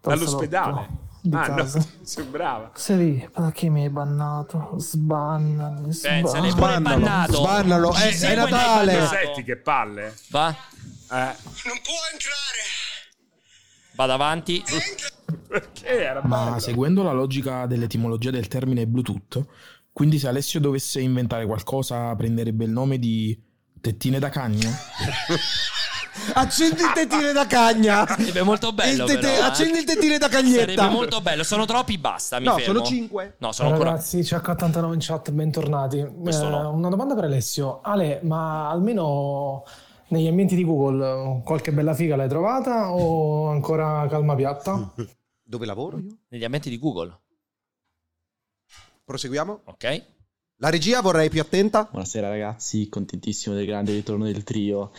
dal
Dall'ospedale.
salotto Di
Ah, no,
casa.
sembrava.
Seri, perché mi hai bannato? Sbannami.
Pensale,
Boh,
sbannami.
pure Sbannalo, bannato. sbannalo. Ci Eh, è segue nel Natale.
Esatto.
bagnato. Senti eh.
che palle. Va. Non può entrare. Vado avanti. Eh,
Perché era
Ma seguendo la logica dell'etimologia del termine Bluetooth, quindi se Alessio dovesse inventare qualcosa, prenderebbe il nome di tettine da cagno?
Accendi il tettine da cagna.
Sarebbe molto bello.
Il tete-
però, eh.
accendi il tettine da cagnetta.
Sarebbe molto bello. Sono troppi, basta. Mi
No,
fermo.
sono cinque.
No, sono
Ciao
ancora.
Ragazzi, CH89 in chat, bentornati. Eh,
Questo no.
Una domanda per Alessio. Ale, ma almeno negli ambienti di Google eh, qualche bella figa l'hai trovata o ancora calma piatta?
Dove lavoro io?
Negli ambienti di Google.
Proseguiamo?
Ok.
La regia vorrei più attenta.
Buonasera ragazzi, contentissimo del grande ritorno del trio.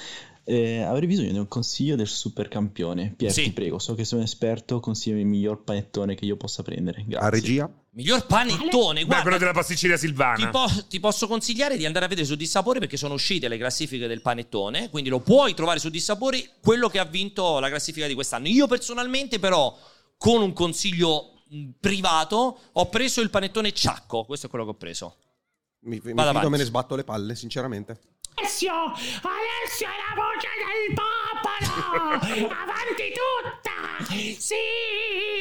Eh, avrei bisogno di un consiglio del super campione. Pier, ti prego, so che sei un esperto, consigliami il miglior panettone che io possa prendere. Grazie. A regia?
Miglior panettone,
Beh,
guarda.
quello della
pasticceria Silvana.
Ti, po- ti posso consigliare di andare a vedere su Dissapori perché sono uscite le classifiche del panettone, quindi lo puoi trovare su Dissapori, quello che ha vinto la classifica di quest'anno. Io personalmente però, con un consiglio mh, privato, ho preso il panettone Ciacco, questo è quello che ho preso.
Mi, mi
Vado
fido,
avanti.
me ne sbatto le palle, sinceramente.
Alessio! Alessio è la voce del popolo! Avanti tutta! Sì,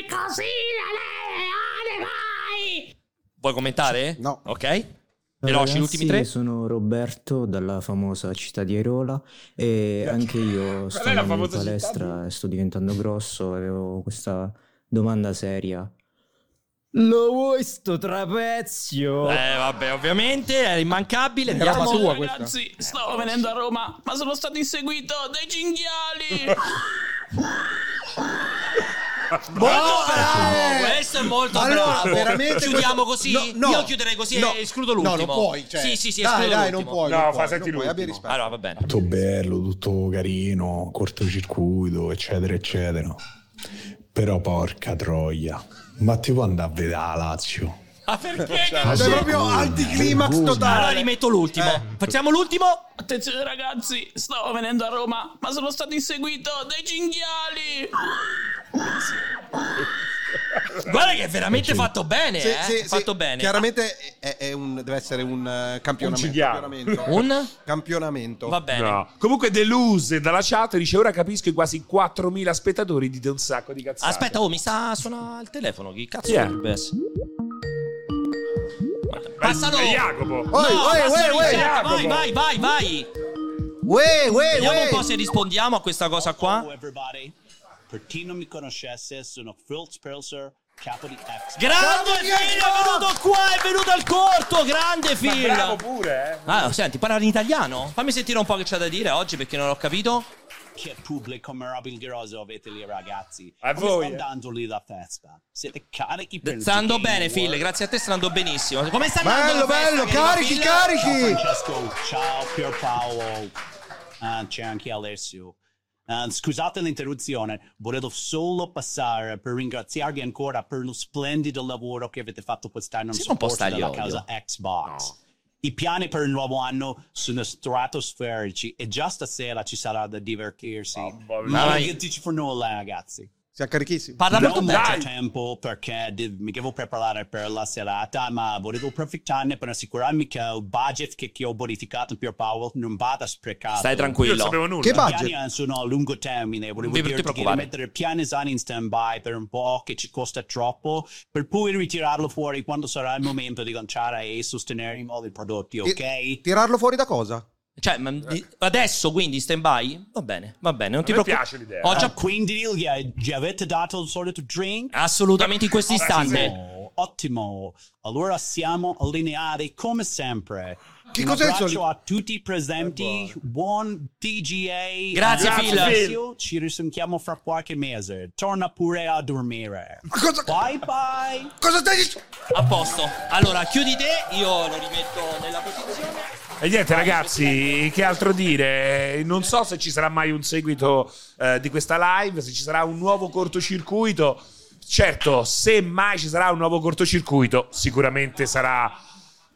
così la leale vai!
Vuoi commentare?
No.
Ok.
Ciao
Veloci, gli
ragazzi,
ultimi tre.
Sono Roberto dalla famosa città di Airola e anche io sto
è la
andando in
famosa città
palestra e sto diventando grosso. Avevo questa domanda seria.
Lo vuoi sto trapezio?
Eh, vabbè, ovviamente è immancabile.
Era
Andiamo,
sua
ragazzi.
Ragazzi, stavo venendo a Roma, ma sono stato inseguito dai cinghiali.
Bravo, bravo, questo è molto
Eh, Allora,
bravo.
veramente
Chiudiamo
questo-
così?
No, no.
Io chiuderei così
No.
e escludo
No,
l'ultimo.
non puoi, cioè.
Sì, sì, sì,
Dai,
escludo
dai,
l'ultimo.
non puoi, non No, puoi, fa, non senti puoi, abbi l'ultimo. rispetto.
Allora, va bene.
Tutto bello, tutto carino, cortocircuito, eccetera, eccetera. Però porca troia, ma ti può andare a vedere la Lazio?
Ah, perché?
Cioè,
Ah, sì. Vergogna, vergogna.
totale.
Allora rimetto l'ultimo.
Eh.
Facciamo l'ultimo.
Attenzione ragazzi, stavo venendo a Roma, ma sono stato inseguito dai cinghiali.
Guarda che è veramente fatto bene,
Sì,
eh.
sì, sì.
fatto bene.
Chiaramente è, è un- deve essere un eh, campionamento.
Un cinghiale.
campionamento. eh.
Un?
Campionamento.
No. Comunque deluse dalla chat dice ora capisco i quasi 4.000 spettatori dite un sacco di cazzate.
Aspetta, oh, mi sta suona il telefono. Chi cazzo
Chi è?
dovrebbe essere? Passalo!
È Eh, Jacopo.
No,
Oi, oi,
passalo
oi,
in
oi,
chat, Vai,
Jacopo.
vai, vai, vai! Vediamo un po' se rispondiamo a questa cosa qua.
Everybody, per chi non mi conoscesse, sono Fritz Pilser, capo di X.
Grande Phil, è venuto qua, è venuto al corto, grande
Ma
Phil.
bravo
pure, eh.
Ah, senti, parla in italiano? Fammi sentire un po' che c'è da dire oggi perché non l'ho capito.
Che pubblico meraviglioso avete lì, ragazzi.
A
Come
voi,
sta
eh.
andando lì la festa? Siete carichi per il
Sta andando
Game
bene, Phil,
World?
grazie a te sta andando benissimo. Come sta andando?
eh. Bello,
la festa,
bello,
che arriva, Phil?
carichi, carichi. Ciao Francesco, ciao Pierpaolo. Ah, c'è anche Alessio. Ah, scusate l'interruzione, volevo solo passare per ringraziarvi ancora per lo splendido lavoro che avete fatto quest'anno in
Sì, ma un po'
supporto della
staglioglio.
causa Xbox. I piani per il nuovo anno sono stratosferici e già stasera ci sarà da divertirsi.
mia.
Non dici per nulla, ragazzi.
Siamo carichissimi.
non molto tempo perché de- mi devo preparare per la serata, ma volevo approfittarne per assicurarmi che il budget che, che ho bonificato per Powell non vada sprecato.
Stai tranquillo. Io non sapevo nulla. Che
I
budget?
piani sono a lungo termine, volevo
Non ti
dirti che
preoccupare.
mettere pianesani in stand-by per un po' che ci costa troppo, per poi ritirarlo fuori quando sarà il momento di lanciare e sostenere in modo i prodotti, ok?
Tirarlo fuori da cosa?
Cioè, ma di- adesso quindi stand by? Va bene, va bene, non ti
mi
preoccupare.
Ah,
Ho già
quindi gli, gli avete dato il solito drink?
Assolutamente in questo istante.
Ottimo, ottimo. Allora siamo allineati come sempre.
Che
Un
cos'è il
abbraccio
solito-
a tutti i presenti. Buon TGA.
Grazie,
Grazie,
Phil.
Alessio. Ci risentiamo fra qualche mese. Torna pure a dormire. Bye bye.
Cosa stai dicendo?
A posto. Allora, chiudi te, io lo rimetto nella posizione.
E niente ragazzi, che altro dire? Non so se ci sarà mai un seguito eh, di questa live, se ci sarà un nuovo cortocircuito. Certo, se mai ci sarà un nuovo cortocircuito, sicuramente sarà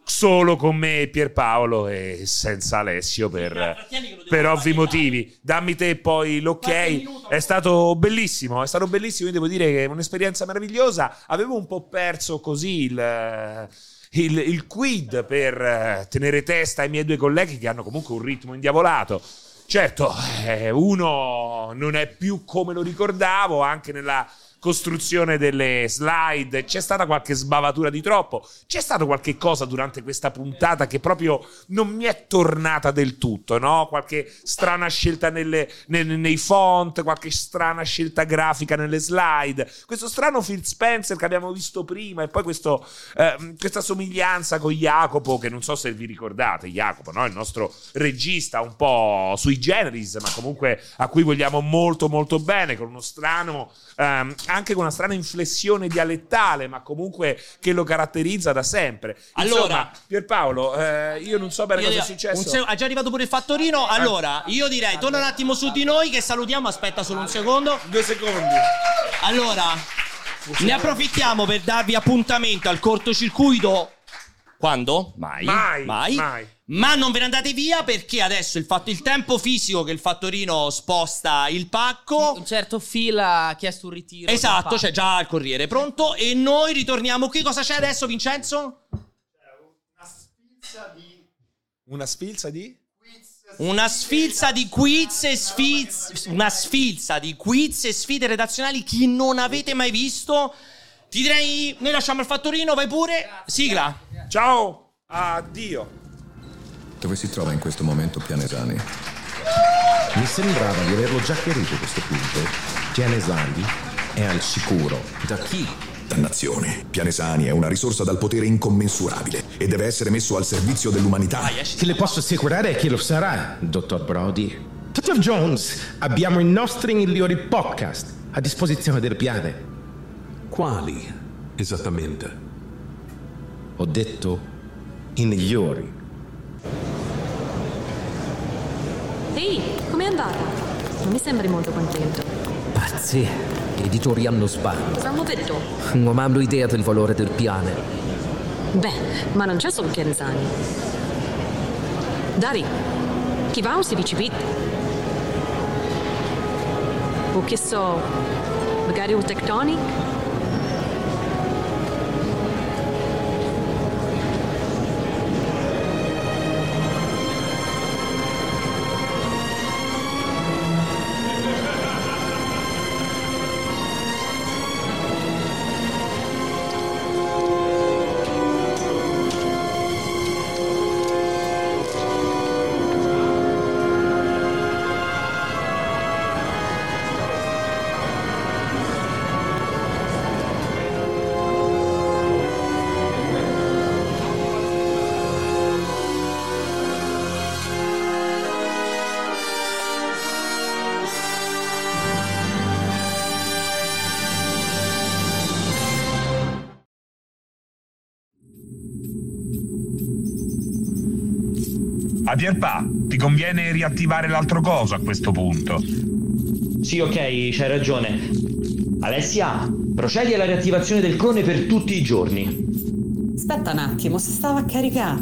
solo con me e Pierpaolo e senza Alessio per, per ovvi motivi. Dammi te poi l'ok. È stato bellissimo, è stato bellissimo, io devo dire che è un'esperienza meravigliosa. Avevo un po' perso così il il, il quid per eh, tenere testa ai miei due colleghi che hanno comunque un ritmo indiavolato. Certo, eh, uno non è più come lo ricordavo, anche nella costruzione delle slide c'è stata qualche sbavatura di troppo, c'è stato qualche cosa durante questa puntata che proprio non mi è tornata del tutto, no? Qualche strana scelta nelle- nel- nei font, qualche strana scelta grafica nelle slide, questo strano Phil Spencer che abbiamo visto prima e poi questo, ehm, questa somiglianza con Jacopo che non so se vi ricordate, Jacopo, no? il nostro regista un po' sui generis, ma comunque a cui vogliamo molto molto bene, con uno strano, ehm, anche con una strana inflessione dialettale, ma comunque che lo caratterizza da sempre. Insomma,
Allora-
Pierpaolo, eh, io non so bene
Io-
cosa è
io-
successo.
un se- è già arrivato pure il fattorino. Allora, io direi, torna un attimo su di noi che salutiamo. Aspetta solo un secondo.
Due secondi.
Allora, ne approfittiamo per darvi appuntamento al cortocircuito. Quando? Mai.
Mai, mai.
Ma non ve ne andate via perché adesso il, fatto- il tempo fisico che il fattorino sposta il pacco.
Un certo Phil ha chiesto un ritiro.
Esatto, c'è già il corriere pronto. E noi ritorniamo qui. Cosa c'è adesso, Vincenzo?
Una spilza di?
Una sfilza di quiz e sfiz- Una sfilza di quiz e sfide redazionali. Chi non avete mai visto? Ti direi. Noi lasciamo il fattorino, vai pure. Sigla.
Ciao, addio.
Dove si trova in questo momento Pianesani? Mi sembrava di averlo già chiarito a questo punto. Pianesani è al sicuro da chi?
nazione. Pianesani è una risorsa dal potere incommensurabile e deve essere messo al servizio dell'umanità.
Te le posso assicurare che lo sarà, dottor Brody. Dottor Jones, abbiamo i nostri migliori podcast a disposizione del piano.
Quali esattamente?
Ho detto i migliori.
Ehi, com'è andata? Non mi sembri molto contento.
Pazzi, gli editori hanno sbaglio.
Cosa hanno detto?
Non hanno idea del valore del piano.
Beh, ma non c'è solo Pianzani. Dari, chi va a un sedicipit? O che so, magari un Tectonic?
A Pierpa, ti conviene riattivare l'altro coso a questo punto.
Sì, ok, c'hai ragione. Alessia, procedi alla riattivazione del clone per tutti i giorni.
Aspetta un attimo, si stava a caricare.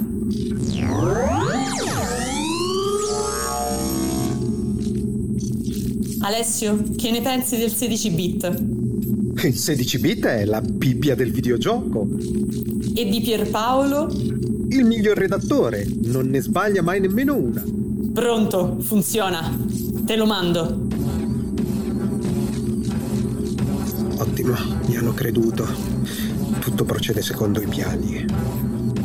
Alessio, che ne pensi del 16 bit?
Il 16 bit è la Bibbia del videogioco.
E di Pierpaolo?
Il miglior redattore, non ne sbaglia mai nemmeno una.
Pronto, funziona. Te lo mando.
Ottimo, mi hanno creduto. Tutto procede secondo i piani.